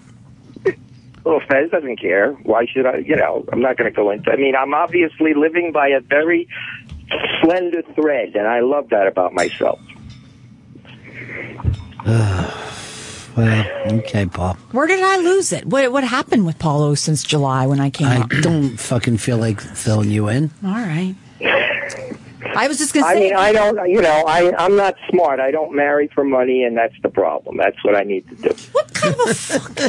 [SPEAKER 28] Well, Fez doesn't care. Why should I? You know, I'm not going to go into. I mean, I'm obviously living by a very slender thread, and I love that about myself.
[SPEAKER 6] Well, okay, Paul.
[SPEAKER 12] Where did I lose it? What, what happened with Paulo since July when I came
[SPEAKER 6] I
[SPEAKER 12] up?
[SPEAKER 6] don't fucking feel like filling you in.
[SPEAKER 12] All right. I was just going to
[SPEAKER 28] I
[SPEAKER 12] say.
[SPEAKER 28] mean, I don't. You know, I I'm not smart. I don't marry for money, and that's the problem. That's what I need to do.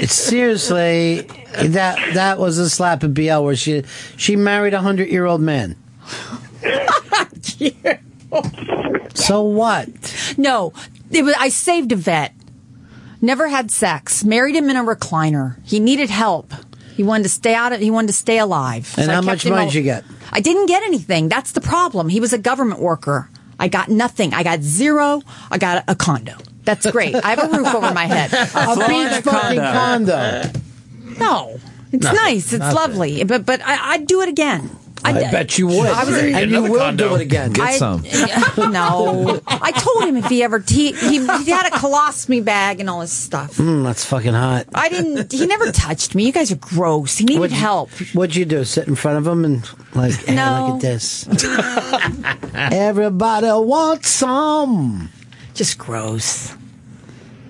[SPEAKER 6] Seriously, that that was a slap at BL where she she married a hundred year old man. so what?
[SPEAKER 12] No, it was, I saved a vet. Never had sex. Married him in a recliner. He needed help. He wanted to stay out. Of, he wanted to stay alive.
[SPEAKER 6] And
[SPEAKER 12] I
[SPEAKER 6] how
[SPEAKER 12] kept
[SPEAKER 6] much
[SPEAKER 12] him
[SPEAKER 6] money
[SPEAKER 12] al-
[SPEAKER 6] did you get?
[SPEAKER 12] I didn't get anything. That's the problem. He was a government worker. I got nothing. I got zero. I got a condo. That's great. I have a roof over my head.
[SPEAKER 6] A beach fucking condo.
[SPEAKER 12] No, it's
[SPEAKER 6] Nothing.
[SPEAKER 12] nice. It's
[SPEAKER 6] Nothing.
[SPEAKER 12] lovely. But but I, I'd do it again.
[SPEAKER 6] I bet you would.
[SPEAKER 12] I was in-
[SPEAKER 6] and you will do it again.
[SPEAKER 12] I- no, I told him if he ever he, he, he had a colostomy bag and all this stuff.
[SPEAKER 6] Mm, that's fucking hot.
[SPEAKER 12] I didn't. He never touched me. You guys are gross. He needed
[SPEAKER 6] What'd you-
[SPEAKER 12] help.
[SPEAKER 6] What'd you do? Sit in front of him and like, hey,
[SPEAKER 12] No.
[SPEAKER 6] look at this. Everybody wants some.
[SPEAKER 12] Just gross.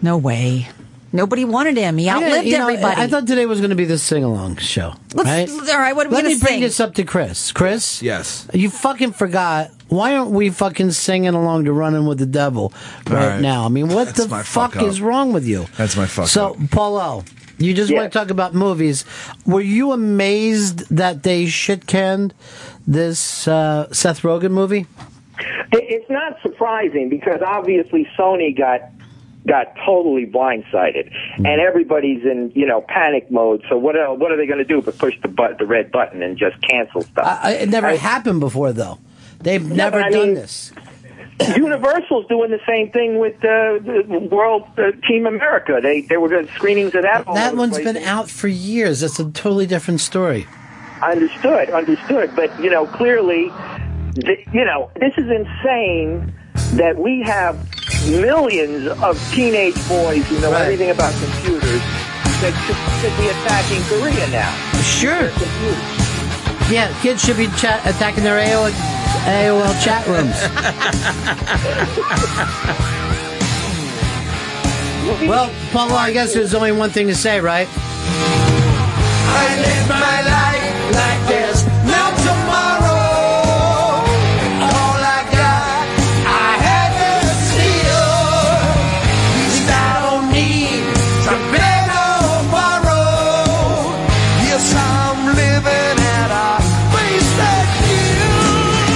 [SPEAKER 12] No way. Nobody wanted him. He outlived
[SPEAKER 6] You know,
[SPEAKER 12] everybody.
[SPEAKER 6] I thought today was going to be the sing along show.
[SPEAKER 12] Let's-
[SPEAKER 6] right?
[SPEAKER 12] all right, what are we
[SPEAKER 6] Let
[SPEAKER 12] gonna
[SPEAKER 6] me bring
[SPEAKER 12] sing?
[SPEAKER 6] this up to Chris. Chris?
[SPEAKER 7] Yes.
[SPEAKER 6] You fucking forgot. Why aren't we fucking singing along to Running with the Devil right,
[SPEAKER 7] right.
[SPEAKER 6] now? I mean, what the
[SPEAKER 7] my
[SPEAKER 6] fuck,
[SPEAKER 7] fuck up.
[SPEAKER 6] is wrong with you?
[SPEAKER 7] That's my fuck.
[SPEAKER 6] so, Paulo, you just want to talk about movies. Were you amazed that they shit canned this uh, Seth Rogen movie?
[SPEAKER 28] It- It's not surprising because obviously Sony got got totally blindsided,
[SPEAKER 6] Hmm.
[SPEAKER 28] and everybody's in you know panic mode. So what el- what are they going to do but push the but the red button and just cancel stuff?
[SPEAKER 6] I, it never happened before, though. They've never
[SPEAKER 28] but I
[SPEAKER 6] done
[SPEAKER 28] mean-
[SPEAKER 6] this.
[SPEAKER 28] Universal's doing the same thing with uh, the World uh, Team America. They they were doing screenings of that. all
[SPEAKER 6] That
[SPEAKER 28] over the
[SPEAKER 6] one's
[SPEAKER 28] place.
[SPEAKER 6] been out for years. That's a totally different story.
[SPEAKER 28] Understood, understood. But you know, clearly, th- you know, this is insane that we have millions of teenage boys who know everything about computers that should, should be attacking Korea now.
[SPEAKER 6] Sure. Yeah, kids should be chat- attacking their AOL, AOL chat rooms. well, Paulo, I guess there's only one thing to say, right?
[SPEAKER 4] I live my life like there's no tomorrow. All I got, I had to steal. At least I don't need to beg or borrow. Yes, I'm living at a place that feels.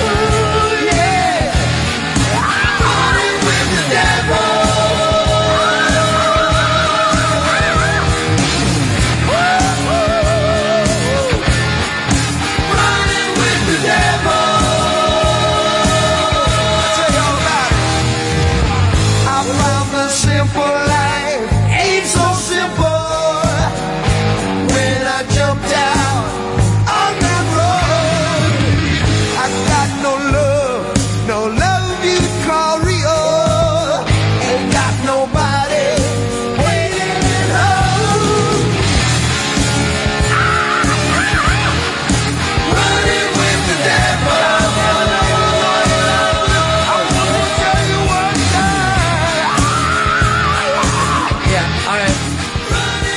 [SPEAKER 4] Ooh, yeah. I'm running with the devil.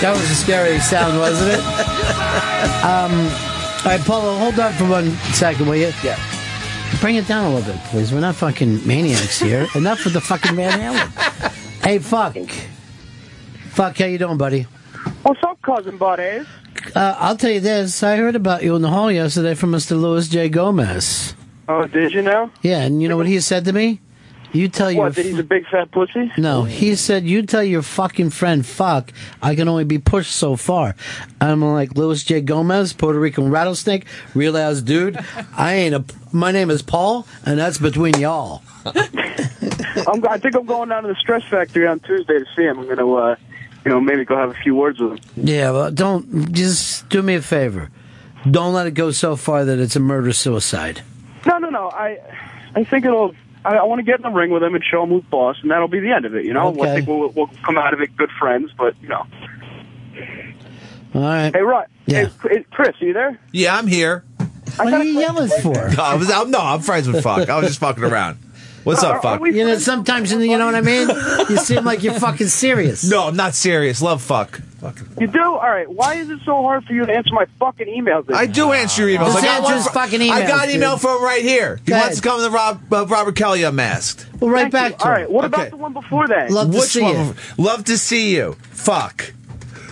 [SPEAKER 6] That was a scary sound, wasn't it? um, all right, Paulo, hold on for one second, will you? Yeah. Bring it down a little bit, please. We're not fucking maniacs here. Enough with the fucking Van Halen. hey, fuck. Fuck, how you doing, buddy?
[SPEAKER 17] What's up, cousin buddies?
[SPEAKER 6] Uh, I'll tell you this. I heard about you in the hall yesterday from Mr. Louis J. Gomez.
[SPEAKER 17] Oh, did you know?
[SPEAKER 6] Yeah, and you know what he said to me? You tell your
[SPEAKER 17] What, that he's a big fat pussy?
[SPEAKER 6] No, he said, "You tell your fucking friend, fuck. I can only be pushed so far." I'm like Louis J. Gomez, Puerto Rican rattlesnake. Realize, dude, I ain't a. My name is Paul, and that's between y'all.
[SPEAKER 17] I'm, I think I'm going down to the Stress Factory on Tuesday to see him. I'm going to, uh, you know, maybe go have a few words with him.
[SPEAKER 6] Yeah, well, don't just do me a favor. Don't let it go so far that it's a murder suicide.
[SPEAKER 17] No, no, no. I, I think it'll. I, I want to get in the ring with him and show him who's boss, and that'll be the end of it. You know, I
[SPEAKER 6] Okay.
[SPEAKER 17] think we'll, we'll come out of it good friends. But you know,
[SPEAKER 6] All right.
[SPEAKER 17] hey, Rod,
[SPEAKER 6] Yeah.
[SPEAKER 17] hey, hey, Chris, are you there?
[SPEAKER 7] Yeah, I'm here.
[SPEAKER 6] What are you yelling for?
[SPEAKER 7] No, I was, I'm, no, I'm friends with Fuck. I was just fucking around. What's up, Fuck?
[SPEAKER 6] You know, sometimes you know what I mean. You seem like you're fucking serious.
[SPEAKER 7] No, I'm not serious. Love Fuck.
[SPEAKER 17] You do? All right. Why is it so hard for you to answer my fucking emails?
[SPEAKER 7] I do answer your emails.
[SPEAKER 17] Just
[SPEAKER 7] I got
[SPEAKER 17] answer
[SPEAKER 7] one
[SPEAKER 17] his
[SPEAKER 7] fr-
[SPEAKER 17] fucking
[SPEAKER 7] I got an
[SPEAKER 17] emails,
[SPEAKER 7] email
[SPEAKER 17] dude.
[SPEAKER 7] from right here. He
[SPEAKER 17] Go
[SPEAKER 7] wants to come to Rob, uh, Robert Kelly unmasked.
[SPEAKER 6] Well, right
[SPEAKER 17] back
[SPEAKER 7] to
[SPEAKER 17] All
[SPEAKER 7] him.
[SPEAKER 17] right. What
[SPEAKER 7] Okay.
[SPEAKER 17] about the one before that?
[SPEAKER 7] Which one? Love to see you. Fuck.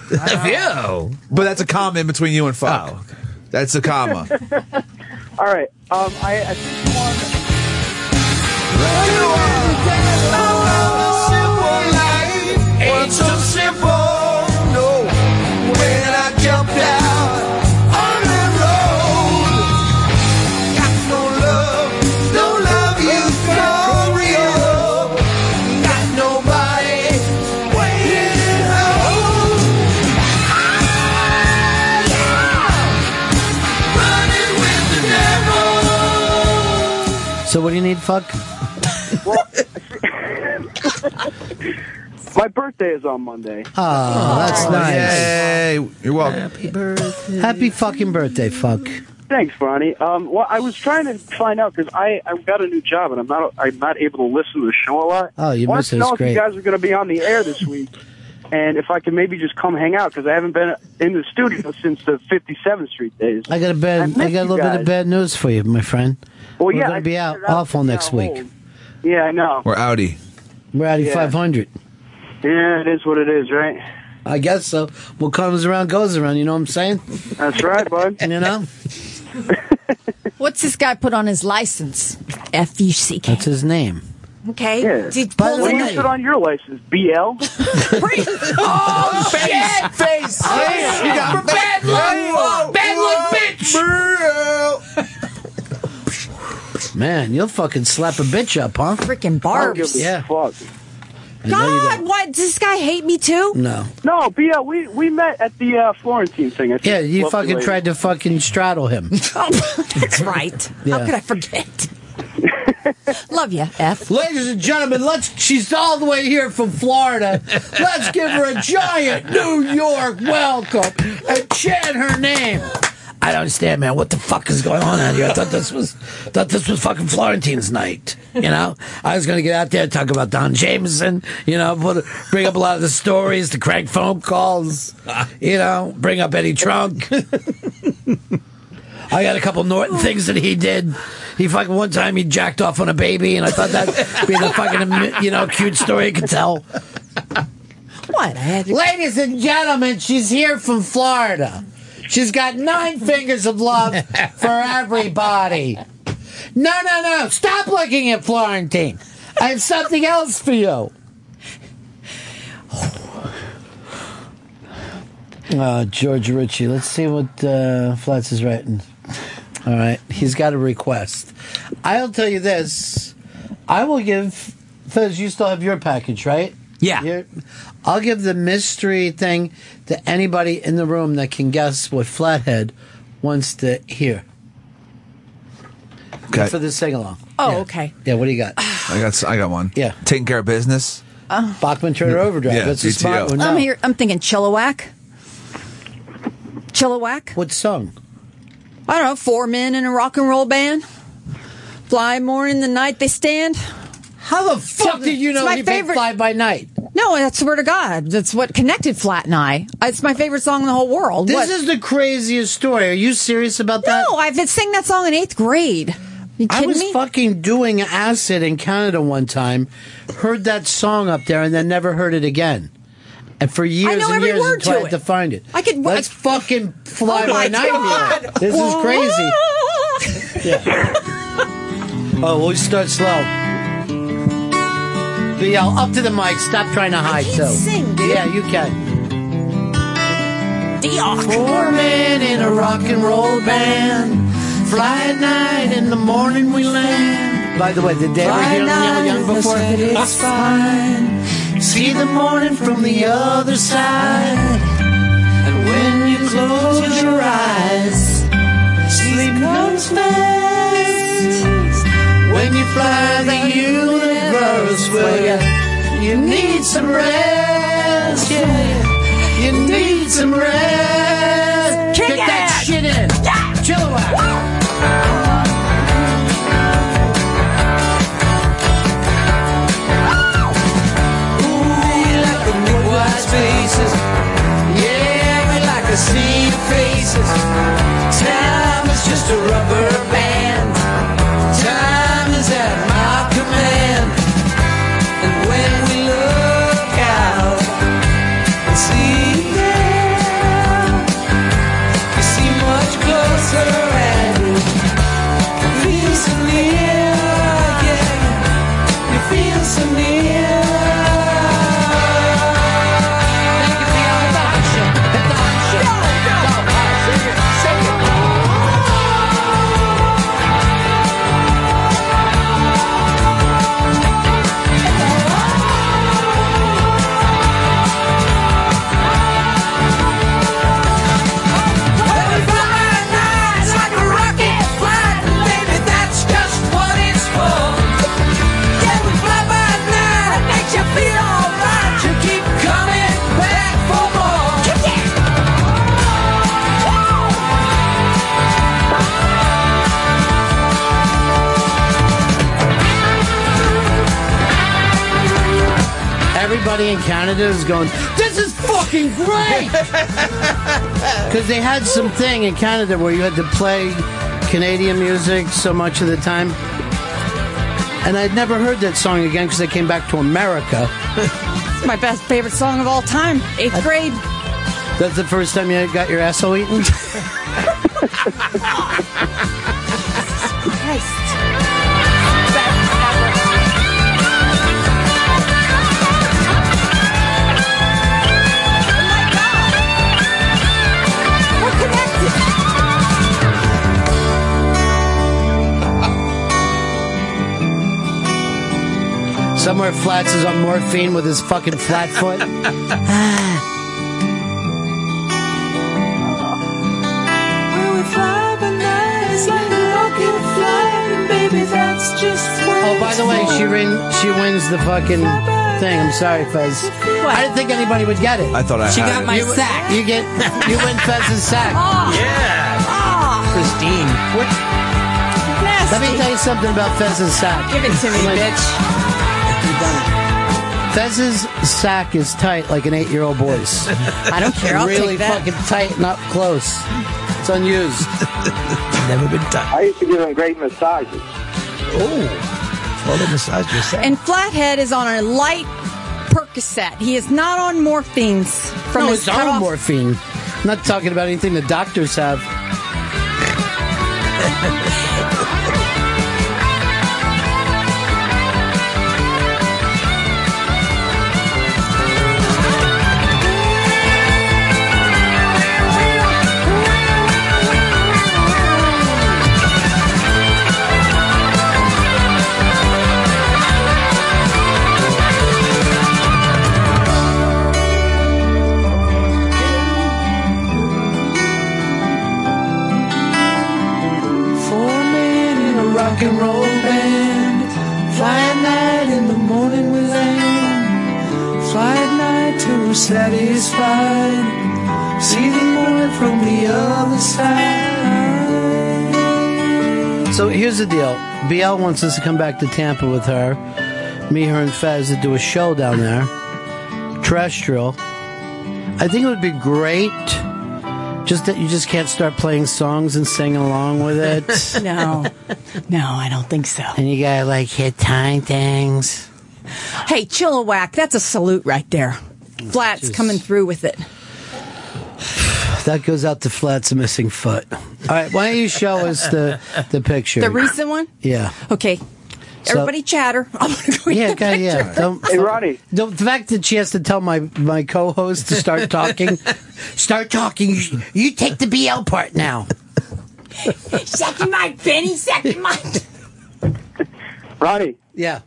[SPEAKER 7] Ew. But that's a comma in between you and
[SPEAKER 6] Oh,
[SPEAKER 7] fuck. That's a comma.
[SPEAKER 17] All right. Um, I, I think you want.
[SPEAKER 4] Ain't so simple, no. When I jumped out on the road, got no love, no love you for real. Got nobody waiting Oh, at home. Ah, yeah. Running with the devil.
[SPEAKER 6] So what do you need, fuck?
[SPEAKER 17] My birthday is on Monday.
[SPEAKER 6] Oh, that's nice.
[SPEAKER 7] Yay. You're welcome.
[SPEAKER 6] Happy birthday. Happy fucking birthday, fuck.
[SPEAKER 17] Thanks, Ronnie. Um, well, I was trying to find out because I I've got a new job and I'm not I'm not able to listen to the show a lot.
[SPEAKER 6] Oh, you
[SPEAKER 17] Wanted
[SPEAKER 6] missed
[SPEAKER 17] to
[SPEAKER 6] it.
[SPEAKER 17] know
[SPEAKER 6] It's
[SPEAKER 17] if you
[SPEAKER 6] great.
[SPEAKER 17] guys are going to be on the air this week, and if I can maybe just come hang out because I haven't been in the studio since the 57th Street days.
[SPEAKER 6] I got a bad,
[SPEAKER 17] miss
[SPEAKER 6] I, got a little
[SPEAKER 17] you
[SPEAKER 6] bit
[SPEAKER 17] guys.
[SPEAKER 6] of bad news for you, my friend.
[SPEAKER 17] Well,
[SPEAKER 6] We're
[SPEAKER 17] yeah,
[SPEAKER 6] gonna
[SPEAKER 17] I
[SPEAKER 6] be out
[SPEAKER 17] figured
[SPEAKER 6] awful next week.
[SPEAKER 17] Yeah, I know.
[SPEAKER 7] We're outie.
[SPEAKER 6] We're out of
[SPEAKER 17] Yeah.
[SPEAKER 6] 500.
[SPEAKER 17] Yeah, it is what it is, right?
[SPEAKER 6] I guess so. What comes around goes around. You know what I'm saying?
[SPEAKER 17] That's right, bud.
[SPEAKER 6] you know,
[SPEAKER 12] What's this guy put on his license? F U C K.
[SPEAKER 6] that's his name.
[SPEAKER 12] Okay.
[SPEAKER 17] Yeah.
[SPEAKER 12] Did-
[SPEAKER 17] By the way, you put on your license, BL.
[SPEAKER 4] Oh, shit! Face!
[SPEAKER 17] yeah. You got-
[SPEAKER 4] bad luck! Bad luck, bitch!
[SPEAKER 6] Man, you'll fucking slap a bitch up, huh?
[SPEAKER 12] Freaking barbs.
[SPEAKER 6] Yeah.
[SPEAKER 17] Fuck.
[SPEAKER 12] God, what? Does this guy hate me too?
[SPEAKER 6] No.
[SPEAKER 17] No, BL. We we met at the uh, Florentine thing. I think.
[SPEAKER 6] Yeah, you
[SPEAKER 17] Lovely
[SPEAKER 6] fucking
[SPEAKER 17] lady.
[SPEAKER 6] tried to fucking straddle him.
[SPEAKER 12] That's right.
[SPEAKER 6] Yeah.
[SPEAKER 12] How Oh. could I forget? Love you, F.
[SPEAKER 6] Ladies and gentlemen, let's. She's all the way here from Florida. Let's give her a giant New York welcome and chant her name. I don't understand, man. What the fuck is going on out here? I thought this was thought this was fucking Florentine's night. You know, I was gonna get out there and talk about Don Jameson. You know, put, bring up a lot of the stories, the crank phone calls. You know, bring up Eddie Trunk. I got a couple Norton things that he did. He fucking one time he jacked off on a baby, and I thought that'd be the fucking you know cute story you could tell.
[SPEAKER 12] What? I had
[SPEAKER 6] Ladies and gentlemen, she's here from Florida. She's got nine fingers of love for everybody. No, no, no! Stop looking at Florentine. I have something else for you. Uh, George Ritchie. Let's see what uh, Flats is writing. All right, he's got a request. I'll tell you this: I will give Fez. You still have your package, right?
[SPEAKER 8] Yeah.
[SPEAKER 6] I'll give the mystery thing to anybody in the room that can guess what Flathead wants to hear.
[SPEAKER 7] Okay.
[SPEAKER 6] For the sing along.
[SPEAKER 12] Oh, okay.
[SPEAKER 6] Yeah. What do you got?
[SPEAKER 7] I got, s- I got one. Yeah. Taking care of business.
[SPEAKER 6] Bachman Turner Overdrive.
[SPEAKER 7] Yeah,
[SPEAKER 6] That's a
[SPEAKER 7] GTO.
[SPEAKER 6] smart one.
[SPEAKER 12] I'm
[SPEAKER 6] No.
[SPEAKER 12] here. I'm thinking Chilliwack. Chilliwack.
[SPEAKER 6] What song?
[SPEAKER 12] I don't know. Four men in a rock and roll band. Fly more in the night they stand.
[SPEAKER 6] How the fuck did you know
[SPEAKER 12] my
[SPEAKER 6] he picked
[SPEAKER 12] favorite
[SPEAKER 6] Fly by Night?
[SPEAKER 12] No, I swear to God, that's what connected Flat and I. It's my favorite song in the whole world.
[SPEAKER 6] This is the craziest story. Are you serious about that?
[SPEAKER 12] No, I've been singing that song in eighth grade. You
[SPEAKER 6] I
[SPEAKER 12] kidding
[SPEAKER 6] was
[SPEAKER 12] me?
[SPEAKER 6] fucking doing acid in Canada one time, heard that song up there, and then never heard it again. And for years
[SPEAKER 12] know
[SPEAKER 6] and
[SPEAKER 12] every
[SPEAKER 6] years
[SPEAKER 12] word to
[SPEAKER 6] until I had
[SPEAKER 12] it.
[SPEAKER 6] to find it.
[SPEAKER 12] I could.
[SPEAKER 6] Let's fucking fly
[SPEAKER 12] oh
[SPEAKER 6] by
[SPEAKER 12] my
[SPEAKER 6] night here.
[SPEAKER 12] God.
[SPEAKER 6] This is crazy. Yeah. oh, we'll start slow. But yeah, up to the mic. Stop trying to hide. so
[SPEAKER 4] sing, dude.
[SPEAKER 6] yeah, you can.
[SPEAKER 4] Four men in a rock and roll band. Fly at night, in the morning we land.
[SPEAKER 6] By the way, did they ever
[SPEAKER 4] Fly
[SPEAKER 6] hear Neil
[SPEAKER 4] night,
[SPEAKER 6] Young
[SPEAKER 4] they
[SPEAKER 6] before?
[SPEAKER 4] said It's fine. See the morning from the other side. And when you close your eyes, sleep comes fast. When you fly the universe, will you? You need some rest, yeah. You need some rest.
[SPEAKER 6] Kick
[SPEAKER 4] Get that
[SPEAKER 6] it!
[SPEAKER 4] shit in. Chill out. Ooh, like the worldwide spaces. Yeah, we like to see your faces. Time is just a rubber band. Time is at my command. And when we look out and see down, you see much closer and you feel so near. Yeah, you feel so
[SPEAKER 6] Everybody in Canada is going This is fucking great! because they had some thing in Canada where you had to play Canadian music so much of the time, and I'd never heard that song again because I came back to America.
[SPEAKER 12] It's my best favorite song of all time. Eighth grade.
[SPEAKER 6] That's the first time you got your asshole eaten. Somewhere Flats is on morphine with his fucking flat foot.
[SPEAKER 4] Oh,
[SPEAKER 6] Oh, by the way, she rin- she wins the fucking thing. I'm sorry, Fez. I didn't think anybody would get it.
[SPEAKER 7] I thought I She had got it. my
[SPEAKER 6] You-
[SPEAKER 7] sack.
[SPEAKER 6] You get you win Fez's sack.
[SPEAKER 4] Oh, Yeah.
[SPEAKER 12] Ah.
[SPEAKER 6] Christine. What? Let me tell you something about Fez's sack. Give it to me, bitch. Fez's sack is tight like an eight-year-old boy's.
[SPEAKER 4] I don't care, I'll take
[SPEAKER 6] really
[SPEAKER 4] that.
[SPEAKER 6] fucking tight and up close. It's unused. Never been done.
[SPEAKER 13] I used to give them great massages.
[SPEAKER 10] Oh, well, the massage just
[SPEAKER 12] And Flathead is on a light Percocet. He is not on morphines from
[SPEAKER 6] no,
[SPEAKER 12] his
[SPEAKER 6] it's on
[SPEAKER 12] cutoff-
[SPEAKER 6] morphine. I'm not talking about anything the doctors have.
[SPEAKER 4] Four men in a rock and roll band. Fly at night, in the morning we land. Fly at night till we're satisfied. See the morning from the other side.
[SPEAKER 6] So here's the deal. BL wants us to come back to Tampa with her, me, her, and Fez to do a show down there. terrestrial. I think it would be great. Just that you just can't start playing songs and singing along with it.
[SPEAKER 12] No. No, I don't think so.
[SPEAKER 6] And you gotta like hit time things.
[SPEAKER 12] Hey, Chilliwack, that's a salute right there. Flats coming through with it.
[SPEAKER 6] That goes out to Flat's missing foot. All right, why don't you show us the the picture?
[SPEAKER 12] The recent one?
[SPEAKER 6] Yeah.
[SPEAKER 12] Okay.
[SPEAKER 6] So-
[SPEAKER 12] Everybody chatter. I'm gonna go
[SPEAKER 6] Yeah, okay, yeah. Don't, hey, Ronnie. The fact that she has to tell my, my co host to start talking, start talking. You, you take the BL part now.
[SPEAKER 12] Second mic, Benny. Second mic.
[SPEAKER 17] Ronnie.
[SPEAKER 6] Yeah.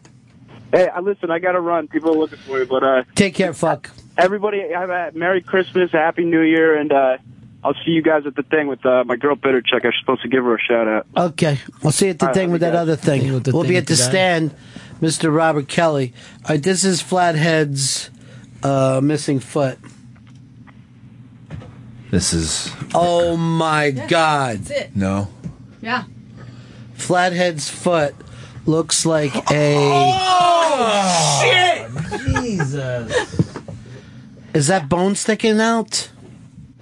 [SPEAKER 17] Hey, I listen. I gotta run. People are looking for me, but uh,
[SPEAKER 6] take care, fuck.
[SPEAKER 17] Everybody, have a Merry Christmas, Happy New Year, and uh, I'll see you guys at the thing with uh, my girl Bitter Check. I'm supposed to give her a shout out.
[SPEAKER 6] Okay. We'll see you at the
[SPEAKER 17] All right,
[SPEAKER 6] thing with that other thing. we'll
[SPEAKER 17] thing
[SPEAKER 6] be
[SPEAKER 17] with
[SPEAKER 6] at the
[SPEAKER 17] the guy.
[SPEAKER 6] stand, Mr. Robert Kelly. All right, this is Flathead's uh, missing foot.
[SPEAKER 7] This is
[SPEAKER 6] Oh my God.
[SPEAKER 21] it.
[SPEAKER 7] no.
[SPEAKER 21] Yeah.
[SPEAKER 6] Flathead's foot looks like a.
[SPEAKER 4] Oh!
[SPEAKER 9] Oh,
[SPEAKER 4] shit! Jesus.
[SPEAKER 6] Is that bone sticking out?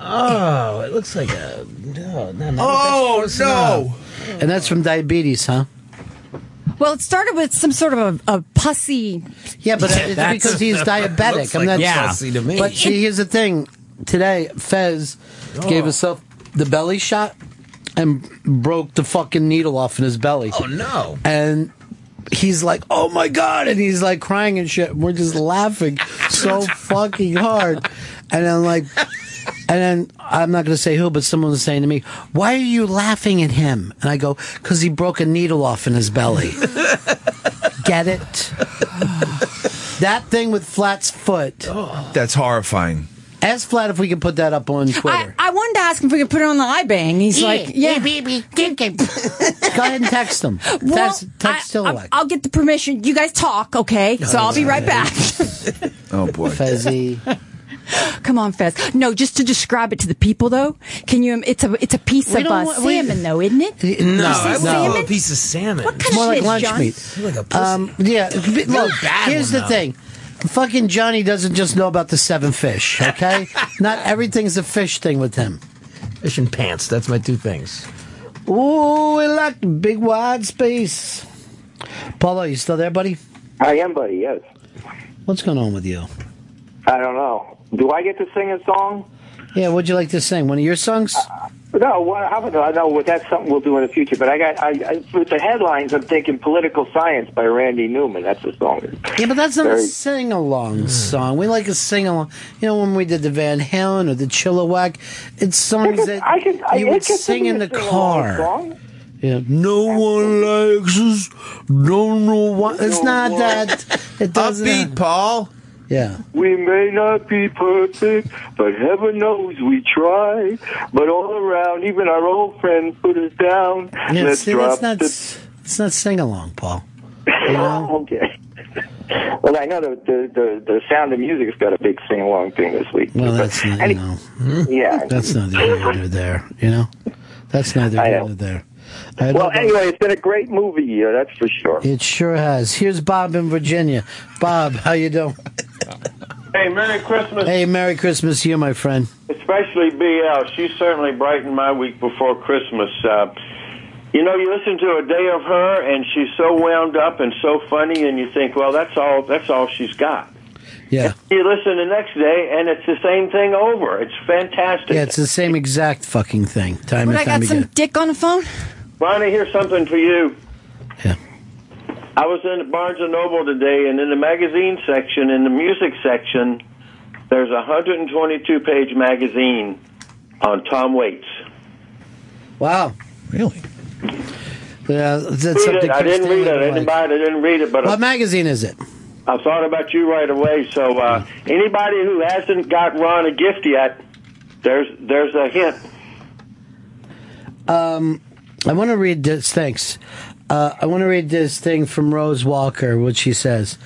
[SPEAKER 4] Oh, it looks like a no, no, no.
[SPEAKER 7] Oh,
[SPEAKER 4] that's forcing
[SPEAKER 6] And that's from diabetes, huh?
[SPEAKER 21] Well, it started with some sort of a, a pussy.
[SPEAKER 6] Yeah, but uh, it's because he's diabetic. I'm not But see, here's the thing. Today, Fez gave
[SPEAKER 4] Oh.
[SPEAKER 6] himself the belly shot and broke the fucking needle off in his belly. Oh
[SPEAKER 4] no.
[SPEAKER 6] And he's like, "Oh my god!" and he's like crying and shit. We're just laughing so fucking hard. And then like, and then I'm not gonna say who, but someone was saying to me, "Why are you laughing at him?" And I go, "Cause he broke a needle off in his belly." Get it? that thing with Flat's foot.
[SPEAKER 4] Oh.
[SPEAKER 7] That's horrifying.
[SPEAKER 6] As Flat, if we can put that up on Twitter.
[SPEAKER 12] I wanted to ask him if we could put it on the eye bang. He's
[SPEAKER 21] Yeah,
[SPEAKER 12] like,
[SPEAKER 21] yeah,
[SPEAKER 12] yeah, baby,
[SPEAKER 6] go ahead and text him.
[SPEAKER 12] Well,
[SPEAKER 6] text text
[SPEAKER 12] I,
[SPEAKER 6] Chilliwack.
[SPEAKER 12] will get the permission. You guys talk, okay? so I'll be right back.
[SPEAKER 7] Oh boy,
[SPEAKER 6] Fezzy.
[SPEAKER 12] Come on, Fez. No, just to describe it to the people, though. Can you? It's a it's a piece
[SPEAKER 21] We
[SPEAKER 12] of
[SPEAKER 21] don't
[SPEAKER 12] uh,
[SPEAKER 21] want- we-
[SPEAKER 12] salmon, though, isn't it?
[SPEAKER 4] No,
[SPEAKER 12] You say
[SPEAKER 4] I
[SPEAKER 12] salmon?
[SPEAKER 4] love a piece of salmon. What
[SPEAKER 12] kind of
[SPEAKER 6] More
[SPEAKER 12] shit,
[SPEAKER 6] like lunch
[SPEAKER 12] John?
[SPEAKER 6] meat.
[SPEAKER 4] Like a pussy.
[SPEAKER 6] Um, yeah. b-
[SPEAKER 4] Not
[SPEAKER 6] Look,
[SPEAKER 4] a bad
[SPEAKER 6] here's
[SPEAKER 4] one,
[SPEAKER 6] the
[SPEAKER 4] though.
[SPEAKER 6] thing. Fucking Johnny doesn't just know about the seven fish, okay? Not everything's a fish thing with him.
[SPEAKER 4] Fish and pants. That's my two things.
[SPEAKER 6] Ooh, we like the big wide space. Paulo, you still there, buddy?
[SPEAKER 28] I am, buddy. Yes.
[SPEAKER 6] What's going on with you?
[SPEAKER 28] I don't know. Do I get to sing a song?
[SPEAKER 6] Yeah, would you like to sing? One of your songs?
[SPEAKER 28] No. What? How about I know what that's something we'll do in the future. But I got I, I with the headlines. I'm thinking "Political Science" by Randy Newman. That's the song.
[SPEAKER 6] Yeah, but that's not a
[SPEAKER 28] Very-
[SPEAKER 6] sing along song. We like a sing along. You know, when we did the Van Halen or the Chilliwack, it's songs that
[SPEAKER 28] I could. I,
[SPEAKER 6] you
[SPEAKER 28] it
[SPEAKER 6] would
[SPEAKER 28] could
[SPEAKER 6] sing
[SPEAKER 28] be
[SPEAKER 6] in
[SPEAKER 28] a
[SPEAKER 6] the
[SPEAKER 28] sing-along
[SPEAKER 6] car.
[SPEAKER 28] Song.
[SPEAKER 6] Yeah, no one likes us. Don't know why. It's not that. It doesn't. Upbeat,
[SPEAKER 7] Paul.
[SPEAKER 6] Yeah.
[SPEAKER 28] We may not be perfect, but heaven knows we try. But all around, even our old friends put us down.
[SPEAKER 6] yeah
[SPEAKER 28] Let's
[SPEAKER 6] see,
[SPEAKER 28] drop
[SPEAKER 6] that's not.
[SPEAKER 28] the
[SPEAKER 6] It's not sing along, Paul.
[SPEAKER 28] okay. Well, I know the the, the the Sound of Music's got a big sing along thing this week.
[SPEAKER 6] Well, that's not. You know.
[SPEAKER 28] Yeah.
[SPEAKER 6] Hmm? That's neither here nor there. You know. That's neither here nor there. I
[SPEAKER 28] well,
[SPEAKER 6] don't know.
[SPEAKER 28] anyway, it's been a great movie year, that's for sure.
[SPEAKER 6] It sure has. Here's Bob in Virginia. Bob, how you doing?
[SPEAKER 22] Hey, Merry Christmas,
[SPEAKER 6] Hey, Merry Christmas to you, my friend.
[SPEAKER 22] especially BL. She certainly brightened my week before Christmas. Uh, you know, you listen to a day of her, and she's so wound up and so funny, and you think, well, that's all. That's all she's got.
[SPEAKER 6] Yeah.
[SPEAKER 22] You listen the next day, and it's the same thing over. It's fantastic.
[SPEAKER 6] Yeah, it's the same exact fucking thing. Time
[SPEAKER 22] What,
[SPEAKER 6] and
[SPEAKER 22] I got
[SPEAKER 6] time
[SPEAKER 22] some
[SPEAKER 6] again.
[SPEAKER 12] Dick on the phone.
[SPEAKER 22] Ronnie, here's something for you.
[SPEAKER 6] Yeah.
[SPEAKER 22] I was in Barnes and Noble today, and in the magazine section, in the music section, there's a 122 page magazine on Tom Waits.
[SPEAKER 6] Wow. Really? Yeah, that's
[SPEAKER 22] Read it.
[SPEAKER 6] something
[SPEAKER 22] I didn't
[SPEAKER 6] Christine
[SPEAKER 22] read it. I
[SPEAKER 6] would
[SPEAKER 22] didn't
[SPEAKER 6] like.
[SPEAKER 22] buy it. I didn't read it. But
[SPEAKER 6] What magazine is it?
[SPEAKER 22] I, I thought about you right away. So uh, anybody who hasn't got Ron a gift yet, there's there's a hint.
[SPEAKER 6] Um, I want to read this. Thanks. Uh, I want to read this thing from Rose Walker, what she says.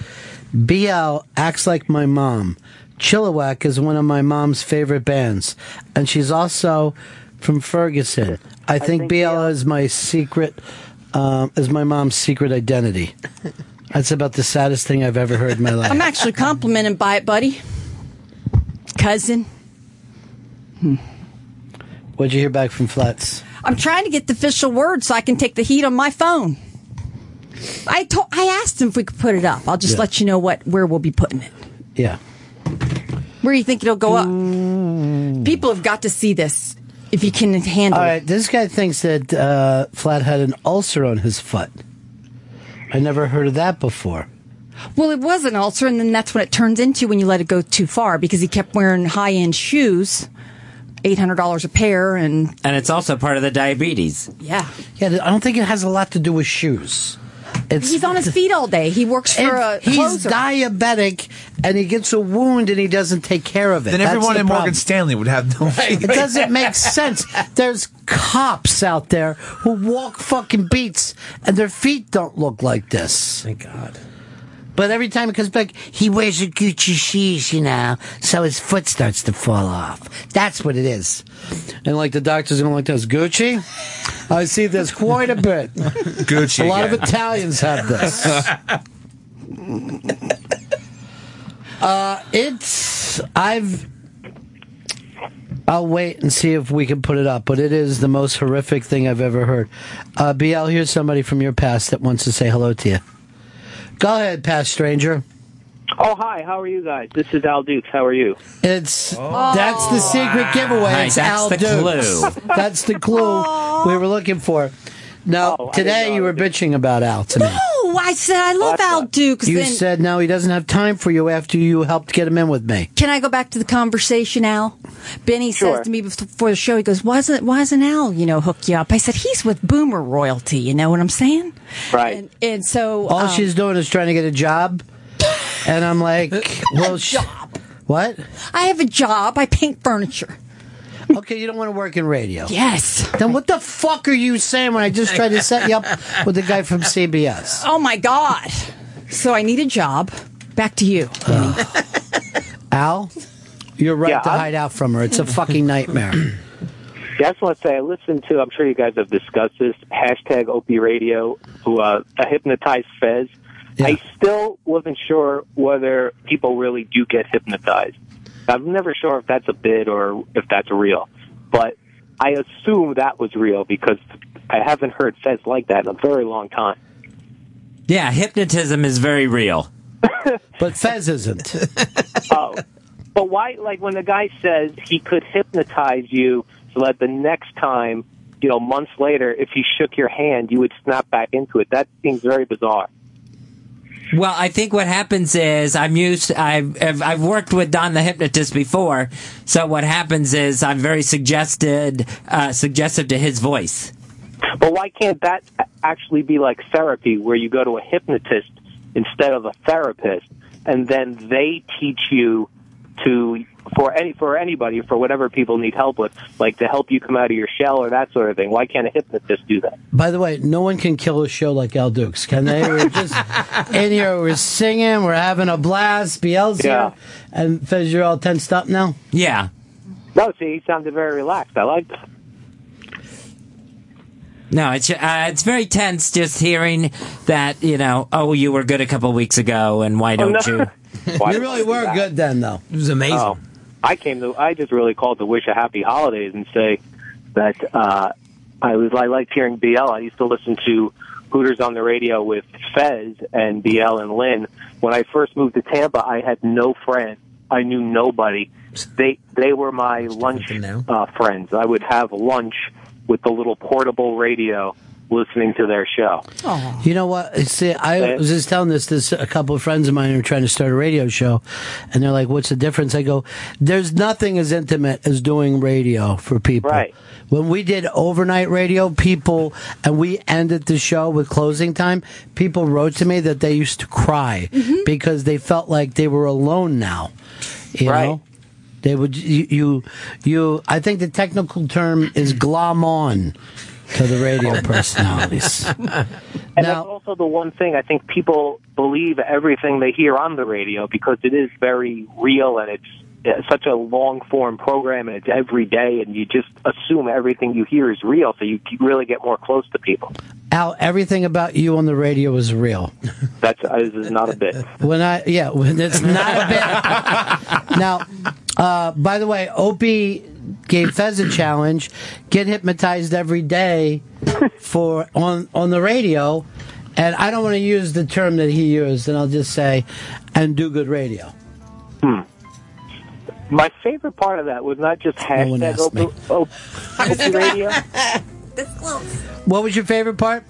[SPEAKER 6] BL acts like my mom. Chilliwack is one of my mom's favorite bands. And she's also from Ferguson. I think, BL, is my secret, um, is my mom's secret identity. That's about the saddest thing I've ever heard in my life.
[SPEAKER 12] I'm actually complimented by it, buddy.
[SPEAKER 21] cousin.
[SPEAKER 6] What'd you hear back from Flats?
[SPEAKER 21] I'm trying to get the official word so I can take the heat on my phone. I told, I asked him if we could put it up. I'll just
[SPEAKER 6] Yeah.
[SPEAKER 21] let you know what where we'll be putting it.
[SPEAKER 6] Yeah.
[SPEAKER 21] Where do you think it'll go up? People have got to see this if you can handle
[SPEAKER 6] All right, this guy thinks that uh, Flat had an ulcer on his foot. I never heard of that before.
[SPEAKER 21] it. Well, it was an ulcer, and then that's what it turns into when you let it go too far because he kept wearing high end shoes, eight hundred dollars a pair, and
[SPEAKER 8] And it's also part of the diabetes.
[SPEAKER 21] yeah,
[SPEAKER 6] Yeah, I don't think it has a lot to do with shoes. It's
[SPEAKER 21] he's on his feet all day. He works for a
[SPEAKER 6] If he's
[SPEAKER 21] closer.
[SPEAKER 6] diabetic and he gets a wound and he doesn't take care of it.
[SPEAKER 7] Then
[SPEAKER 6] That's
[SPEAKER 7] everyone
[SPEAKER 6] the
[SPEAKER 7] in Morgan
[SPEAKER 6] problem.
[SPEAKER 7] Stanley would have no.
[SPEAKER 6] It doesn't make sense. There's cops out there who walk fucking beats and their feet don't look like this. Thank God. But every time it comes back, he wears a Gucci shoes, you know, so his foot starts to fall off. That's what it is. And like the doctor's gonna like this Gucci. I see this quite a bit.
[SPEAKER 7] Gucci
[SPEAKER 6] A lot of
[SPEAKER 7] again.
[SPEAKER 6] Italians have this. Uh, it's I've. I'll wait and see if we can put it up, but it is the most horrific thing I've ever heard. Uh, BL, here's somebody from your past that wants to say hello to you. Go ahead, past stranger.
[SPEAKER 27] Oh, hi. How are you guys? This is Al Dukes. How are you?
[SPEAKER 6] It's that's the secret giveaway.
[SPEAKER 27] Nice,
[SPEAKER 6] It's
[SPEAKER 27] Oh. that's
[SPEAKER 6] Al
[SPEAKER 27] the
[SPEAKER 6] Dukes.
[SPEAKER 27] clue.
[SPEAKER 6] that's the clue we were looking for. Now today you were bitching about Al to me.
[SPEAKER 21] oh, I said I love Al Dukes.
[SPEAKER 6] You
[SPEAKER 21] and-
[SPEAKER 6] said no, he doesn't have time for you after you helped get him in with me.
[SPEAKER 21] Can I go back to the conversation, Al? Benny
[SPEAKER 6] Sure.
[SPEAKER 21] says to me before the show, he goes, "Why isn't Why isn't Al, you know, hook you up?" I said, "He's with Boomer royalty." You know what I'm saying?
[SPEAKER 6] Right.
[SPEAKER 21] And, and so,
[SPEAKER 6] All
[SPEAKER 21] um,
[SPEAKER 6] she's doing is trying to get a job, and I'm like, well, sh- what?
[SPEAKER 21] I have a job. I paint furniture.
[SPEAKER 6] Okay, you don't want to work in radio.
[SPEAKER 21] Yes.
[SPEAKER 6] Then what the fuck are you saying when I just tried to set you up with the guy from CBS?
[SPEAKER 21] Oh my god! So I need a job. Back to
[SPEAKER 6] Uh,
[SPEAKER 21] you.
[SPEAKER 6] Al, you're right
[SPEAKER 27] Yeah,
[SPEAKER 6] to
[SPEAKER 27] I'm-
[SPEAKER 6] hide out from her. It's a fucking nightmare.
[SPEAKER 27] Yeah, I just want to say I listened to. I'm sure you guys have discussed this. Hashtag Opie Radio, who uh, a hypnotized Fez. I still wasn't sure whether people really do get hypnotized. I'm never sure if that's a bid or if that's real, but I assume that was real because I haven't heard Fez like that in a very long time.
[SPEAKER 8] Yeah, hypnotism is very real.
[SPEAKER 6] but Fez isn't.
[SPEAKER 27] oh, but why? Like when the guy says he could hypnotize you so that the next time, you know, months later, if he shook your hand, you would snap back into it. That seems very bizarre.
[SPEAKER 8] Well, I think what happens is I'm used. I've I've- I've worked with Don the hypnotist before, so what happens is I'm very suggested uh, suggestive to his voice.
[SPEAKER 27] But why can't that actually be like therapy, where you go to a hypnotist instead of a therapist, and then they teach you to for any for anybody for whatever people need help with, like to help you come out of your shell or that sort of thing. Why can't a hypnotist do that?
[SPEAKER 6] By the way, no one can kill a show like Al Dukes, can they? We're just in here, we're singing, we're having a blast. BL's here. And Fez, you're all tensed up now?
[SPEAKER 8] Yeah.
[SPEAKER 27] No, see, he sounded very relaxed. I liked that.
[SPEAKER 8] No, it's uh, it's very tense just hearing that you know. Oh, you were good a couple weeks ago, and why don't you?
[SPEAKER 27] Why
[SPEAKER 6] Oh, you
[SPEAKER 27] would I
[SPEAKER 6] really
[SPEAKER 27] do
[SPEAKER 6] were
[SPEAKER 27] that?
[SPEAKER 6] good then, though. It was amazing.
[SPEAKER 27] Oh, I came to. I just really called to wish a happy holidays and say that uh, I was. I liked hearing BL. I used to listen to Hooters on the radio with Fez and BL and Lynn. When I first moved to Tampa, I had no friends. I knew nobody. They they were my lunch uh, friends. I would have lunch with the little portable radio, listening to their show.
[SPEAKER 6] You know what? See, I was just telling this this a couple of friends of mine are trying to start a radio show, and they're like, "What's the difference?" I go, "There's nothing as intimate as doing radio for people." Right. When we did overnight radio, people and we ended the show with closing time. People wrote to me that they used to cry because they felt like they were alone now. You know, they would you, you you. I think the technical term is glom on to the radio personalities.
[SPEAKER 27] And that's also the one thing I think people believe everything they hear on the radio because it is very real and it's uh, such a long form program and it's every day and you just assume everything you hear is real so you c- really get more close to people.
[SPEAKER 6] Al, everything about you on the radio is real.
[SPEAKER 27] That's uh, this is not a bit.
[SPEAKER 6] When I yeah, when it's not a bit. now, Uh, by the way, Opie gave Fez a challenge: get hypnotized every day for on on the radio. And I don't want to use the term that he used, and I'll just say, and do good radio.
[SPEAKER 27] My favorite part of that was not just
[SPEAKER 6] one
[SPEAKER 27] hashtag oh,
[SPEAKER 6] asked me.
[SPEAKER 27] open, op- open radio,
[SPEAKER 6] What was your favorite part?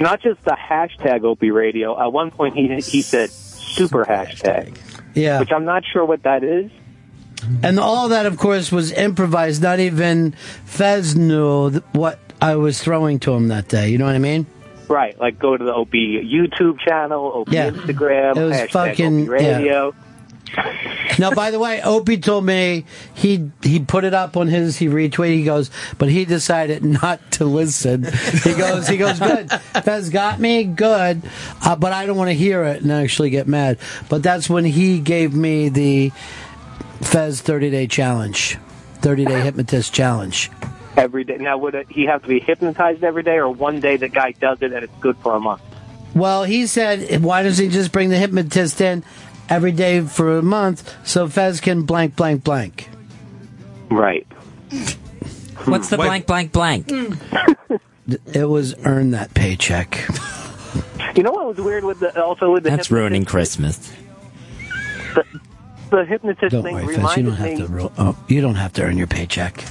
[SPEAKER 27] not just the hashtag Opie Radio. At one point, he he said super hashtag,
[SPEAKER 6] Yeah.
[SPEAKER 27] which I'm not sure what that is.
[SPEAKER 6] And all that, of course, was improvised. Not even Fez knew th- what I was throwing to him that day. You know what I mean?
[SPEAKER 27] Right, like go to the OP YouTube channel, OP
[SPEAKER 6] Yeah.
[SPEAKER 27] Instagram,
[SPEAKER 6] It was
[SPEAKER 27] hashtag
[SPEAKER 6] fucking-
[SPEAKER 27] OP radio.
[SPEAKER 6] now, by the way, Opie told me he he put it up on his. He retweeted. He goes, but he decided not to listen. He goes, he goes, good. Fez got me good, uh, but I don't want to hear it and actually get mad. But that's when he gave me the Fez thirty day challenge, thirty day hypnotist challenge.
[SPEAKER 27] Every day. Now, would it, he have to be hypnotized every day, or one day the guy does it and it's good for a month?
[SPEAKER 6] Well, he said, why doesn't he just bring the hypnotist in every day for a month so Fez can blank, blank, blank?
[SPEAKER 27] Right.
[SPEAKER 8] What's the blank, blank, blank?
[SPEAKER 6] It was earn that paycheck.
[SPEAKER 27] You know what was weird with the also with the
[SPEAKER 8] That's
[SPEAKER 27] hypnotist,
[SPEAKER 8] ruining Christmas.
[SPEAKER 27] the hypnotist
[SPEAKER 6] Don't
[SPEAKER 27] thing
[SPEAKER 6] worry, Fez. You
[SPEAKER 27] reminded
[SPEAKER 6] don't have
[SPEAKER 27] me.
[SPEAKER 6] to. ru- Oh, you don't have to earn your paycheck.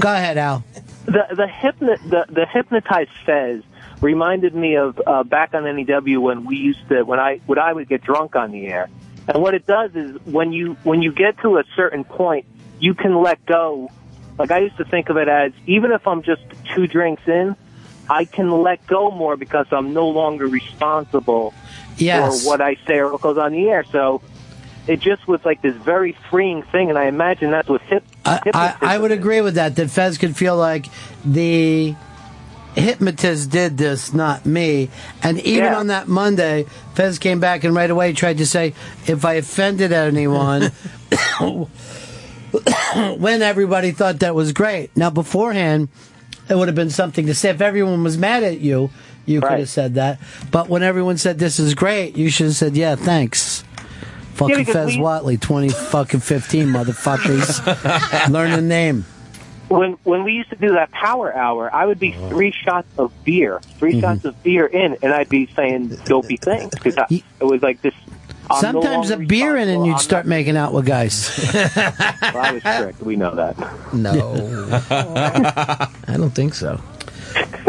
[SPEAKER 6] Go ahead, Al.
[SPEAKER 27] the the hypno the, the hypnotized Fez reminded me of uh, back on NEW when we used to when I when I would get drunk on the air. And what it does is when you when you get to a certain point, you can let go. Like I used to think of it as even if I'm just two drinks in, I can let go more because I'm no longer responsible
[SPEAKER 6] Yes.
[SPEAKER 27] for what I say or what goes on the air. So it just was like this very freeing thing, and I imagine that's what hip.
[SPEAKER 6] I, I would agree with that. That Fez could feel like the hypnotist did this, not me. And even
[SPEAKER 27] Yeah.
[SPEAKER 6] on that Monday, Fez came back and right away tried to say, if I offended anyone, when everybody thought that was great. Now, beforehand, it would have been something to say. If everyone was mad at you, you could have said that. But when everyone said, this is great, you should have said, yeah, thanks. Fucking
[SPEAKER 27] because
[SPEAKER 6] Fez
[SPEAKER 27] we-
[SPEAKER 6] Watley, 20 fucking 15, motherfuckers. Learn the name.
[SPEAKER 27] when when we used to do that power hour, I would be
[SPEAKER 10] Uh-huh.
[SPEAKER 27] three shots of beer,
[SPEAKER 6] Mm-hmm.
[SPEAKER 27] 3 shots of beer in, and I'd be saying dopey things because it was like this. I'm Uh, no
[SPEAKER 6] Sometimes
[SPEAKER 27] longer
[SPEAKER 6] a beer in and you'd start making out with guys.
[SPEAKER 27] responsible. I was tricked. We know that.
[SPEAKER 10] I don't think so.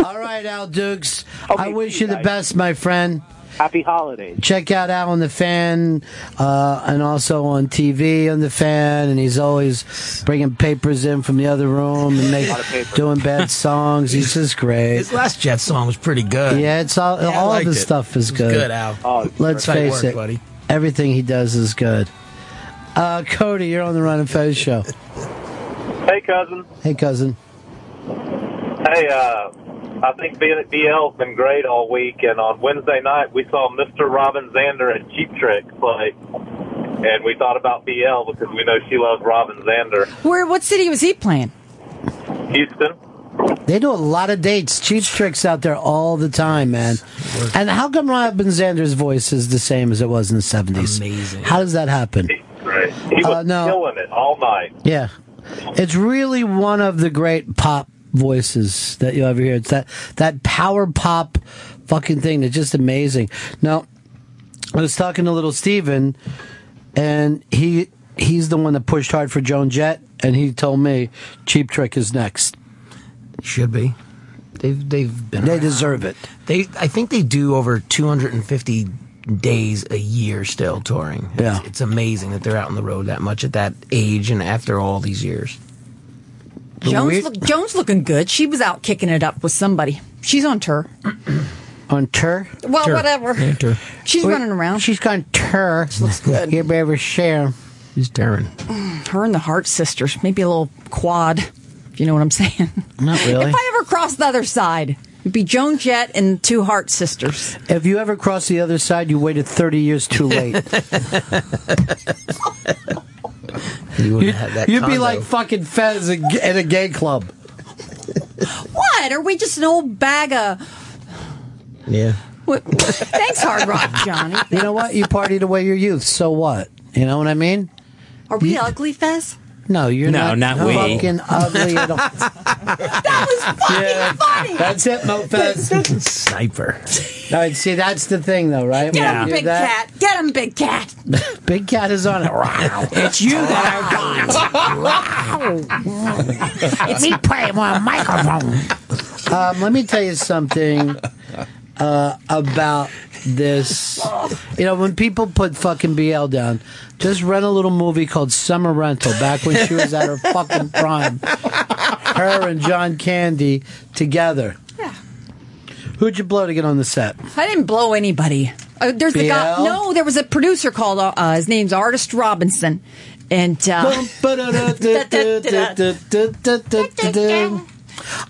[SPEAKER 6] All right, Al Dukes. I wish you the best, my friend.
[SPEAKER 27] Happy holidays.
[SPEAKER 6] Check out Al on the Fan, uh, and also on TV on the Fan, and he's always bringing papers in from the other room and make,
[SPEAKER 10] A lot of paper.
[SPEAKER 6] doing bad songs. He's just great.
[SPEAKER 10] His last Jet song was pretty good.
[SPEAKER 6] Yeah, it's all
[SPEAKER 10] Yeah, I
[SPEAKER 6] all of
[SPEAKER 10] liked
[SPEAKER 6] his
[SPEAKER 10] it.
[SPEAKER 6] stuff is
[SPEAKER 10] It was
[SPEAKER 6] good.
[SPEAKER 10] good, Al. Oh,
[SPEAKER 6] Let's
[SPEAKER 10] great
[SPEAKER 6] face
[SPEAKER 10] work,
[SPEAKER 6] it,
[SPEAKER 10] buddy.
[SPEAKER 6] everything he does is good. Uh, Cody, you're on the Run and Fez show.
[SPEAKER 9] Hey, cousin.
[SPEAKER 6] Hey, cousin.
[SPEAKER 9] Hey, uh, I think B- BL's been great all week, and on Wednesday night we saw Mr. Robin Zander and Cheap Trick play, and we thought about BL because we know she loves Robin Zander.
[SPEAKER 12] Where? What city was he playing?
[SPEAKER 9] Houston.
[SPEAKER 6] They do a lot of dates, cheap tricks out there all the time, man. And how come Robin Zander's voice is the same as it was in the seventies? Amazing. How does that happen?
[SPEAKER 9] Right. He was
[SPEAKER 6] Uh, no.
[SPEAKER 9] killing it all night.
[SPEAKER 6] Yeah, it's really one of the great pop voices that you ever hear. It's that that power pop fucking thing that's just amazing. Now, I was talking to little Steven, and he he's the one that pushed hard for Joan Jett, and he told me Cheap Trick is next.
[SPEAKER 10] Should be. They've they've been.
[SPEAKER 6] They deserve it.
[SPEAKER 10] They I think they do over 250 days a year still touring. Yeah, it's, it's amazing that they're out on the road that much at that age and after all these years.
[SPEAKER 12] Jones, look, Jones looking good. She was out kicking it up with somebody. She's on tour.
[SPEAKER 6] On tour?
[SPEAKER 12] Well, Tour. whatever. Yeah, tour. She's running around.
[SPEAKER 6] She's gone tour. She looks good. You better share.
[SPEAKER 10] She's touring.
[SPEAKER 12] Mm, Her and the Hart sisters. Maybe a little quad, if you know what I'm saying.
[SPEAKER 6] Not really.
[SPEAKER 12] If I ever cross the other side, it'd be Joan Jett and two Hart sisters.
[SPEAKER 6] If you ever cross the other side, you waited 30 years too late. you
[SPEAKER 10] wouldn't have that
[SPEAKER 6] You'd be
[SPEAKER 10] condo.
[SPEAKER 6] like fucking Fez at g- at a gay club.
[SPEAKER 12] What? Are we just an old bag of.
[SPEAKER 10] Yeah.
[SPEAKER 12] What? Thanks, Hard Rock Johnny.
[SPEAKER 6] You know what? You party away your youth. So what? You know what I mean?
[SPEAKER 21] Are we ugly, Fez?
[SPEAKER 6] No, you're
[SPEAKER 8] No,
[SPEAKER 6] not,
[SPEAKER 8] not we.
[SPEAKER 6] fucking ugly at all.
[SPEAKER 21] yeah, funny.
[SPEAKER 6] That's it, Mofez. Sniper. No, and see, that's the thing, though, right?
[SPEAKER 21] Get
[SPEAKER 6] When
[SPEAKER 21] him,
[SPEAKER 6] you do
[SPEAKER 21] big
[SPEAKER 6] that-
[SPEAKER 21] cat. Get him, big cat.
[SPEAKER 6] Big cat is on it.
[SPEAKER 8] it's you
[SPEAKER 6] that
[SPEAKER 4] It's me
[SPEAKER 6] playing with a microphone. Um, let me tell you something uh, about this. You know, when people put fucking BL down, just rent a little movie called Summer Rental back when she was at her fucking prime. Her and John Candy together. Yeah. Who'd you blow to get on the set?
[SPEAKER 21] I didn't blow anybody. Uh, there's the guy.
[SPEAKER 6] BL?
[SPEAKER 21] No, there was a producer called. Uh, his name's Artist Robinson, and uh,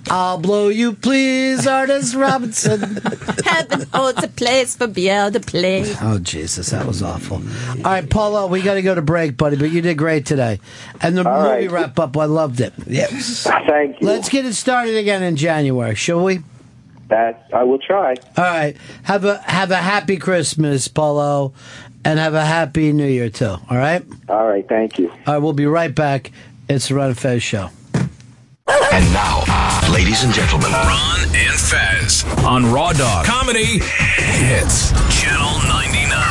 [SPEAKER 6] I'll blow you, please, artist Robinson.
[SPEAKER 21] heaven holds a place for BL to play.
[SPEAKER 6] Oh Jesus, that was awful. All right, Paulo, we got to go to break, buddy. But you did great today, and the
[SPEAKER 4] All
[SPEAKER 6] movie
[SPEAKER 4] right.
[SPEAKER 6] wrap up. I loved it. Yes,
[SPEAKER 22] thank
[SPEAKER 6] you. Let's get it started again in January, shall we?
[SPEAKER 22] That I will try.
[SPEAKER 6] All right. Have a have a happy Christmas, Paulo, and have a happy New Year too. All right.
[SPEAKER 22] All right. Thank you.
[SPEAKER 6] All right. We'll be right back. It's the Ron and Fez show.
[SPEAKER 16] And now, ladies and gentlemen,
[SPEAKER 29] Ron and Fez on Raw Dog Comedy Hits Channel 99.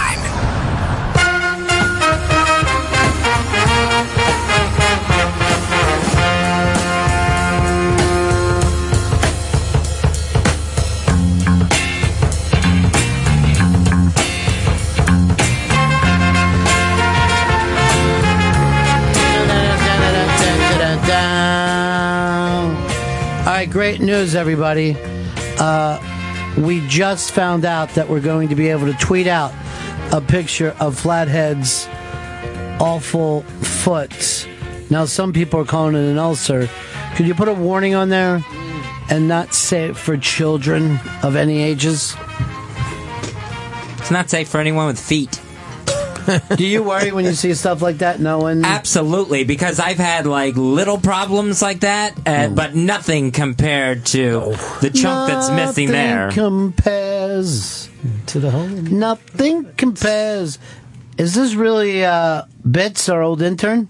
[SPEAKER 6] All right, great news, everybody. Uh, we just found out that we're going to be able to tweet out a picture of Flathead's awful foot. Now, some people are calling it an ulcer. Could you put a warning on there and not say it for children of any ages?
[SPEAKER 8] It's not safe for anyone with feet.
[SPEAKER 6] Do you worry when you see stuff like that? No one.
[SPEAKER 8] Absolutely, because I've had like little problems like that, uh, but nothing compared to the chunk that's missing
[SPEAKER 6] Mm. Nothing
[SPEAKER 8] there.
[SPEAKER 6] compares to the whole. Nothing compares. Is this really uh, Bits, our old intern?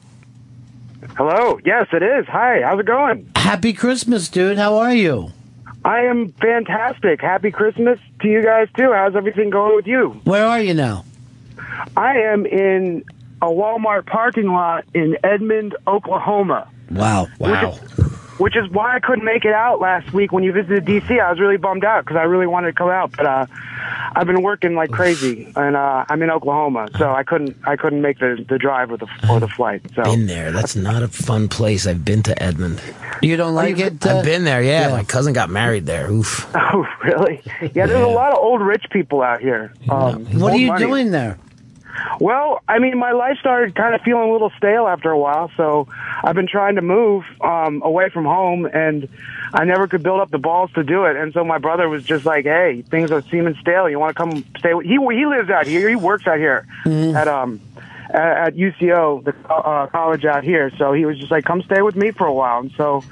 [SPEAKER 11] Hello. Yes, it is. Hi. How's it going?
[SPEAKER 6] Happy Christmas, dude. How are you?
[SPEAKER 11] I am fantastic. Happy Christmas to you guys too. How's everything going with you?
[SPEAKER 6] Where are you now?
[SPEAKER 11] I am in a Walmart parking lot in Edmond, Oklahoma.
[SPEAKER 6] Wow!
[SPEAKER 11] Wow. Which is why I couldn't make it out last week when you visited DC. I was really bummed out because I really wanted to come out, but uh, I've been working like crazy, and uh, I'm in Oklahoma, so I couldn't I couldn't make the, the drive or the or the flight. So
[SPEAKER 10] Been there. That's not a fun place. I've been to Edmond.
[SPEAKER 6] You don't like it? uh,
[SPEAKER 10] I've been there. Yeah, my cousin got married there. Oof.
[SPEAKER 11] Oh, really? Yeah, there's a lot of old rich people out here. Um,
[SPEAKER 6] What are
[SPEAKER 11] old
[SPEAKER 6] you
[SPEAKER 11] money.
[SPEAKER 6] doing there?
[SPEAKER 11] Well, I mean, my life started kind of feeling a little stale after a while, so I've been trying to move um, away from home, and I never could build up the balls to do it. And so my brother was just like, "Hey, things are seeming stale. You want to come stay?" With-? He he lives out here. He works out here at um at at UCO, the co- uh, college out here. So he was just like, "Come stay with me for a while." And so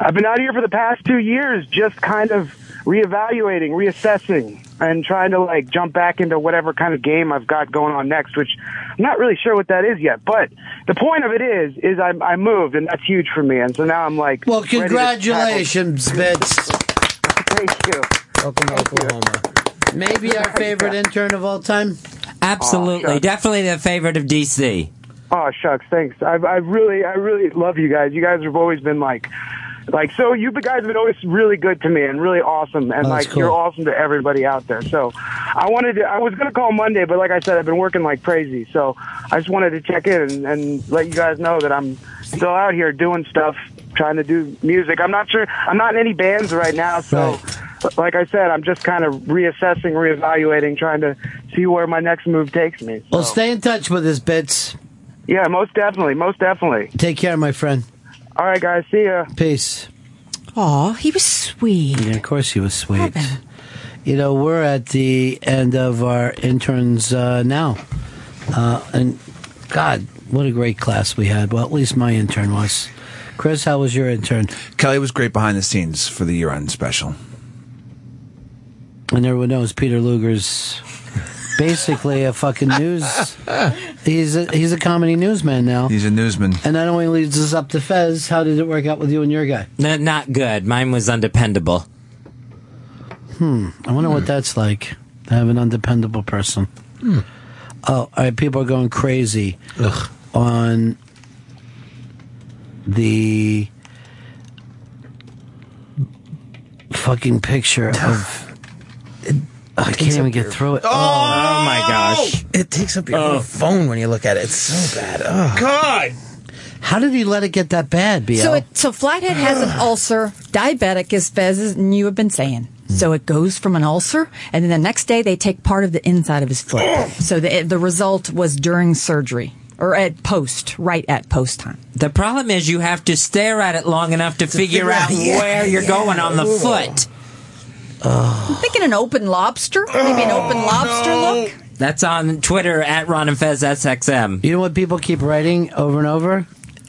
[SPEAKER 11] I've been out here for the past two years, just kind of reevaluating, reassessing, and trying to like jump back into whatever kind of game I've got going on next, which I'm not really sure what that is yet. But the point of it is, is I, I moved, and that's huge for me. And so now I'm like,
[SPEAKER 6] Well,
[SPEAKER 11] ready to
[SPEAKER 6] congratulations, Bits.
[SPEAKER 11] tackle- Thank you.
[SPEAKER 10] Welcome to Oklahoma.
[SPEAKER 6] Maybe our favorite intern of all time.
[SPEAKER 8] Absolutely, definitely the favorite of DC.
[SPEAKER 11] Oh shucks, thanks. I, I really, I really love you guys. You guys have always been like, like so. You guys have been always really good to me and really awesome, and like you're awesome to everybody out there. So, I wanted to. I was gonna call Monday, but like I said, I've been working like crazy. So, I just wanted to check in and, and let you guys know that I'm still out here doing stuff, trying to do music. I'm not sure. I'm not in any bands right now, so. Like I said, I'm just kind of reassessing, reevaluating, trying to see where my next move takes me.
[SPEAKER 6] Well, stay in touch with us, Bits.
[SPEAKER 11] Yeah, most definitely, most definitely.
[SPEAKER 6] Take care, my friend.
[SPEAKER 11] All right, guys. See ya.
[SPEAKER 6] Peace.
[SPEAKER 21] Aw, he was sweet.
[SPEAKER 6] Yeah, of course he was sweet. You know, we're at the end of our interns uh, now. Uh, and God, what a great class we had. Well, at least my intern was. Chris, how was your intern?
[SPEAKER 7] Kelly was great behind the scenes for the year end special.
[SPEAKER 6] And everyone knows Peter Luger's basically a fucking news. He's a, he's a comedy newsman now.
[SPEAKER 7] He's a newsman.
[SPEAKER 6] And that only leads us up to Fez. How did it work out with you and your guy?
[SPEAKER 8] No, not good. Mine was undependable.
[SPEAKER 6] Hmm. I wonder what that's like to have an undependable person.
[SPEAKER 4] Hmm.
[SPEAKER 6] Oh, all right. People are going crazy on the fucking picture of.
[SPEAKER 10] oh,
[SPEAKER 6] I can't even get through it. Oh,
[SPEAKER 10] my gosh! It takes up your whole phone when you look at it. It's so bad. Ugh.
[SPEAKER 6] God. How did he let it get that bad, BL?
[SPEAKER 12] So, it, so Flathead has an ulcer, diabetic is Fez, is- and you have been saying. So it goes from an ulcer, and then the next day they take part of the inside of his foot. So the, the result was during surgery or at post, right at post time.
[SPEAKER 8] The problem is you have to stare at it long enough to,
[SPEAKER 12] figure
[SPEAKER 8] figure, out
[SPEAKER 12] out- yeah,
[SPEAKER 8] where you're
[SPEAKER 12] yeah.
[SPEAKER 8] going on the
[SPEAKER 12] Ooh.
[SPEAKER 8] foot.
[SPEAKER 12] I'm thinking an open lobster, maybe
[SPEAKER 6] Oh,
[SPEAKER 12] an open lobster look.
[SPEAKER 8] That's on Twitter at Ron and Fez SXM.
[SPEAKER 6] You know what people keep writing over and over?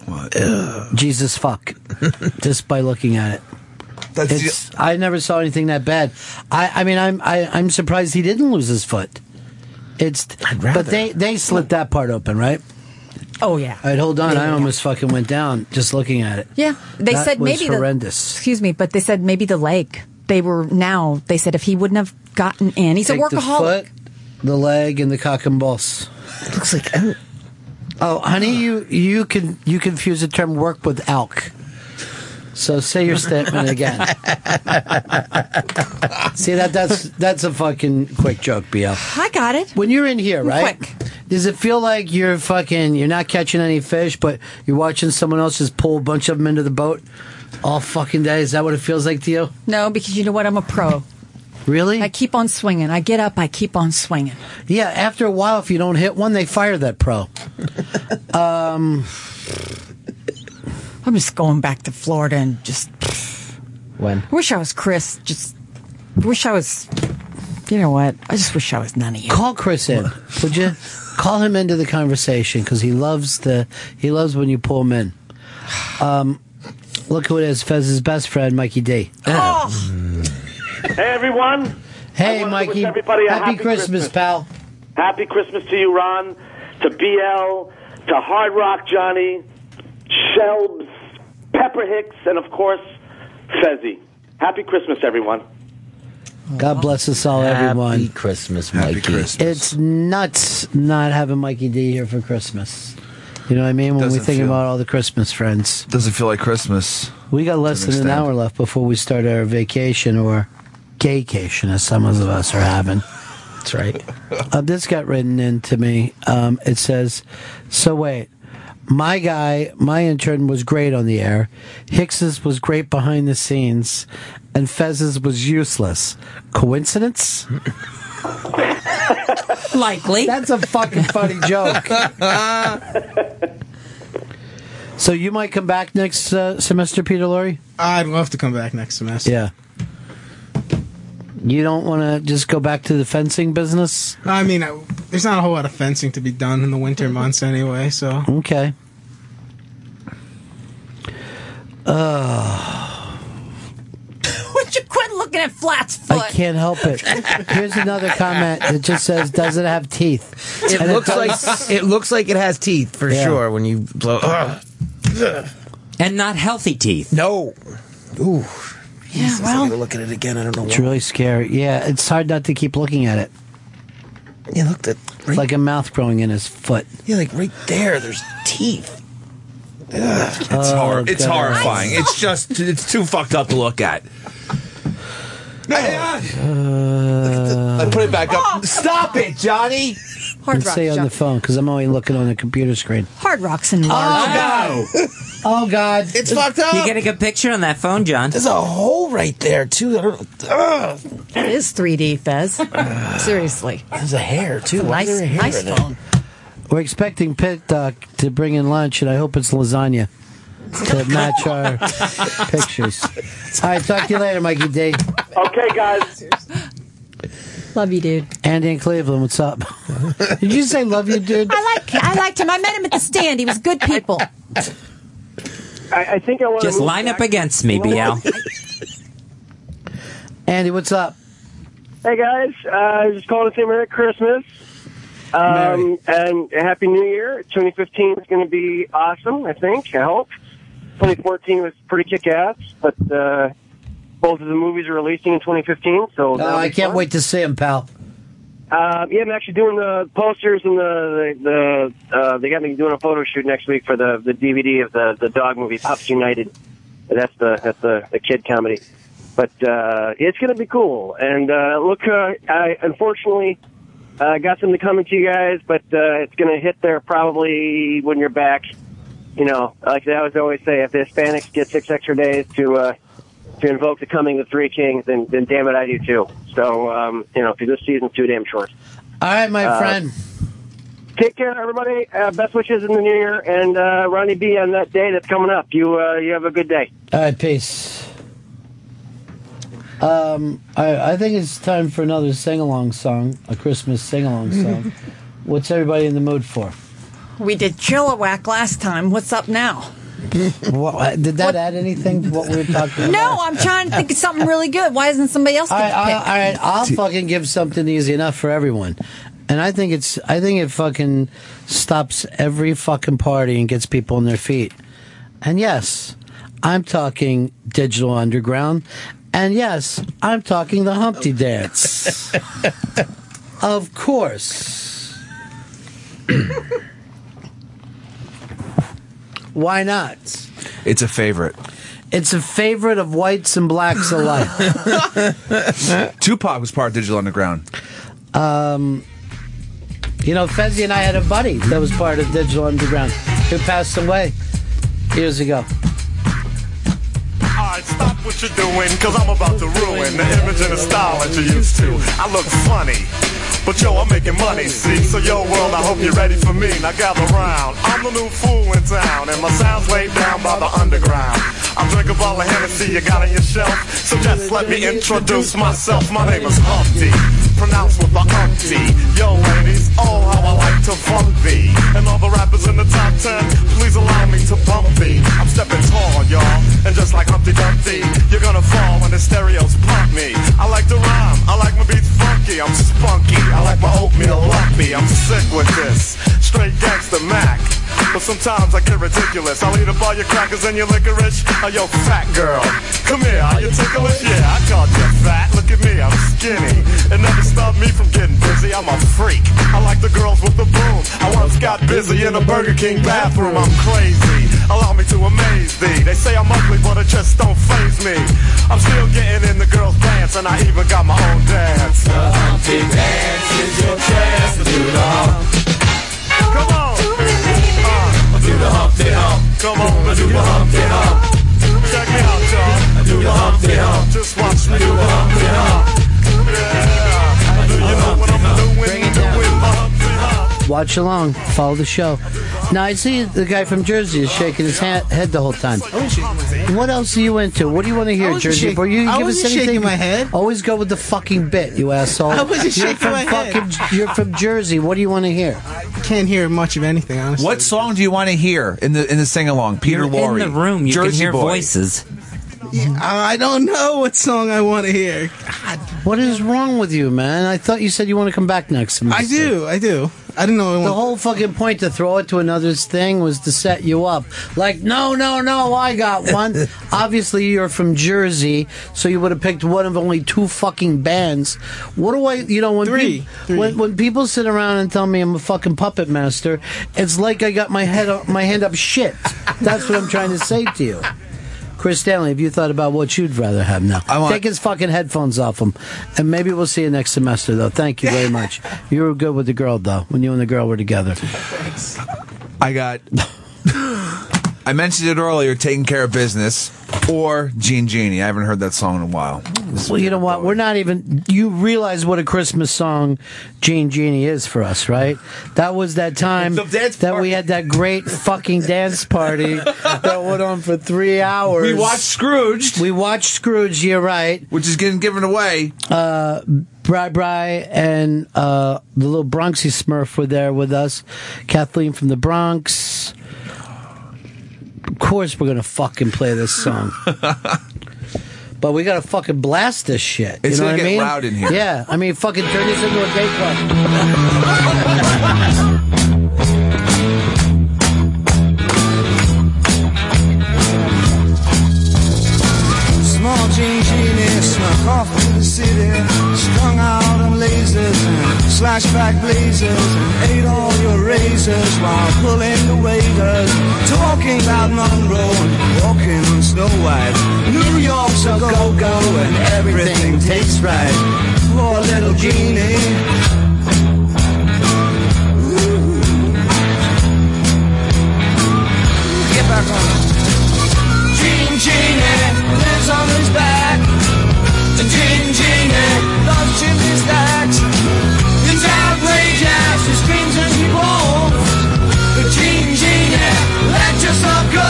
[SPEAKER 6] uh, Jesus fuck. Just by looking at it. It's- I never saw anything that bad. I, I mean, I'm I, I'm surprised he didn't lose his foot. It's but they they slit that part open, right?
[SPEAKER 12] Oh yeah.
[SPEAKER 6] All right, hold on.
[SPEAKER 12] Yeah,
[SPEAKER 6] I
[SPEAKER 12] yeah.
[SPEAKER 6] almost fucking went down just looking at it.
[SPEAKER 12] Yeah, they
[SPEAKER 6] That
[SPEAKER 12] said
[SPEAKER 6] was
[SPEAKER 12] maybe
[SPEAKER 6] horrendous.
[SPEAKER 12] The, excuse me, but they said maybe the leg. They were now. They said if he wouldn't have gotten in, he's
[SPEAKER 6] Take
[SPEAKER 12] a workaholic.
[SPEAKER 6] The, foot, the leg and the cock and balls. Looks like. Oh, honey, you you can you confuse the term work with elk. So say your statement again. See that that's that's a fucking quick joke, BL.
[SPEAKER 12] I got it.
[SPEAKER 6] When you're in here, right? Does it feel like you're fucking you're not catching any fish, but you're watching someone else just pull a bunch of them into the boat all fucking day? Is that what it feels like to you?
[SPEAKER 12] No, because you know what? I'm a pro.
[SPEAKER 6] Really?
[SPEAKER 12] I keep on swinging. I get up. I keep on swinging.
[SPEAKER 6] Yeah, after a while, if you don't hit one, they fire that pro.
[SPEAKER 12] Um, I'm just going back to Florida and just.
[SPEAKER 10] When?
[SPEAKER 12] I wish I was Chris. Just wish I was. You know what? I just wish I was none of you.
[SPEAKER 6] Call Chris in, would you? Call him into the conversation because he loves the he loves when you pull him in. Um, look who it is, Fez's best friend, Mikey D.
[SPEAKER 14] Hey everyone.
[SPEAKER 6] Hey
[SPEAKER 14] I wanted to
[SPEAKER 6] Mikey,
[SPEAKER 14] wish everybody a
[SPEAKER 6] happy,
[SPEAKER 14] happy
[SPEAKER 6] Christmas, pal.
[SPEAKER 14] Happy Christmas to you, Ron, to BL, to Hard Rock Johnny, Shelbs, Pepper Hicks, and of course, Fezzi. Happy Christmas, everyone.
[SPEAKER 6] God bless us all,
[SPEAKER 10] Happy
[SPEAKER 6] everyone.
[SPEAKER 10] Christmas, Mikey.
[SPEAKER 6] It's nuts not having Mikey D here for Christmas. You know what I mean? When
[SPEAKER 7] Doesn't
[SPEAKER 6] we think
[SPEAKER 7] feel-
[SPEAKER 6] about all the Christmas friends,
[SPEAKER 7] Doesn't feel like Christmas.
[SPEAKER 6] we got less
[SPEAKER 7] an
[SPEAKER 6] than an
[SPEAKER 7] extent.
[SPEAKER 6] hour left before we start our vacation or gaycation, as some of us are having.
[SPEAKER 10] That's right.
[SPEAKER 6] uh, this got written into me. Um, it says, "So wait, my guy, my intern was great on the air. Hicks's was great behind the scenes, and Fez's was useless. Coincidence?
[SPEAKER 8] Likely.
[SPEAKER 6] That's a fucking funny joke. so you might come back next uh, semester, Peter Laurie?
[SPEAKER 15] I'd love to come back next semester.
[SPEAKER 6] Yeah. You don't want to just go back to the fencing business?
[SPEAKER 15] I mean, I, there's not a whole lot of fencing to be done in the winter months anyway, so.
[SPEAKER 6] Okay. Uh,
[SPEAKER 12] Would you quit looking at Flat's foot?
[SPEAKER 6] I can't help it. Here's another comment that just says, "Does it have teeth?"
[SPEAKER 10] It
[SPEAKER 6] And
[SPEAKER 10] looks
[SPEAKER 6] does-
[SPEAKER 10] like it looks like it has teeth for
[SPEAKER 6] Yeah.
[SPEAKER 10] sure when you blow. Ugh.
[SPEAKER 8] And not healthy teeth.
[SPEAKER 10] No. Ooh. Yeah,
[SPEAKER 12] well.
[SPEAKER 10] look at it again. I don't know.
[SPEAKER 6] It's really scary. Yeah, it's hard not to keep looking at it.
[SPEAKER 10] You looked at
[SPEAKER 6] It's like a mouth growing in his foot.
[SPEAKER 10] Yeah, like right there. There's teeth.
[SPEAKER 4] Oh,
[SPEAKER 7] It's, hor- it's
[SPEAKER 6] Oh, God.
[SPEAKER 7] horrifying. It's just, it's too fucked up to look at.
[SPEAKER 4] Oh.
[SPEAKER 7] uh,
[SPEAKER 4] Uh,
[SPEAKER 7] I put it
[SPEAKER 15] Oh,
[SPEAKER 7] back up.
[SPEAKER 10] Stop it, Johnny.
[SPEAKER 12] Hard
[SPEAKER 6] and
[SPEAKER 12] rock.
[SPEAKER 6] say on the phone because I'm only looking on the computer screen.
[SPEAKER 12] Hard rocks and large.
[SPEAKER 10] Oh
[SPEAKER 6] no! oh God!
[SPEAKER 10] It's fucked up.
[SPEAKER 8] You get a good picture on that phone, John.
[SPEAKER 10] There's a hole right there too. I don't, ugh.
[SPEAKER 12] It is 3D, Fez. Seriously.
[SPEAKER 10] There's a hair too. Why
[SPEAKER 12] nice,
[SPEAKER 10] is there a hair
[SPEAKER 12] nice
[SPEAKER 10] in it?
[SPEAKER 12] phone.
[SPEAKER 6] We're expecting Pit Doc to bring in lunch, and I hope it's lasagna to match our pictures. All right, talk to you later, Mikey D.
[SPEAKER 14] Okay, guys.
[SPEAKER 12] Love you, dude.
[SPEAKER 6] Andy in Cleveland, what's up? Did you say love you, dude?
[SPEAKER 12] I like I liked him. I met him at the stand. He was good people.
[SPEAKER 22] I, I think I want
[SPEAKER 8] Just line up against me, BL.
[SPEAKER 6] Andy, what's up?
[SPEAKER 5] Hey guys, uh, I was just calling to say Merry Christmas um, and a Happy New Year. 2015 is going to be awesome, I think. I hope. 2014 was pretty kick-ass, but uh, both of the movies are releasing in 2015, so
[SPEAKER 6] Oh, I can't wait to see him, pal.
[SPEAKER 5] Uh, yeah, I'm actually doing the posters and the the, the uh, they got me doing a photo shoot next week for the the DVD of the the dog movie Pups United. That's the that's the, the kid comedy, but uh, it's gonna be cool. And uh, look, uh, I unfortunately uh, got something coming to you guys, but uh, it's gonna hit there probably when you're back. You know, like I always always say, if the Hispanics get six extra days to uh, to invoke the coming of the three kings, then then damn it, I do too. So um, you know, because this season's too damn short.
[SPEAKER 6] All right, my
[SPEAKER 5] Uh,
[SPEAKER 6] friend.
[SPEAKER 5] Take care, everybody. Uh, best wishes in the new year, and uh, Ronnie B on that day that's coming up. You uh, you have a good day.
[SPEAKER 6] All right, peace. Um, I, I think it's time for another sing-along song, a Christmas sing-along song. What's everybody in the mood for?
[SPEAKER 12] We did Chilliwack last time. What's up now?
[SPEAKER 6] what, did that add anything to what we were talking about?
[SPEAKER 12] No, I'm trying to think of something really good. Why isn't somebody else?
[SPEAKER 6] All
[SPEAKER 12] get
[SPEAKER 6] right,
[SPEAKER 12] to
[SPEAKER 6] all right,
[SPEAKER 12] pick?
[SPEAKER 6] all right, I'll fucking give something easy enough for everyone. And I think it's, I think it fucking stops every fucking party and gets people on their feet. And yes, I'm talking digital underground. And yes, I'm talking the Humpty Dance. of course. Why not?
[SPEAKER 7] It's a favorite.
[SPEAKER 6] It's a favorite of whites and blacks alike.
[SPEAKER 7] Tupac was part of Digital Underground.
[SPEAKER 6] Um, you know, Fezzi and I had a buddy that was part of Digital Underground who passed away years ago.
[SPEAKER 18] Alright, stop what you're doing, cause I'm about to ruin the image and the style that you're used to. I look funny, but yo, I'm making money, see? So yo, world, I hope you're ready for me. Now gather round, I'm the new fool in town, and my sound's laid down by the underground. I'm drinking ball of Hennessy you got on your shelf, so just let me introduce myself. My name is Humpty, pronounced with the umpty. Yo, ladies, oh, how I like to bump thee. And all the rappers in the top ten, please allow me to bump thee. I'm stepping tall, y'all, and just like Humpty Dumpty, you're gonna fall when the stereos pump me. I like to rhyme, I like my beats funky, I'm spunky, I like my oatmeal lumpy, I'm sick with this. Straight gangsta Mac. But sometimes I get ridiculous. I'll eat up all your crackers and your licorice. Oh, yo, fat girl, come here. Are you ticklish? Yeah, I called you fat. Look at me, I'm skinny. It never stopped me from getting busy. I'm a freak. I like the girls with the boom. I once got busy in a Burger King bathroom. I'm crazy. Allow me to amaze thee. They say I'm ugly, but it just don't faze me. I'm still getting in the girls' pants, and I even got my own dance. The Humpty Dance is your chance to do the hump. Come on. Uh, do the Humpty Hump. Come on, let's do the Humpty Hump. Check me out, y'all. Do the Humpty Hump. Just watch me do the Humpty Hump. Yeah. Do you know what I'm doing? Doing my Humpty Hump.
[SPEAKER 6] Watch along, follow the show. Now I see the guy from Jersey is shaking his ha- head the whole time. What else are you into? What do you want to hear,
[SPEAKER 4] wasn't
[SPEAKER 6] Jersey?
[SPEAKER 4] shak-
[SPEAKER 6] Boy? you
[SPEAKER 4] I
[SPEAKER 6] give us
[SPEAKER 4] wasn't
[SPEAKER 6] anything.
[SPEAKER 4] shaking my head.
[SPEAKER 6] Always go with the fucking bit, you asshole.
[SPEAKER 15] I wasn't
[SPEAKER 6] you're
[SPEAKER 15] shaking
[SPEAKER 6] from
[SPEAKER 15] my head.
[SPEAKER 6] fucking, You're from Jersey. What do you want to hear?
[SPEAKER 15] Can't hear much of anything, honestly.
[SPEAKER 7] What song do you want to hear in the in the sing along? Peter
[SPEAKER 15] You're in
[SPEAKER 7] Lorre,
[SPEAKER 15] the room, you can
[SPEAKER 7] Jersey
[SPEAKER 15] hear
[SPEAKER 7] Boy.
[SPEAKER 15] voices.
[SPEAKER 6] Mm-hmm.
[SPEAKER 15] Yeah, I don't know what song I want to hear.
[SPEAKER 6] What is wrong with you, man? I thought you said you want to come back next semester.
[SPEAKER 15] I do, I do. I didn't know. I
[SPEAKER 6] the whole fucking point to throw it to another's thing was to set you up. Like, no, no, no, I got one. Obviously, you're from Jersey, so you would have picked one of only two fucking bands. What do I, you know, when, peop- when when people sit around and tell me I'm a fucking puppet master, it's like I got my head up, my hand up shit. That's what I'm trying to say to you. Chris Stanley, have you thought about what you'd rather have now? I
[SPEAKER 7] want-
[SPEAKER 6] Take his fucking headphones off him. And maybe we'll see you next semester, though. Thank you very much. You were good with the girl, though, when you and the girl were together.
[SPEAKER 7] I got. I mentioned it earlier. Taking care of business or Gene Genie. I haven't heard that song in a while.
[SPEAKER 6] Well, you know what? We're not even. You realize what a Christmas song Gene Genie is for us, right? That was that time that we had that great fucking dance party that went on for three hours.
[SPEAKER 7] We watched Scrooged.
[SPEAKER 6] We watched Scrooge, you're right.
[SPEAKER 7] Which is getting given away.
[SPEAKER 6] Uh, Bri Bri and uh, the little Bronxy Smurf were there with us. Kathleen from the Bronx. Of course, we're going to fucking play this song. But we gotta fucking blast this shit.
[SPEAKER 7] It's
[SPEAKER 6] you know
[SPEAKER 7] gonna
[SPEAKER 6] what
[SPEAKER 7] get
[SPEAKER 6] I mean?
[SPEAKER 7] loud in here.
[SPEAKER 6] Yeah, I mean, fucking turn this into a gay club.
[SPEAKER 4] Small jean genie snuck off to the city, strung out on lasers and slashback blazers, and ate all your razors while pulling the waiters, talking about Monroe and walking on Snow White. New York's a go-go and everything tastes right. Poor little genie. Ooh. Get back on. Dream Genie lives on his back. The Dream Genie loves chimney stacks. He's outrageous, he screams and he rolls. The Dream Genie, let yourself go.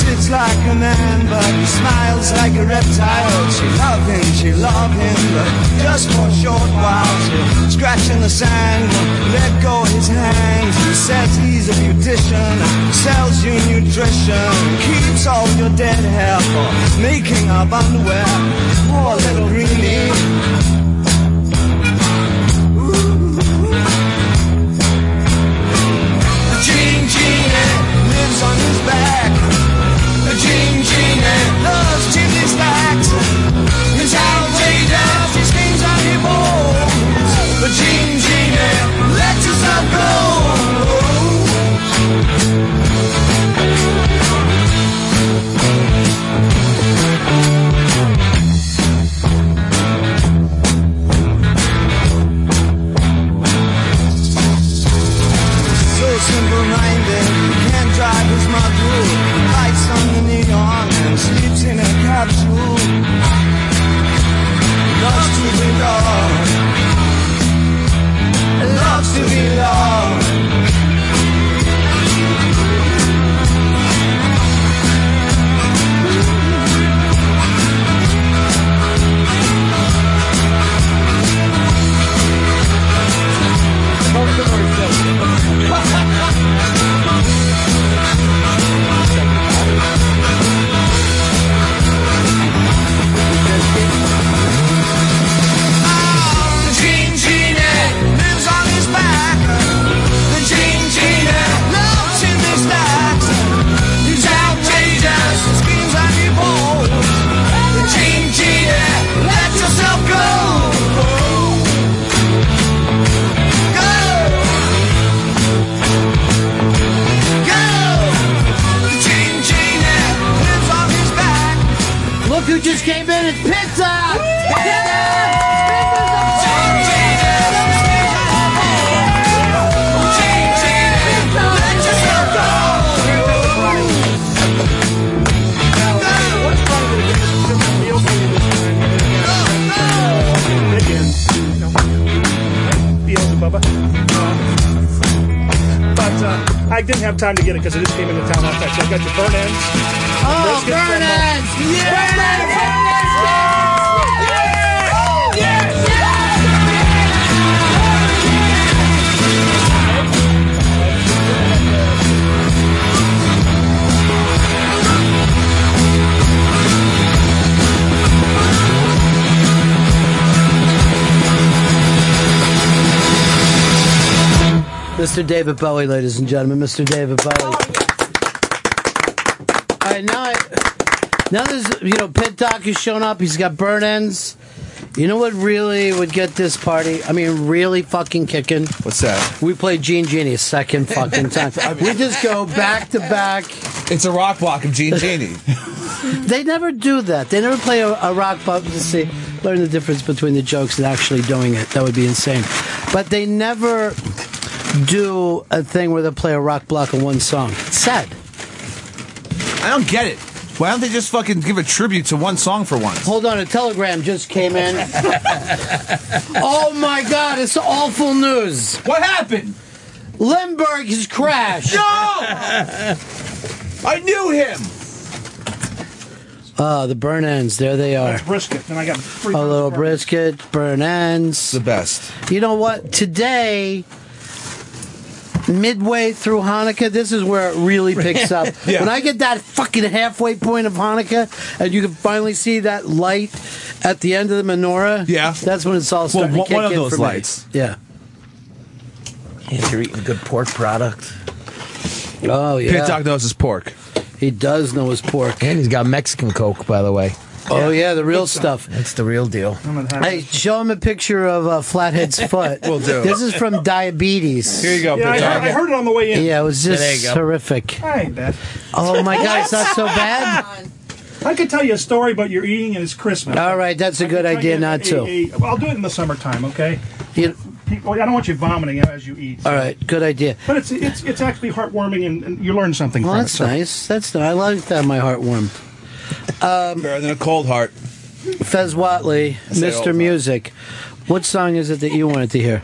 [SPEAKER 4] Sits like a man, but he smiles like a reptile. She love him, she love him, but just for a short while. She scratching the sand, let go his hands. He says he's a beautician, sells you nutrition, keeps all your dead hair for making up underwear. Poor little greenie. The Jean Genie lives on his back. The Jean Genie loves chimney stacks. His outrageous, his things on his bones. The Jean Genie lets yourself go. So simple-minded, he can't drive his module. Lights on the neon and sleeps in a capsule. Loves to be loved. Loves to be loved. The Jean Genie lives on his back. The Jean Genie loves him his stacks. He's outrageous, he screams like he bold. The Jean Genie lets yourself go. Go. Go. The Jean Genie lives on his back.
[SPEAKER 6] Look who just came in. It's pizza.
[SPEAKER 19] But uh, I didn't have time to get it because I just came into town last night. So I've got your burn ends.
[SPEAKER 4] Oh,
[SPEAKER 19] brisket from, uh,
[SPEAKER 6] Mr. David Bowie, ladies and gentlemen, Mr. David Bowie. All right, now, I, now there's, you know, Pit Doc has shown up. He's got burn ends. You know what really would get this party? I mean, really fucking kicking.
[SPEAKER 7] What's that?
[SPEAKER 6] We played Gene Genie a second fucking time. we just go back to back.
[SPEAKER 7] It's a rock block of Gene Genie.
[SPEAKER 6] They never do that. They never play a, a rock pop to see learn the difference between the jokes and actually doing it. That would be insane. But they never do a thing where they play a rock block on one song. It's sad.
[SPEAKER 7] I don't get it. Why don't they just fucking give a tribute to one song for once?
[SPEAKER 6] Hold on, a telegram just came in. oh my god, it's awful news.
[SPEAKER 7] What happened?
[SPEAKER 6] Lindbergh has crashed.
[SPEAKER 7] No! I knew him.
[SPEAKER 6] Ah, the burn ends. There they are.
[SPEAKER 19] That's brisket. And I got free
[SPEAKER 6] A little brisket, burn ends. The
[SPEAKER 7] best.
[SPEAKER 6] You know what? Today, midway through Hanukkah, this is where it really picks up.
[SPEAKER 4] Yeah.
[SPEAKER 6] When I get that fucking halfway point of Hanukkah, and you can finally see that light at the end of the menorah. Yeah, that's when it's all starting
[SPEAKER 7] one-
[SPEAKER 6] to kick
[SPEAKER 7] one of
[SPEAKER 6] in
[SPEAKER 7] those
[SPEAKER 6] for me.
[SPEAKER 7] lights.
[SPEAKER 6] Yeah.
[SPEAKER 10] If you're eating good pork product.
[SPEAKER 6] Oh yeah.
[SPEAKER 7] Pit Dog knows his pork.
[SPEAKER 6] He does know his pork.
[SPEAKER 10] And he's got Mexican Coke, by the way.
[SPEAKER 6] Oh yeah, the real stuff.
[SPEAKER 10] That's the real deal.
[SPEAKER 6] Hey, show him a picture of uh, Flathead's foot.
[SPEAKER 10] Will do.
[SPEAKER 6] This is from diabetes.
[SPEAKER 10] Here you go,
[SPEAKER 19] Yeah, I heard, I heard it on the way in.
[SPEAKER 6] Yeah, it was just
[SPEAKER 19] There you go.
[SPEAKER 6] horrific.
[SPEAKER 19] I ain't bad.
[SPEAKER 6] Oh my God, it's not so bad.
[SPEAKER 19] I could tell you a story, but you're eating and it's Christmas.
[SPEAKER 6] All right, that's a
[SPEAKER 19] I could
[SPEAKER 6] good
[SPEAKER 19] tell
[SPEAKER 6] idea
[SPEAKER 19] you
[SPEAKER 6] not
[SPEAKER 19] a-
[SPEAKER 6] to.
[SPEAKER 19] a- well, I'll do it in the summertime, okay?
[SPEAKER 6] You-
[SPEAKER 19] People- I don't want you vomiting as you eat.
[SPEAKER 6] All right, good idea.
[SPEAKER 19] But it's it's it's actually heartwarming, and, and you learn something
[SPEAKER 6] Well,
[SPEAKER 19] from
[SPEAKER 6] that's
[SPEAKER 19] it. so.
[SPEAKER 6] nice. That's nice. I like that. My heart warmed. Um,
[SPEAKER 7] Better than a cold heart.
[SPEAKER 6] Fez Watley,
[SPEAKER 7] I say it all the
[SPEAKER 6] Mr.
[SPEAKER 7] time.
[SPEAKER 6] Music. What song is it that you wanted to hear?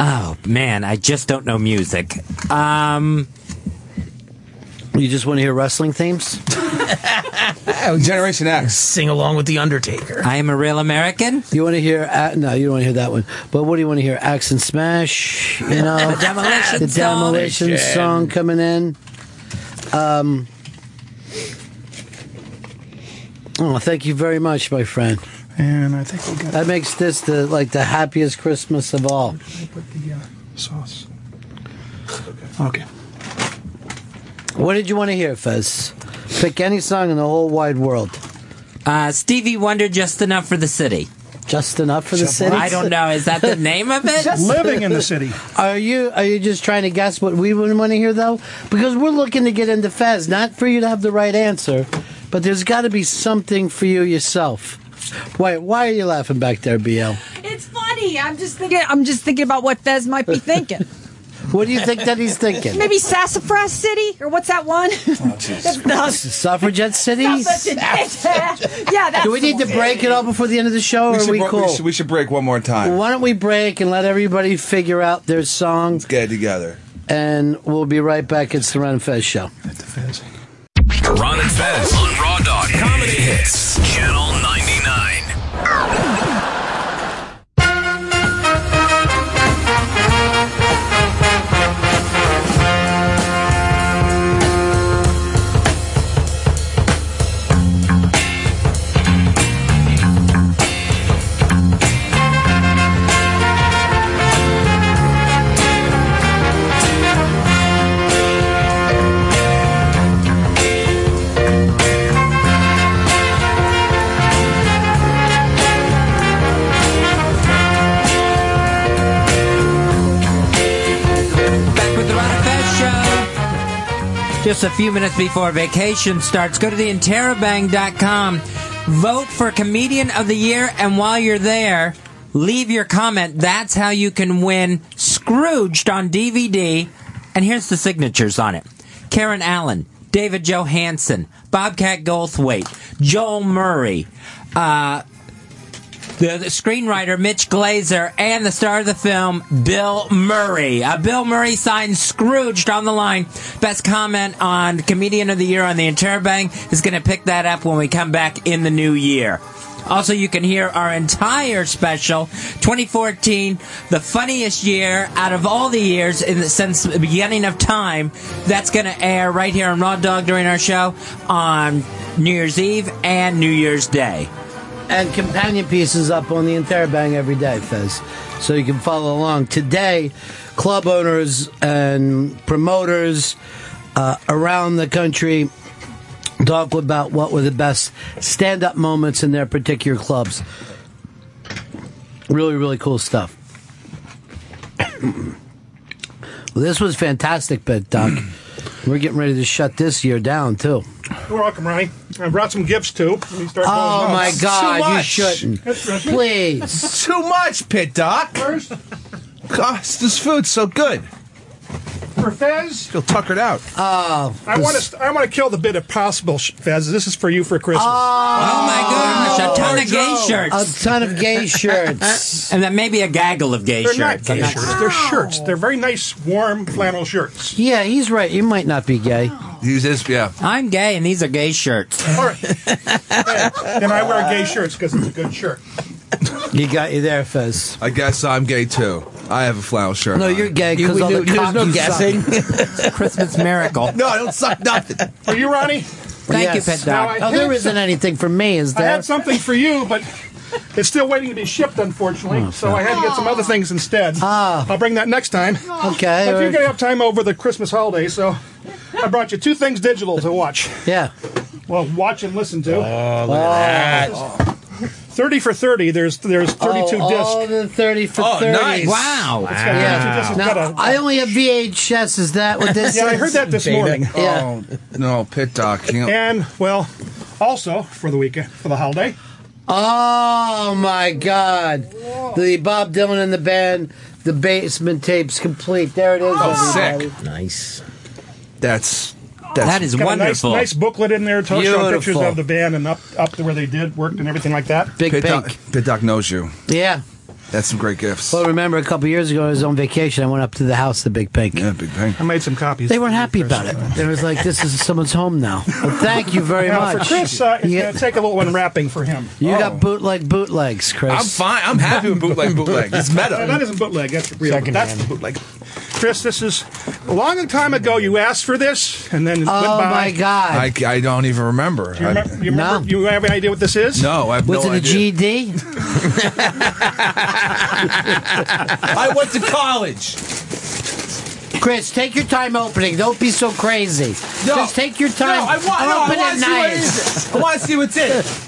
[SPEAKER 8] Oh man, I just don't know music. Um,
[SPEAKER 6] you just want to hear wrestling themes?
[SPEAKER 7] Generation X.
[SPEAKER 10] Sing along with The Undertaker.
[SPEAKER 8] I am a real American.
[SPEAKER 6] You want to hear? Uh, no, you don't want to hear that one. But what do you want to hear? Axe and Smash. You know,
[SPEAKER 8] The Demolition
[SPEAKER 6] the
[SPEAKER 8] Song.
[SPEAKER 6] demolition
[SPEAKER 8] Demolition.
[SPEAKER 6] song coming in. Um. Oh, thank you very much, my friend.
[SPEAKER 19] And I think we'll get
[SPEAKER 6] That makes this the like the happiest Christmas of all.
[SPEAKER 19] the uh, sauce. Okay.
[SPEAKER 6] What did you want to hear, Fez? Pick any song in the whole wide world.
[SPEAKER 8] uh, Stevie Wonder, just enough for the city.
[SPEAKER 6] Just enough for the city.
[SPEAKER 8] I don't know. Is that the name of it?
[SPEAKER 6] Are you are you just trying to guess what we would want to hear though? Because we're looking to get into Fez, not for you to have the right answer, but there's got to be something for you yourself. Wait, why are you laughing back there, BL?
[SPEAKER 12] It's funny. I'm just thinking. I'm just thinking about what Fez might be thinking.
[SPEAKER 6] What do you think that he's thinking?
[SPEAKER 12] Maybe Sassafras City or what's that one?
[SPEAKER 10] Oh,
[SPEAKER 6] Suffragette City.
[SPEAKER 12] yeah, that's
[SPEAKER 6] Do we need to break it up before the end of the show,
[SPEAKER 7] We
[SPEAKER 6] or
[SPEAKER 7] should
[SPEAKER 6] are we
[SPEAKER 7] bro-
[SPEAKER 6] cool?
[SPEAKER 7] we should- we should break one more time.
[SPEAKER 6] Why don't we break and let everybody figure out their song? Let's
[SPEAKER 7] get it together.
[SPEAKER 6] And we'll be right back. It's the Ron and Fez show.
[SPEAKER 29] Ron and Fez on Raw Dog Comedy Hits, Channel 99.
[SPEAKER 7] Oh,
[SPEAKER 8] Back with the Ron and Fez show. Just a few minutes before vacation starts, go to the interrobang.com, vote for comedian of the year, and while you're there, leave your comment. That's how you can win Scrooged on DVD. And here's the signatures on it. Karen Allen, David Johansen, Bobcat Goldthwait, Joel Murray, uh, the, the screenwriter Mitch Glazer and the star of the film Bill Murray. Uh, Bill Murray signed Scrooged on the line. Best comment on Comedian of the Year on the Interbank is going to pick that up when we come back in the new year. Also, you can hear our entire special, 2014, the funniest year out of all the years in the, since the beginning of time. That's going to air right here on Raw Dog during our show on New Year's Eve and New Year's Day.
[SPEAKER 6] And companion pieces up on the Interabang every day, Fez. So you can follow along. Today, club owners and promoters uh, around the country talk about what were the best stand up moments in their particular clubs. Really, really cool stuff. well, this was fantastic, but Doc. We're getting ready to shut this year down, too.
[SPEAKER 19] You're welcome, Ronnie. I brought some gifts too. Let me start
[SPEAKER 6] Oh,
[SPEAKER 19] going.
[SPEAKER 6] my
[SPEAKER 19] Too
[SPEAKER 6] God, you
[SPEAKER 19] much.
[SPEAKER 6] shouldn't.
[SPEAKER 19] That's right.
[SPEAKER 6] Please.
[SPEAKER 7] Too much, Pit Doc. Gosh, this food's so good.
[SPEAKER 19] for Fez.
[SPEAKER 7] Feel tuckered out.
[SPEAKER 6] Uh,
[SPEAKER 19] Oh, I want to. I want to kill the bit if possible, Sh- Fez. This is for you for Christmas.
[SPEAKER 8] Oh, my gosh, a ton of gay shirts.
[SPEAKER 6] A ton of gay shirts.
[SPEAKER 8] and then maybe a gaggle of gay
[SPEAKER 19] They're
[SPEAKER 8] shirts.
[SPEAKER 19] not gay
[SPEAKER 8] I'm not-
[SPEAKER 19] shirts. They're shirts. They're very nice, warm flannel shirts.
[SPEAKER 6] Yeah, he's right. He might not be gay.
[SPEAKER 7] Use this, yeah.
[SPEAKER 8] I'm gay, and these are gay shirts.
[SPEAKER 19] All right. and I wear gay shirts because it's a good shirt.
[SPEAKER 6] You got you there, Fez.
[SPEAKER 7] I guess I'm gay too. I have a flannel shirt.
[SPEAKER 6] No,
[SPEAKER 7] on.
[SPEAKER 6] you're gay 'cause You- all the there's cock no you guessing. suck.
[SPEAKER 8] Christmas miracle.
[SPEAKER 7] No, I don't suck nothing.
[SPEAKER 19] Are you Ronnie?
[SPEAKER 6] Thank you, Pet Doc.
[SPEAKER 19] I
[SPEAKER 6] Oh,
[SPEAKER 19] had
[SPEAKER 6] there isn't
[SPEAKER 19] some-
[SPEAKER 6] anything for me, is
[SPEAKER 19] I
[SPEAKER 6] there?
[SPEAKER 19] had something for you, but it's still waiting to be shipped, unfortunately.
[SPEAKER 6] Oh,
[SPEAKER 19] so I had to get some other things instead. Ah. I'll bring that next time.
[SPEAKER 6] Okay,
[SPEAKER 19] But
[SPEAKER 6] or-
[SPEAKER 19] you're going to have time over the Christmas holiday, so I brought you two things digital to watch.
[SPEAKER 6] Yeah.
[SPEAKER 19] Well, watch and listen to.
[SPEAKER 6] Oh, look at Oh.
[SPEAKER 19] Thirty for thirty. There's there's thirty-two
[SPEAKER 6] Oh,
[SPEAKER 19] discs.
[SPEAKER 6] all the 30 for
[SPEAKER 7] Oh,
[SPEAKER 6] 30.
[SPEAKER 19] It's got 32 discs. It's
[SPEAKER 6] Now,
[SPEAKER 19] got a-
[SPEAKER 6] I only have VHS. Is that what this
[SPEAKER 19] Yeah, I
[SPEAKER 6] is?
[SPEAKER 19] heard that this morning.
[SPEAKER 6] Yeah.
[SPEAKER 7] Oh, no, pit doc. You know,
[SPEAKER 19] And well, also for the weekend for the holiday.
[SPEAKER 6] Oh, my God. The Bob Dylan and the band, the basement tapes complete. There it is.
[SPEAKER 7] Oh,
[SPEAKER 6] everybody.
[SPEAKER 7] sick. Nice. That's that's
[SPEAKER 19] Got a nice- Nice, booklet in there, to showing pictures
[SPEAKER 7] Beautiful.
[SPEAKER 19] of the band and up up to where they did worked and everything like that.
[SPEAKER 7] Pit doc, pit doc knows you.
[SPEAKER 6] Yeah.
[SPEAKER 7] That's some great gifts.
[SPEAKER 6] Well, remember a couple years ago, I was on vacation. I went up to the house, the Big Pink. Yeah,
[SPEAKER 7] Big Pink.
[SPEAKER 19] I made some copies.
[SPEAKER 6] They weren't happy about it. They was like, "This is someone's home now." Well, thank you very
[SPEAKER 19] now,
[SPEAKER 6] much.
[SPEAKER 19] For Chris, uh, it's Oh.
[SPEAKER 6] You-
[SPEAKER 19] gonna take a little unwrapping for him.
[SPEAKER 6] You got bootleg bootlegs, Chris.
[SPEAKER 7] I'm fine. I'm happy with bootleg. Bootleg. It's
[SPEAKER 19] No,
[SPEAKER 7] meta.
[SPEAKER 19] that isn't bootleg. That's real. That's bootleg. Chris, this is a long time ago. You asked for this, and then it
[SPEAKER 6] Oh,
[SPEAKER 19] went by.
[SPEAKER 7] I, I don't even remember.
[SPEAKER 19] Do you remember? Do you, remember you have any idea what this is?
[SPEAKER 7] No, I have no idea.
[SPEAKER 6] GD?
[SPEAKER 7] I went to college.
[SPEAKER 6] Chris, take your time opening. Don't be so crazy.
[SPEAKER 4] No.
[SPEAKER 6] Just take your time.
[SPEAKER 4] No, I want- no, I
[SPEAKER 6] Open
[SPEAKER 4] wanna
[SPEAKER 6] it
[SPEAKER 4] see what
[SPEAKER 6] nice.
[SPEAKER 4] is it. I wanna see what's in it.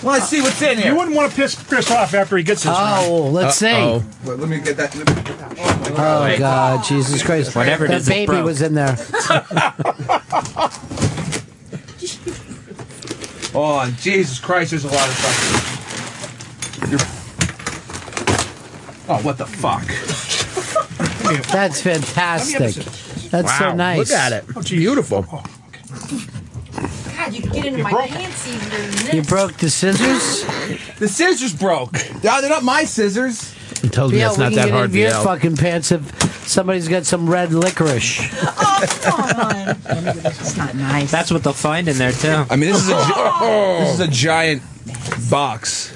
[SPEAKER 19] I want to see what's in here. You wouldn't want to piss Chris off after he gets this.
[SPEAKER 6] Oh, let's see.
[SPEAKER 7] Uh-oh. Well, let me get that. Let me get that.
[SPEAKER 6] Oh, God, Jesus Christ!
[SPEAKER 7] Whatever it
[SPEAKER 6] that
[SPEAKER 7] is, it
[SPEAKER 6] baby
[SPEAKER 7] broke.
[SPEAKER 6] was in there.
[SPEAKER 7] Oh, and Jesus Christ, there's a lot of stuff. You're- Oh, what the fuck?
[SPEAKER 6] That's fantastic. That's so nice.
[SPEAKER 7] Beautiful.
[SPEAKER 12] God, you get into my pants even during
[SPEAKER 6] You broke the scissors.
[SPEAKER 7] The scissors broke. No, they're not my scissors.
[SPEAKER 6] You told
[SPEAKER 7] me that's not that hard to
[SPEAKER 6] Your
[SPEAKER 7] yell.
[SPEAKER 6] fucking pants if somebody's got some red licorice.
[SPEAKER 12] It's not nice.
[SPEAKER 8] That's what they'll find in there too.
[SPEAKER 7] I mean, this is a gi- this is a giant box.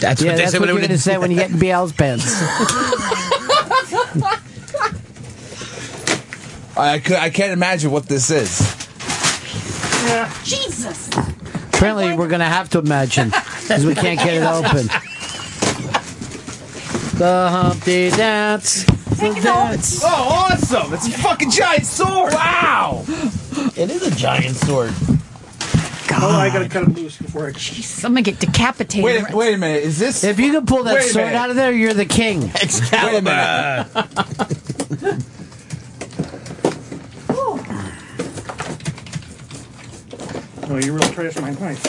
[SPEAKER 7] That's
[SPEAKER 6] yeah, that's what you're gonna say when you get in BL's pants.
[SPEAKER 7] I, cou- I can't imagine what this is.
[SPEAKER 12] Jesus.
[SPEAKER 6] Apparently, we're gonna have to imagine because we can't get it open. The Humpty Dance.
[SPEAKER 4] Take it off.
[SPEAKER 7] Oh, awesome! It's a fucking giant sword. Wow!
[SPEAKER 10] It is a giant sword.
[SPEAKER 19] Oh, I gotta cut it loose before I.
[SPEAKER 12] I'm gonna get decapitated.
[SPEAKER 7] Wait, a- wait a minute. Is this?
[SPEAKER 6] If you can pull that
[SPEAKER 7] Wait a
[SPEAKER 6] sword
[SPEAKER 7] minute.
[SPEAKER 6] out of there, you're the king.
[SPEAKER 7] Wait a
[SPEAKER 6] Uh,
[SPEAKER 7] minute.
[SPEAKER 19] Oh, you really trashed my knife.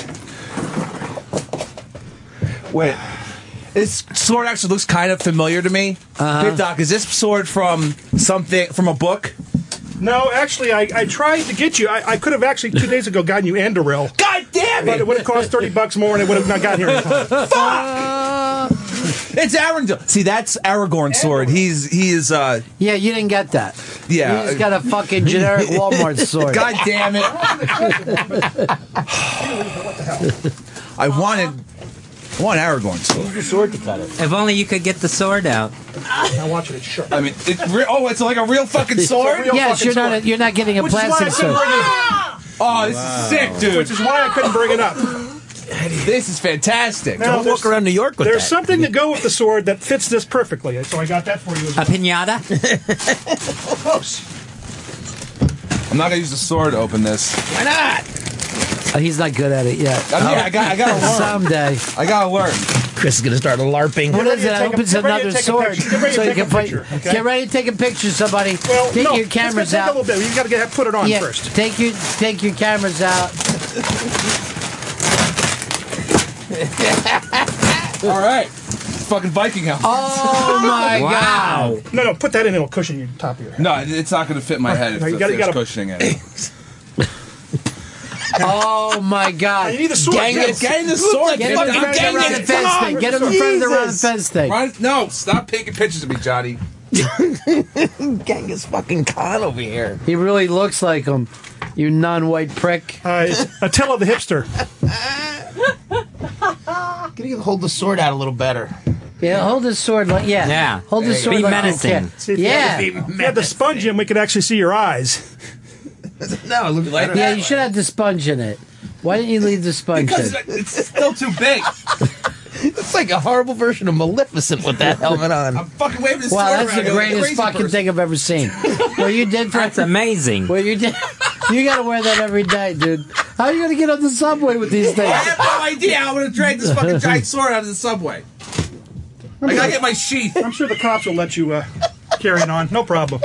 [SPEAKER 7] Wait. This sword actually looks kind of familiar to me.
[SPEAKER 10] Uh-huh.
[SPEAKER 7] uh Doc, is this sword from something from a book?
[SPEAKER 19] No, actually, I, I tried to get you. I, I could have actually two days ago gotten you Andoril.
[SPEAKER 7] God damn
[SPEAKER 19] But it would have cost thirty bucks more, and it would have not got here in time.
[SPEAKER 7] Fuck! It's Aragorn. See, that's Aragorn's sword. He's he is. uh
[SPEAKER 6] Yeah, you didn't get that.
[SPEAKER 7] Yeah.
[SPEAKER 6] You just got a fucking generic Walmart sword.
[SPEAKER 7] God damn it! I wanted. I want Aragorn's sword. Use your sword to cut it.
[SPEAKER 8] If only you could get the sword out.
[SPEAKER 19] I want you to shut.
[SPEAKER 7] I mean, it, re- oh, it's like a real fucking sword.
[SPEAKER 6] yes, you're not. A, you're not getting a
[SPEAKER 7] Which is why I
[SPEAKER 6] plastic
[SPEAKER 7] said
[SPEAKER 6] sword.
[SPEAKER 7] we're Oh, this
[SPEAKER 19] Wow.
[SPEAKER 7] is sick, dude.
[SPEAKER 19] Which is why I couldn't bring it up.
[SPEAKER 7] This is fantastic.
[SPEAKER 19] Now, Don't walk there's- around
[SPEAKER 7] New York
[SPEAKER 19] There's something to go with the sword that fits this perfectly, so I got that for you. As
[SPEAKER 8] A
[SPEAKER 19] well.
[SPEAKER 8] pinata?
[SPEAKER 19] Close.
[SPEAKER 7] I'm not gonna use the sword to open this. Why not?
[SPEAKER 6] Oh, he's not good at it yet.
[SPEAKER 7] I mean, I got- I gotta learn.
[SPEAKER 6] Oh. Someday.
[SPEAKER 7] I gotta learn.
[SPEAKER 10] Chris is gonna start larping.
[SPEAKER 6] What is it? I hope it's another sword.
[SPEAKER 19] picture. Get ready to
[SPEAKER 6] so you
[SPEAKER 19] take a
[SPEAKER 6] can fight.
[SPEAKER 19] picture, okay?
[SPEAKER 6] Get ready to take a picture, somebody.
[SPEAKER 19] Well,
[SPEAKER 6] take
[SPEAKER 19] no,
[SPEAKER 6] your
[SPEAKER 19] it's gonna
[SPEAKER 6] cameras
[SPEAKER 19] take
[SPEAKER 6] out.
[SPEAKER 19] a little bit. You got to get put it on
[SPEAKER 6] yeah,
[SPEAKER 19] first.
[SPEAKER 6] Take your take your cameras out.
[SPEAKER 7] All right.
[SPEAKER 19] fucking Viking outfit.
[SPEAKER 18] Oh, my Wow.
[SPEAKER 19] No, no, put that in. It'll cushion your top of your head.
[SPEAKER 7] No, it- it's not going to fit my head. if
[SPEAKER 19] No, you gotta-
[SPEAKER 7] it's-
[SPEAKER 19] you
[SPEAKER 7] it's
[SPEAKER 19] gotta-
[SPEAKER 7] cushioning it.
[SPEAKER 6] Oh my God!
[SPEAKER 7] You need a sword,
[SPEAKER 6] Dang
[SPEAKER 7] yeah.
[SPEAKER 6] it!
[SPEAKER 7] Get in the sword,
[SPEAKER 6] Get him
[SPEAKER 7] fucking
[SPEAKER 6] in front of the
[SPEAKER 7] dang
[SPEAKER 6] round
[SPEAKER 7] it.
[SPEAKER 6] of fence
[SPEAKER 7] Come
[SPEAKER 6] thing.
[SPEAKER 7] on,
[SPEAKER 6] Get him in front of the round of
[SPEAKER 7] Jesus.
[SPEAKER 6] fence thing.
[SPEAKER 7] Run- no, stop taking pictures of me, Johnny.
[SPEAKER 6] Genghis fucking Khan over here. He really looks like him. You non-white prick. Uh, Attila the hipster.
[SPEAKER 10] Can you hold the sword out a little better?
[SPEAKER 6] Yeah, hold his sword like yeah.
[SPEAKER 10] Yeah.
[SPEAKER 6] Hold his
[SPEAKER 10] There
[SPEAKER 6] sword
[SPEAKER 10] you go.
[SPEAKER 6] like
[SPEAKER 10] Be menacing.
[SPEAKER 6] You can. Yeah.
[SPEAKER 17] If you had the sponge in, we could actually see your eyes.
[SPEAKER 6] No, it looks
[SPEAKER 17] like
[SPEAKER 6] Yeah,
[SPEAKER 17] that
[SPEAKER 6] you should have the sponge in it. Why didn't you leave the sponge
[SPEAKER 10] Because
[SPEAKER 6] in?
[SPEAKER 7] It's still too big.
[SPEAKER 10] it's like a horrible version of Maleficent with that helmet on. I'm
[SPEAKER 7] fucking waving his
[SPEAKER 6] Wow,
[SPEAKER 10] sword
[SPEAKER 6] that's the
[SPEAKER 10] around like a
[SPEAKER 6] greatest
[SPEAKER 10] crazy
[SPEAKER 6] fucking
[SPEAKER 10] person.
[SPEAKER 6] thing I've ever seen. Well, you did. That's
[SPEAKER 8] amazing.
[SPEAKER 6] Well, you did. You gotta wear that every day, dude. How are you gonna get on the subway with these
[SPEAKER 7] I
[SPEAKER 6] things?
[SPEAKER 7] have no idea how I'm going to drag this fucking giant sword out of the subway. I gotta get my sheath.
[SPEAKER 19] I'm sure the cops will let you uh, carry it on. No problem.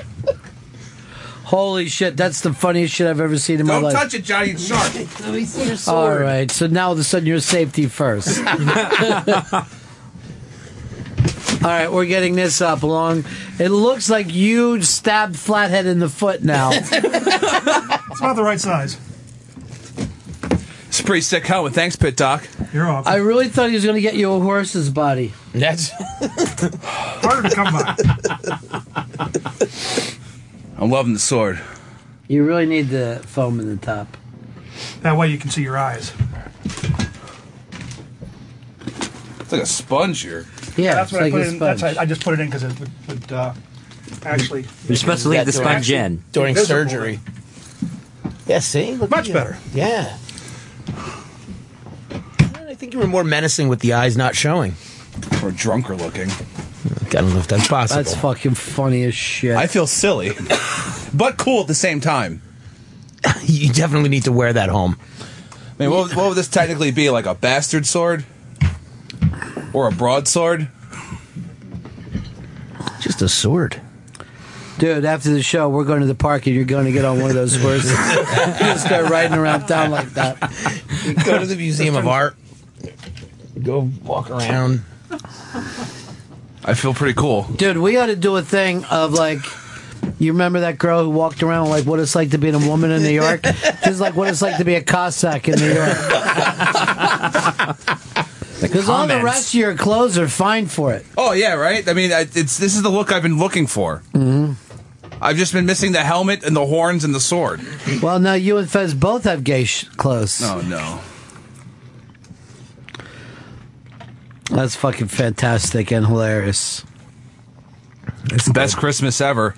[SPEAKER 6] Holy shit, that's the funniest shit I've ever seen in my
[SPEAKER 7] Don't
[SPEAKER 6] life.
[SPEAKER 7] touch it, Johnny. It's sharp.
[SPEAKER 10] Let me see your
[SPEAKER 6] All right, so now all of a sudden you're safety first. All right, we're getting this up along. It looks like you stabbed Flathead in the foot now.
[SPEAKER 19] It's about the right size.
[SPEAKER 7] It's a pretty sick helmet. Thanks, Pit Doc.
[SPEAKER 19] You're off.
[SPEAKER 6] I really thought he was going to get you a horse's body.
[SPEAKER 7] That's
[SPEAKER 19] Harder to come by.
[SPEAKER 7] I'm loving the sword.
[SPEAKER 6] You really need the foam in the top.
[SPEAKER 19] That way you can see your eyes.
[SPEAKER 7] It's like a sponge here.
[SPEAKER 6] Yeah,
[SPEAKER 19] that's what I
[SPEAKER 7] it's like
[SPEAKER 19] put
[SPEAKER 7] a
[SPEAKER 19] in. That's
[SPEAKER 7] sponge.
[SPEAKER 19] I, I just put it in because it would, would uh, actually.
[SPEAKER 8] You're supposed to leave the sponge in
[SPEAKER 10] during
[SPEAKER 19] Invisible.
[SPEAKER 10] surgery. Yeah, see, Look
[SPEAKER 19] Much
[SPEAKER 10] at you.
[SPEAKER 19] better.
[SPEAKER 10] Yeah. I think you were more menacing with the eyes not showing.
[SPEAKER 7] Or drunker looking.
[SPEAKER 10] I don't know if that's possible.
[SPEAKER 6] That's fucking funny as shit.
[SPEAKER 7] I feel silly, but cool at the same time.
[SPEAKER 10] you definitely need to wear that home.
[SPEAKER 7] I mean, what, would- what would this technically be? Like a bastard sword? Or a broadsword?
[SPEAKER 10] Just a sword.
[SPEAKER 6] Dude, after the show, we're going to the park and you're going to get on one of those horses. Just start riding around town like that.
[SPEAKER 10] Go to the Museum of Art. Go walk around.
[SPEAKER 7] I feel pretty cool.
[SPEAKER 6] Dude, we ought to do a thing of like, you remember that girl who walked around like what it's like to be a woman in New York? This is like what it's like to be a Cossack in New York. Because all the
[SPEAKER 7] comments.
[SPEAKER 6] rest of your clothes are fine for it.
[SPEAKER 7] Oh yeah, right. I mean, I- it's this is the look I've been looking for.
[SPEAKER 6] Mm-hmm.
[SPEAKER 7] I've just been missing the helmet and the horns and the sword.
[SPEAKER 6] Well, now you and Fez both have gay sh- clothes.
[SPEAKER 7] Oh no.
[SPEAKER 6] That's fucking fantastic and hilarious.
[SPEAKER 7] It's the best Christmas ever.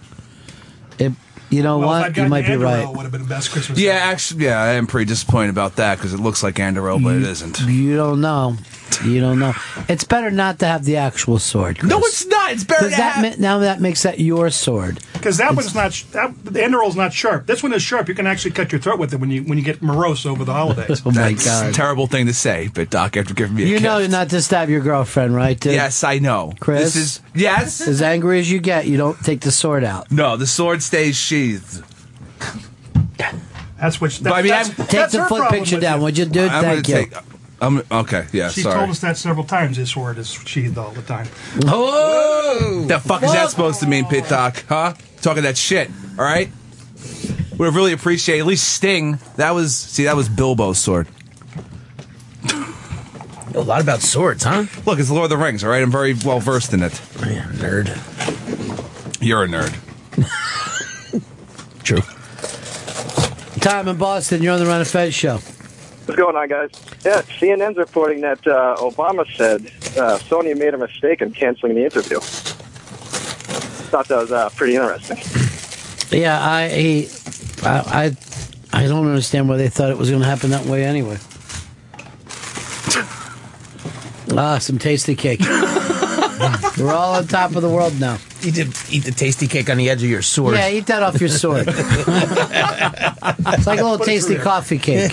[SPEAKER 6] It, you know what? You might be right.
[SPEAKER 19] would have been the best Christmas.
[SPEAKER 7] Yeah, actually, yeah, I am pretty disappointed about that because it looks like Andoril,
[SPEAKER 6] Mm.
[SPEAKER 7] but it isn't.
[SPEAKER 6] You don't know. You don't know. It's better not to have the actual sword.
[SPEAKER 7] No,
[SPEAKER 6] Chris.
[SPEAKER 7] it's not. It's better.
[SPEAKER 6] Does that ma- now that makes that your sword?
[SPEAKER 19] Because that one's not sh- that, the end roll's not sharp. This one is sharp. You can actually cut your throat with it when you when you get morose over the holidays.
[SPEAKER 6] Oh my
[SPEAKER 7] That's a
[SPEAKER 6] God.
[SPEAKER 7] terrible thing to say, but Doc, after giving me a
[SPEAKER 6] You
[SPEAKER 7] kiss.
[SPEAKER 6] know not to stab your girlfriend, right? Dude?
[SPEAKER 7] Yes, I know.
[SPEAKER 6] Chris.
[SPEAKER 7] This is yes.
[SPEAKER 6] As angry as you get, you don't take the sword out.
[SPEAKER 7] No, the sword stays sheathed.
[SPEAKER 19] That's which. That,
[SPEAKER 7] But I mean,
[SPEAKER 19] that's,
[SPEAKER 7] I'm- Take
[SPEAKER 19] that's
[SPEAKER 6] the
[SPEAKER 19] her
[SPEAKER 6] foot
[SPEAKER 19] problem
[SPEAKER 6] picture
[SPEAKER 19] with
[SPEAKER 6] down, would you, dude?
[SPEAKER 7] I'm
[SPEAKER 6] Thank you.
[SPEAKER 7] gonna take. I'm okay. Yeah,
[SPEAKER 19] She
[SPEAKER 7] sorry.
[SPEAKER 19] told us that several times. This word is sheathed all the time.
[SPEAKER 7] Oh, the fuck is that supposed to mean, Pit Doc? Huh? Talking that shit. All right. Would have really appreciated at least Sting. That was see, that was Bilbo's sword.
[SPEAKER 10] A lot about swords, huh?
[SPEAKER 7] Look, it's Lord of the Rings. All right, I'm very well versed in it.
[SPEAKER 10] nerd.
[SPEAKER 7] You're a nerd.
[SPEAKER 10] True.
[SPEAKER 6] Tom in Boston, you're on the Run of Fez show.
[SPEAKER 17] What's going on, guys? Yeah, CNN's reporting that uh, Obama said uh, Sony made a mistake in canceling the interview. Thought that was uh, pretty interesting.
[SPEAKER 6] Yeah, I he, I, I I don't understand why they thought it was going to happen that way anyway. Ah, some tasty cake. We're all on top of the world now.
[SPEAKER 10] You did eat the tasty cake on the edge of your sword.
[SPEAKER 6] Yeah, eat that off your sword. it's like a little
[SPEAKER 10] Put it
[SPEAKER 6] tasty
[SPEAKER 10] through.
[SPEAKER 6] coffee cake.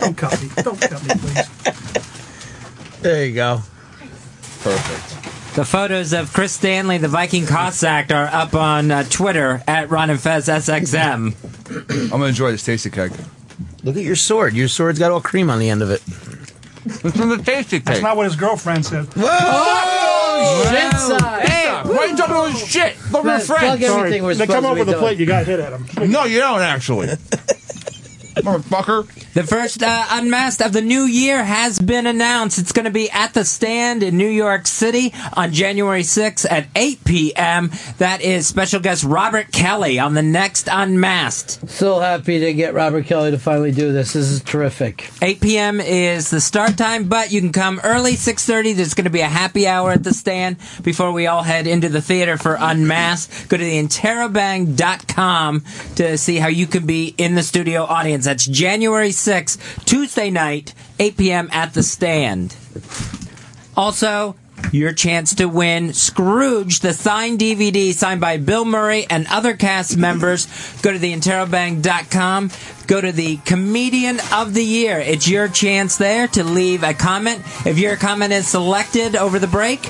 [SPEAKER 19] Don't cut me. Don't cut me, please.
[SPEAKER 10] There you go.
[SPEAKER 7] Perfect.
[SPEAKER 8] The photos of Chris Stanley, the Viking Cossack, are up on uh, Twitter at Ron and Fez SXM.
[SPEAKER 7] I'm gonna enjoy this tasty cake.
[SPEAKER 10] Look at your sword. Your sword's got all cream on the end of it.
[SPEAKER 13] It's from the tasty
[SPEAKER 19] That's
[SPEAKER 13] cake.
[SPEAKER 19] not what his girlfriend said.
[SPEAKER 13] Whoa!
[SPEAKER 19] Shit.
[SPEAKER 13] Hey, why you talking all this shit? Look at friends.
[SPEAKER 19] Plug- plug everything we're They supposed come to be over the doing. plate, you gotta hit at
[SPEAKER 13] them. No, you don't actually. Motherfucker.
[SPEAKER 8] The first uh, Unmasked of the new year has been announced. It's going to be at the stand in New York City on January 6th at 8 p.m. That is special guest Robert Kelly on the next Unmasked.
[SPEAKER 6] So happy to get Robert Kelly to finally do this. This is terrific.
[SPEAKER 8] 8 p.m. is the start time, but you can come early, 6.30. There's going to be a happy hour at the stand before we all head into the theater for Unmasked. Go to theinterrobang.com to see how you can be in the studio audience. That's January 6th, Tuesday night, 8 p.m. at the stand. Also, your chance to win Scrooge, the signed DVD signed by Bill Murray and other cast members. Go to theinterrobang.com. Go to the Comedian of the Year. It's your chance there to leave a comment. If your comment is selected over the break,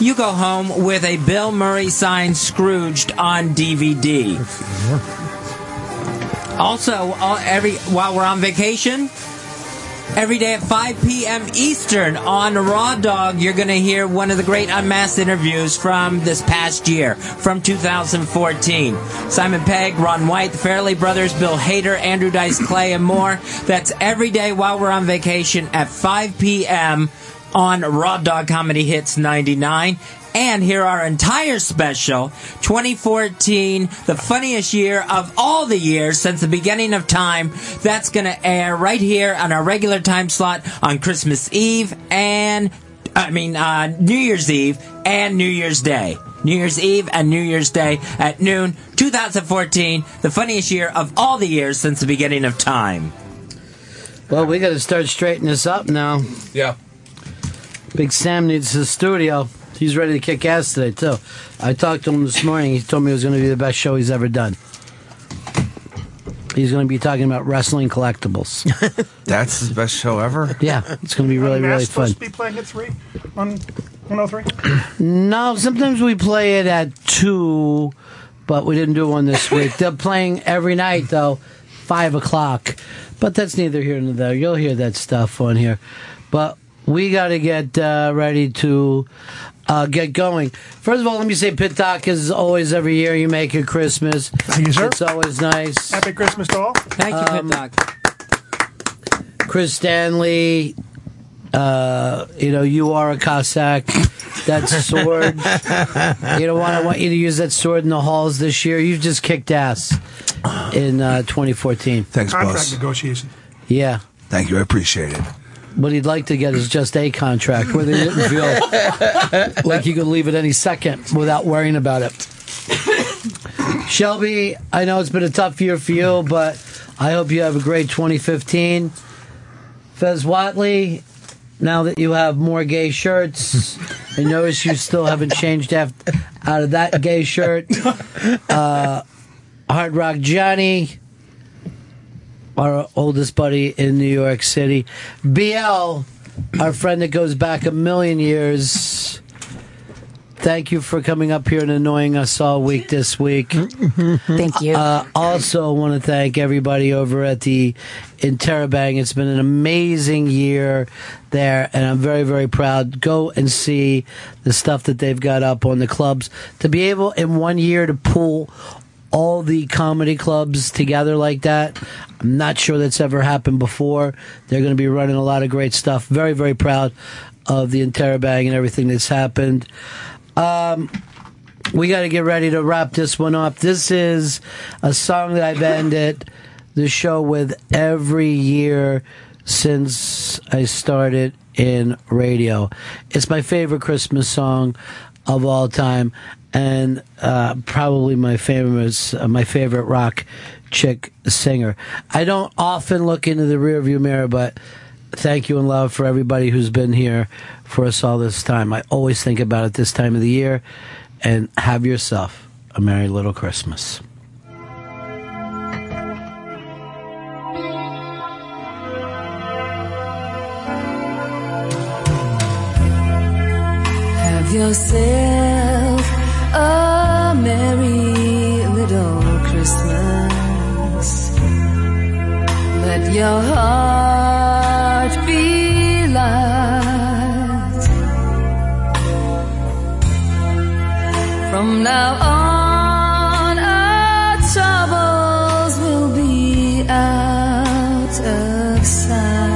[SPEAKER 8] you go home with a Bill Murray signed Scrooged on DVD. Also, all, every while we're on vacation, Every day at 5 p.m. Eastern on Raw Dog, you're going to hear one of the great unmasked interviews from this past year, from 2014. Simon Pegg, Ron White, the Fairley Brothers, Bill Hader, Andrew Dice Clay, and more. That's every day while we're on vacation at 5 p.m. on Raw Dog Comedy Hits 99. And hear our entire special, 2014, the funniest year of all the years since the beginning of time. That's going to air right here on our regular time slot on Christmas Eve and, I mean, uh, New Year's Eve and New Year's Day. New Year's Eve and New Year's Day at noon, 2014, the funniest year of all the years since the beginning of time.
[SPEAKER 6] Well, we got to start straightening this up now.
[SPEAKER 13] Yeah.
[SPEAKER 6] Big Sam needs the studio. He's ready to kick ass today, too. I talked to him this morning. He told me it was going to be the best show he's ever done. He's going to be talking about wrestling collectibles.
[SPEAKER 13] That's his best show ever?
[SPEAKER 6] Yeah, it's going to be really, really
[SPEAKER 19] Matt's
[SPEAKER 6] fun.
[SPEAKER 19] supposed to be playing at three oh on 103.
[SPEAKER 6] No, sometimes we play it at two, but we didn't do one this week. They're playing every night though, five o'clock. But that's neither here nor there. You'll hear that stuff on here. But we got to get uh, ready to uh, get going. First of all, let me say, Pit Doc is always every year you make it Christmas. Thank
[SPEAKER 19] you, sir.
[SPEAKER 6] It's always nice.
[SPEAKER 19] Happy Christmas to all. Um,
[SPEAKER 8] Thank you, Pit Doc.
[SPEAKER 6] Chris Stanley. Uh, you know, you are a Cossack. That sword. you know what? I want you to use that sword in the halls this year. You've just kicked ass in uh, 2014.
[SPEAKER 7] Thanks,
[SPEAKER 19] Contract
[SPEAKER 7] boss.
[SPEAKER 19] negotiation.
[SPEAKER 6] Yeah.
[SPEAKER 7] Thank you. I appreciate it.
[SPEAKER 6] What he'd like to get is just a contract where they didn't feel like you could leave at any second without worrying about it. Shelby, I know it's been a tough year for you, but I hope you have a great 2015. Fez Watley, now that you have more gay shirts, I notice you still haven't changed after, out of that gay shirt. Uh, Hard Rock Johnny, our oldest buddy in New York City. BL, our friend that goes back a million years. Thank you for coming up here and annoying us all week this week.
[SPEAKER 12] Thank you.
[SPEAKER 6] Uh, also, want to thank everybody over at the Interrobang. It's been an amazing year there, and I'm very, very proud. Go and see the stuff that they've got up on the clubs. To be able in one year to pull all the comedy clubs together like that. I'm not sure that's ever happened before. They're going to be running a lot of great stuff. Very, very proud of the Interrobang and everything that's happened. Um, we got to get ready to wrap this one up. This is a song that I've ended the show with every year since I started in radio. It's my favorite Christmas song of all time, and uh, probably my famous, uh, my favorite rock chick singer. I don't often look into the rearview mirror, but thank you and love for everybody who's been here for us all this time. I always think about it this time of the year. And have yourself a Merry Little Christmas.
[SPEAKER 4] Have yourself a merry little Christmas. Let your heart be light. From now on, our troubles will be out of sight.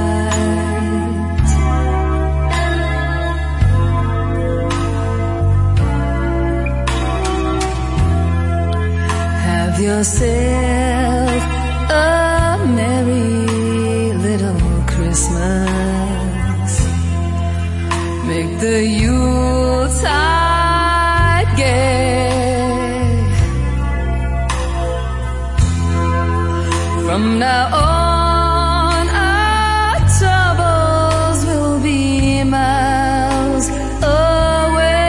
[SPEAKER 4] Have yourself a merry little Christmas. Make the Yuletide gay. From now on, our troubles will be miles away.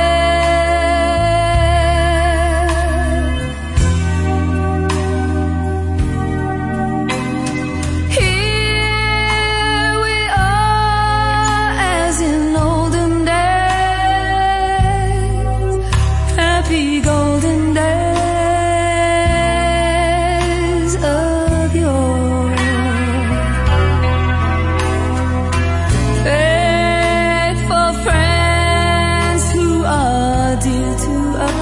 [SPEAKER 4] Here we are, as in olden days, happy golden days of yore. Faithful friends who are dear to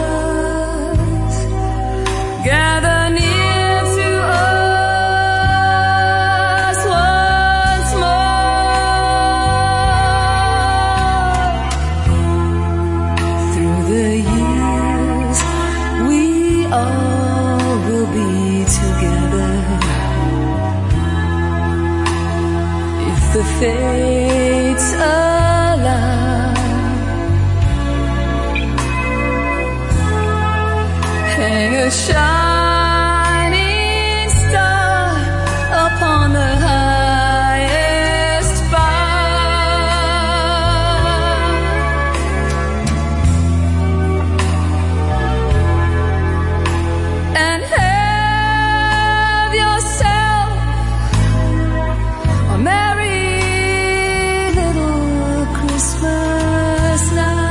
[SPEAKER 4] us, gather near to us once more. Through the years, we all will be together. If the fates allow. hang a shining star upon the highest bough. And have yourself a merry little Christmas night.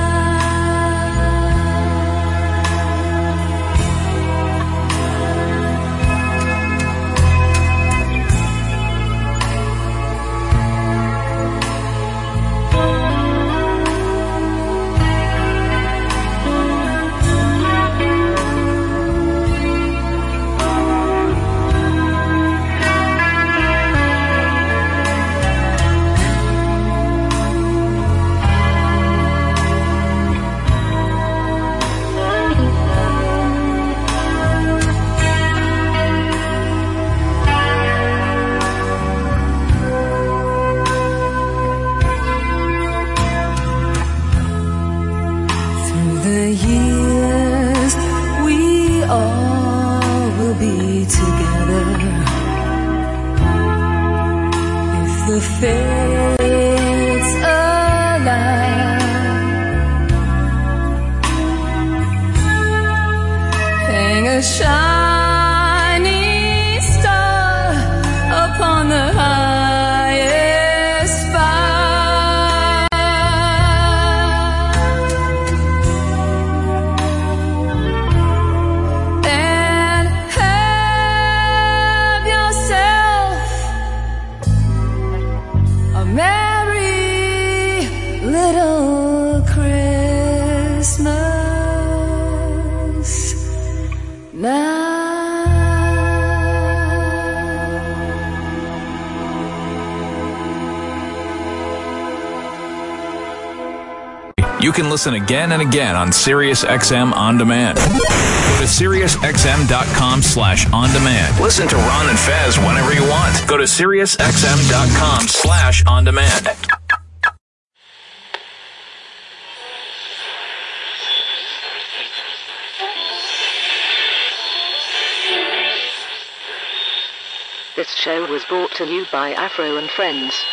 [SPEAKER 4] Through the years, we all will be together. If the fates allow, hang a shining star upon the highest bough. and have yourself a merry little Christmas now.
[SPEAKER 29] You can listen again and again on SiriusXM On Demand. Go to SiriusXM.com slash On Demand. Listen to Ron and Fez whenever you want. Go to SiriusXM.com slash On Demand.
[SPEAKER 17] This show was brought to you by Afro and Friends.